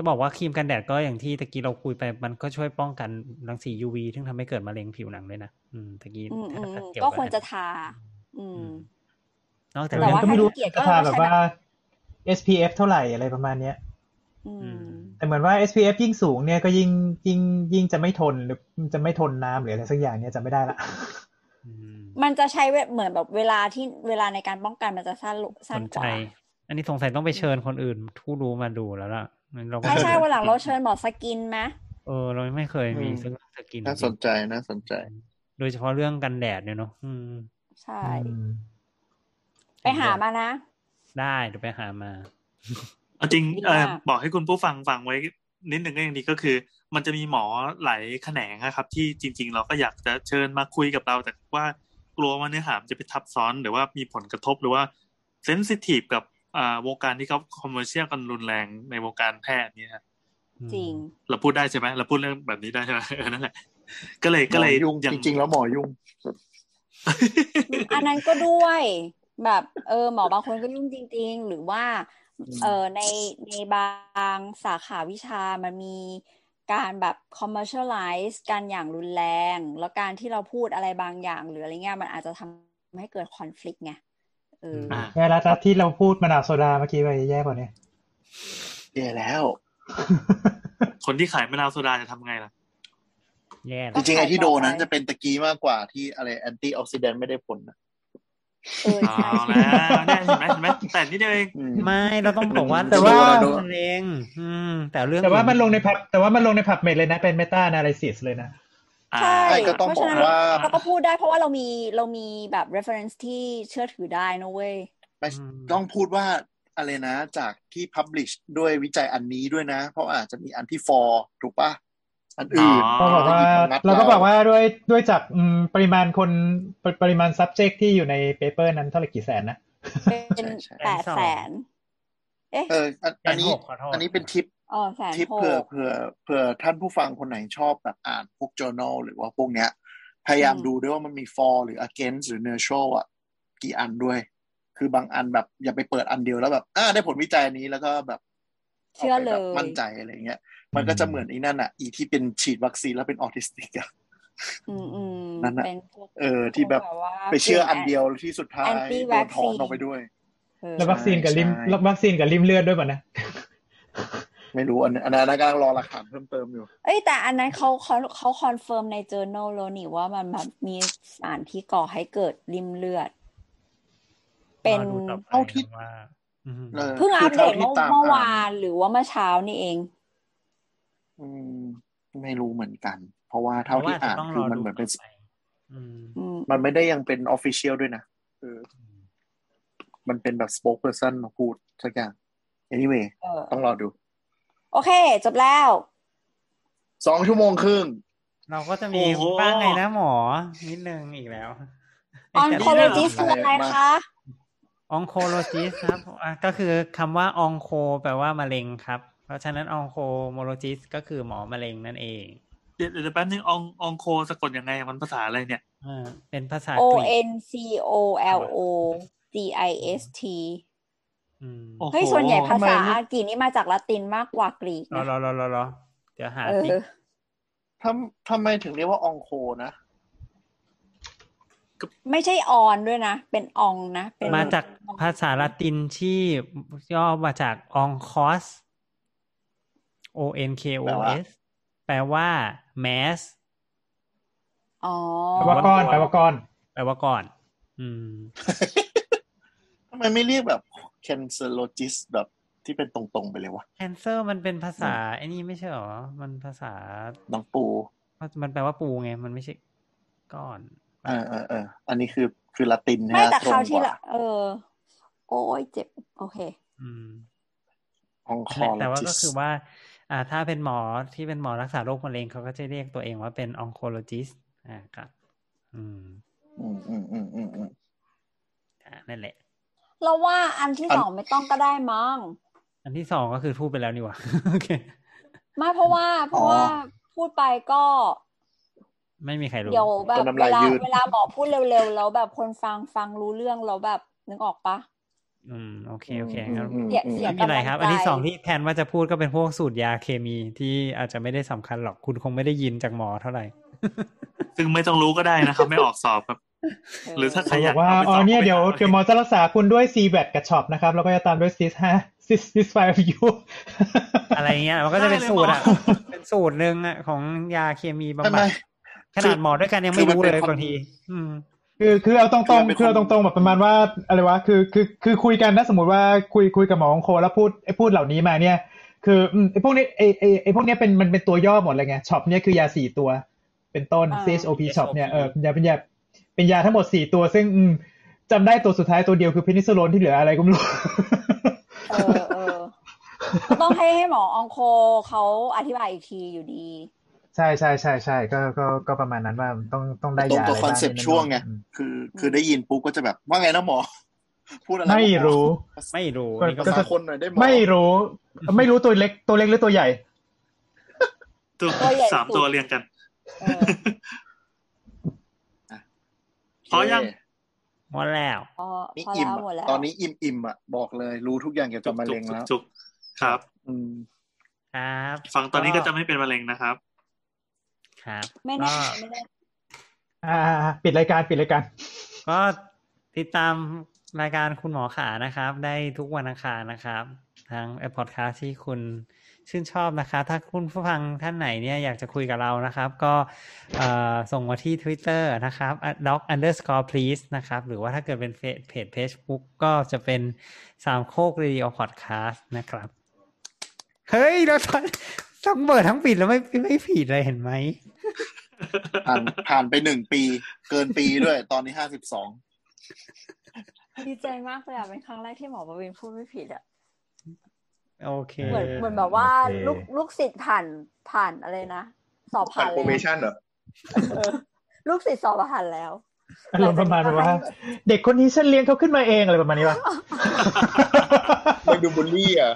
จะบอกว่าครีมกันแดดก็อย่างที่ตะกี้เราคุยไป มันก็ช่วยป้องกันรังสี UV ซึ่งทำให้เกิดมะเร็งผิวหนังด้วยนะอืมตะกี้ อืมอืม ถ้า อืม เยวบ ก็ควรจะทา อืม นอกจาก แต่ นั้น ว่า ก็ ไม่ ไม่ รู้ถ้าขี้รู้เกียจก็ จะทาแบบว่า ใช้แบบ SPF เท่าไหร่อะไรประมาณเนี้ย อื อื ม ม แต่เหมือนว่า SPF ยิ่งสูงเนี่ยก็ยิ่งยิ่งยิ่งจะไม่ทนหรือจะไม่ทนน้ำหรืออะไรสักอย่างเนี่ยจะไม่ได้ละ อืม มันจะใช้เวเหมือนแบบเวลาที่เวลาในการป้องกันมันจะสั้นลง ส สั้น น ก ใจ ว่า อันนี้สงสัยต้องไปเชิญคนอื่นผู้รู้มาดูแล้วล่ะงั้นเราก็ ใช่ใช่วันหลังเราเชิญหมอสกินไหม เออเราไม่เคยมี อืม ซึ่งสกิน น่าสนใจน่าสนใจ โดยเฉพาะเรื่องกันแดดเนี่ยเนาะอืม ใช่ อืม ไปหามานะ ได้เดี๋ยวไปหามา เอาจริง ดีมาก เออบอกให้คุณผู้ฟังฟังไว้นิดหนึ่งก็ยังดีก็คือ มันจะมีหมอหลายแขนงนะครับ ที่จริง ๆ เราก็อยากจะเชิญมาคุยกับเรา แต่ว่ากลัวว่าเนื้อหามันจะไปทับซ้อนหรือว่ามีผลกระทบหรือว่าเซนซิทีฟกับอ่าวงการที่เขาคอมเมอร์เชียลกันรุนแรงในวงการแพทย์เนี่ยฮะ จริง เราพูดได้ใช่ไหมเราพูดเรื่องแบบนี้ได้ใช่ไหม เออนั่นแหละก็เลยก็เลย หมอยุ่ง ยั จริง ๆ แล้วหมอยุ่ง อันนั้นก็ด้วยแบบเออหมอบางคนก็ยุ่งจริง ๆ หรือว่า อืม เออในในบางสาขาวิชามันมีการแบบ commercialize กันอย่างรุนแรง แล้วการที่เราพูดอะไรบางอย่าง หรืออะไรเงี้ยมันอาจจะทำให้เกิด conflict ไงเอออ ม แย่แล้วนะที่เราพูดมะนาวโซดาเมื่อกี้ไปแย่กว่านี้ แย่แล้ว คนที่ขายมะนาวโซดาจะทำไงล่ะ แย่ จ แล้ว ริงๆไอ้ที่โดนนะ ต่อไป จะเป็นตะกี้มากกว่าที่อะไรแอนตี้ออกซิแดนต์ไม่ได้ผลนะ เออ เอา ใช่ แล้วเนี่ยเห็นไหมเห็นไหมแต่นิดเดียวเอง อืม ไม่เราต้องบอกว่า แต่ว่า เรื่องมันเองอืม แต่เรื่อง แต่ว่ามันลงใน อื่ พับแต่ว่ามันลงในพับเมดเลยนะ เป็นเมตา a นาลิซิสเลยนะ อ่า ใช่ ใช่ก็ต้อง เพราะฉะนั้น บอกว่า เราก็พูดได้เพราะว่าเรามีเรามีแบบ reference ที่เชื่อถือได้นะเว้ย ไม่ อืม ต้องพูดว่าอะไรนะ จากที่พับลิชด้วยวิจัยอันนี้ด้วยนะ เพราะอาจจะมีอันที่ฟอร์ถูกปะอันอื่น อ๋ ก็ อ บอกว่าเราก็บอกว่าด้วยด้วยจากอืมปริมาณคนปริปริมาณ subject ที่อยู่ใน paper นั้นเท่าไหร่กี่แสนนะ เป็น ใช่ แปดแสนเอ๊ะ เอออัน แส อัน น นี้ หกขอโทษ อันนี้เป็นทิป อ๋อแสน ทิป ห เผื่อก เผื่อเผื่อท่านผู้ฟังคนไหนชอบแบบอ่านพวก journal หรือว่าพวกเนี้ย พยายาม อืม ดูด้วยว่ามันมี for หรือ against หรือ neutral อ่ะ กี่อันด้วย คือบางอันแบบอย่าไปเปิดอันเดียวแล้วแบบอ่าได้ผลวิจัยอันนี้แล้วก็แบบ เชื่อ ไป เล แบบ ย มั่นใจอะไรเงี้ย มันก็จะเหมือนไอีนั่นอ่ะ อีที่เป็นฉีดวัคซีนแล้วเป็นออทิสติกอ่ะ อืมอืม นั่นน่ะ เป็นพวก เออ ที่แบบ พวกว่า ไปเชื่ออัน กลุ่ม เดียวที่สุดท้าย anti โดนถอนออกไป vaccine ด้วย เออ แล้ววัคซีนกับริม ใช่ แล้ววัคซีนกับริมเลือดด้วยป่ะนะ ไม่รู้อันอันนั้นกำลังรอหลักฐานเพิ่มเติมอยู่ เอ้ยแต่อันนั้นเขาเขาเขาคอนเฟิร์มใน journal แล้วนี่ว่ามันแบบมีสารที่ก่อให้เกิดริมเลือด เป็น รอดูต่อไป เท่าที่ ว่า อืม เออ เพิ่ง คื อัปเด ท่า ตเมื่อ ต เมื่อวาน นหรือว่าเมื่อเช้านี่เอง อืมไม่รู้เหมือนกัน เพราะว่าเท่า แต่ว่ ที่ จะ อ่าน ต้อง คื ร อ อ มัน ดู เหมือน ต่ เป็ อน ไปอืม อืม มันไม่ได้ยังเป็นออฟฟิเชียลด้วยนะเออมันเป็นแบบสปอคเพอร์ซันมาพูดสักอย่าง anyway เออ ต้องรอดู โอเค จบแล้ว สองชั่วโมงครึ่ง เราก็จะมี โอ้โห บ้างไงนะหมอ นิดนึงอีกแล้ว oncologist คืออะไรคะ องโคโลจิสครับอ่ะก็คือคำว่าองโคแปลว่ามะเร็งครับ เพราะฉะนั้นองโคโมโลจิสก็คือหมอมะเร็งนั่นเอง เดี๋ยวเดี๋ยวแป๊บนึงององโคสะกดยังไงมันภาษาอะไรเนี่ย อ่าเป็นภาษา O กรีก N C O L O G I S T อืม โอ้โห เฮ้ย ส่วนใหญ่ภา ทำไม ษา ไม่ อากีนี่มาจากละตินมากกว่ากรีก รอ นะ รอรอรอรอเดี๋ยวหา เอ ติ๊ก อ ทำทำไมถึงเรียกว่าองโคนะ ไม่ใช่ออนด้วยนะ เป็นอองนะ เป็น มาจากภาษาละตินที่ย่อมาจากองคอส O N K O แปลว่า S แปลว่า mass อ๋อ แปลว่าก้อนแปลว่าก้อน แปลว่าก่อน อืม ทำไมไม่เรียกแบบ cancerologist แบบที่เป็นตรงๆไปเลยวะ cancer มันเป็นภาษาไอ้นี่ไม่ใช่หรอ มันภาษา น้องปู มันแปลว่าปูไง มันไม่ใช่ก้อน เออเออเอออันนี้คือคือละตินนะ ไม่แต่ ตร คราง ว ก ที่ละ ว่า เออ โอ้ยเจ็บ โอเค อืม องค นั่นอลแหละ แต่ว่า จิ ก็ ส คือว่า อ่าถ้าเป็นหมอที่เป็นหมอรักษาโรคมะเร็งเขาก็จะเรียกตัวเองว่าเป็นองโคโลจิสอ่าครับอืม อืมอืมอืมอืมอืม อ่านั่นแหละ เราว่าอันที่สองไม่ต้องก็ได้มั้ง อันที่สองก็คือพูดไปแล้วนี่หว่า โอเค ไม่เพราะว่า เพราะว่าพูดไปก็ ไม่มีใครรู้ เดี๋ยวแบบคนน้ำ เว ลาย ลา ยืด เวลาหมอพูดเร็วๆแล้วแบบคนฟังฟังรู้เรื่องแล้วแบบนึกออกปะ อืมโอเคโอเคงั้น อืม เสียเสีย ไม่มีอะไร กำลัง ครับ ใจ อันที่สองที่แทนว่าจะพูดก็เป็นพวกสูตรยาเคมีที่อาจจะไม่ได้สำคัญหรอกคุณคงไม่ได้ยินจากหมอเท่าไหร่ ซึ่งไม่ต้องรู้ก็ได้นะครับ ไม่ออกสอบครับ เออ หรือถ้าใครอบยาเขาอก กว่า เอาไป อ๋ ส อ อบ เนี่ย ก็ไป เดี๋ยว สอบ เดี๋ยวหมอจะรักษาคุณด้วย c b a t กับช็อปนะครับ แล้วก็จะตามด้วย sis ฮะ sis sis five you อะไรเงี้ย มันก็จะเป็นสูตรอ่ะ เป็นสูตรหนึ่งอ่ะของยาเคมีบำ ทำไม บัดขนาดหมอด้วยกันยังไม่รู้ คือมัน เล เป็น ย ความ บางที อืม คือคือเอาตรง คือมันเป็น ๆคือเอาคตรง น ๆแบบประมาณว่าอะไรวะคือคือคือคุยกันนะสมมติว่าคุยคุยกับหมอของโคแล้วพูดไอ้พูดเหล่านี้มาเนี่ย คืออืมไอ้พวกนี้ไอ้ไอ้ไอ้พวกเนี้ยเป็นมันเป็นตัวย่อหมดเลยไงช็อปเนี่ยคือยาสี่ตัว เป็นต้น CSOP ช็อปเนี่ยเออเป็นยาเป็นยาเป็นยาทั้งหมดสี่ตัว ซึ่งอืมจำได้ตัวสุดท้ายตัวเดียวคือเพนิซิลลินที่เหลืออะไรก็ไม่รู้ เออเออก็ต้องให้ให้หมอองโคเขาอธิบายอีกทีอยู่ดี ใช่ใช่ใช่ใช่ก็ก็ก็ประมาณนั้นว่าต้องต้องได้ ตรง ยา ตั อะ ว ไร คอน บ้าง เซปต์ช่วงไง อืม คือ คือได้ยินปุ๊บก็จะแบบว่าไงนะหมอ พูดอะไร ไม่รู้ ไม่รู้ ก็ นี่ก็ ภาษา มา คนหน่อยได้หมอ ไม่รู้ ไม่รู้ตัวเล็กตัวเล็กหรือตัวใหญ่ ตัว ตัวใหญ่ สาม สุด ตัวเรียงกัน เออ พอยัง หมดแล้ว พอ นี่ พอ อิ่ม แล้วหอะมดแล้ว ตอนนี้อิ่มอิ่มๆอ่ะบอกเลยรู้ทุกอย่างเกี่ยวกับมะเร็งแล้ว จุกๆครับ อืม ครับ ฟังตอนนี้ก็จะไม่เป็นมะเร็งนะครับ ครับ ไม่ ก็ แน่ไม่แน่ อ่าปิดรายการปิดรายการ ก็ติดตามรายการคุณหมอขานะครับ ได้ทุกวันอังคารนะครับ ทางแอปพอดคาสที่คุณชื่นชอบนะคะ ถ้าคุณผู้ฟังท่านไหนเนี่ยอยากจะคุยกับเรานะครับ ก็เอ่อส่งมาที่ Twitter นะครับ doc underscore please นะครับ หรือว่าถ้าเกิดเป็นเพจเพจ Facebook ก็จะเป็นสามโคกเรดิโอพอดคาสนะครับ เฮ้ย เราต้องต้องเปิดทั้งปิดแล้วไม่ไม่ผิดเลยเห็นไหม ผ่านผ่านไปหนึ่งปี เกินปีด้วย ตอนนี้ห้าสิบสอง ดีใจมากเลยอะเป็นครั้งแรกที่หมอประวินพูดไม่ผิดอะ โอเค เหมือนเหมือนแบบว่า โอเค ลูกลูกศิษย์ผ่านผ่านอะไรนะสอบ ผ่า ผ่าน น โปร แล้ เม ว ชั่นเหรอ เออลูกศิษย์สอบผ่านแล้ว อารมณ์ประ มาณแบบว่า เด็กคนนี้ฉันเลี้ยงเขาขึ้นมาเองอะไรประมาณนี้ป่ะ ไม่ดูบูลลี่อ่ะ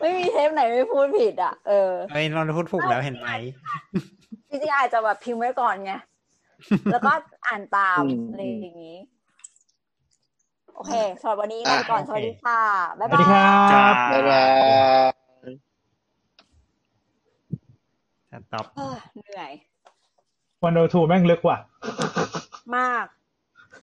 ไม่มีเทปไหนไม่พูดผิดอ่ะ เออ เอ้ยเราพูดถูกแล้วเห็นไหม จริงๆอาจจะแบบพิมพ์ไว้ก่อนไง แล้วก็อ่านตามอะไรอย่างนี้ โอเคสำหรับวันนี้ลาไปก่อน สวัสดีค่ะ ส บ๊าย วัส บา ดีค ย รับ บ๊ายบาย ตอบ เออเหนื่อย วันโอทูแม่งลึกว่ะ มาก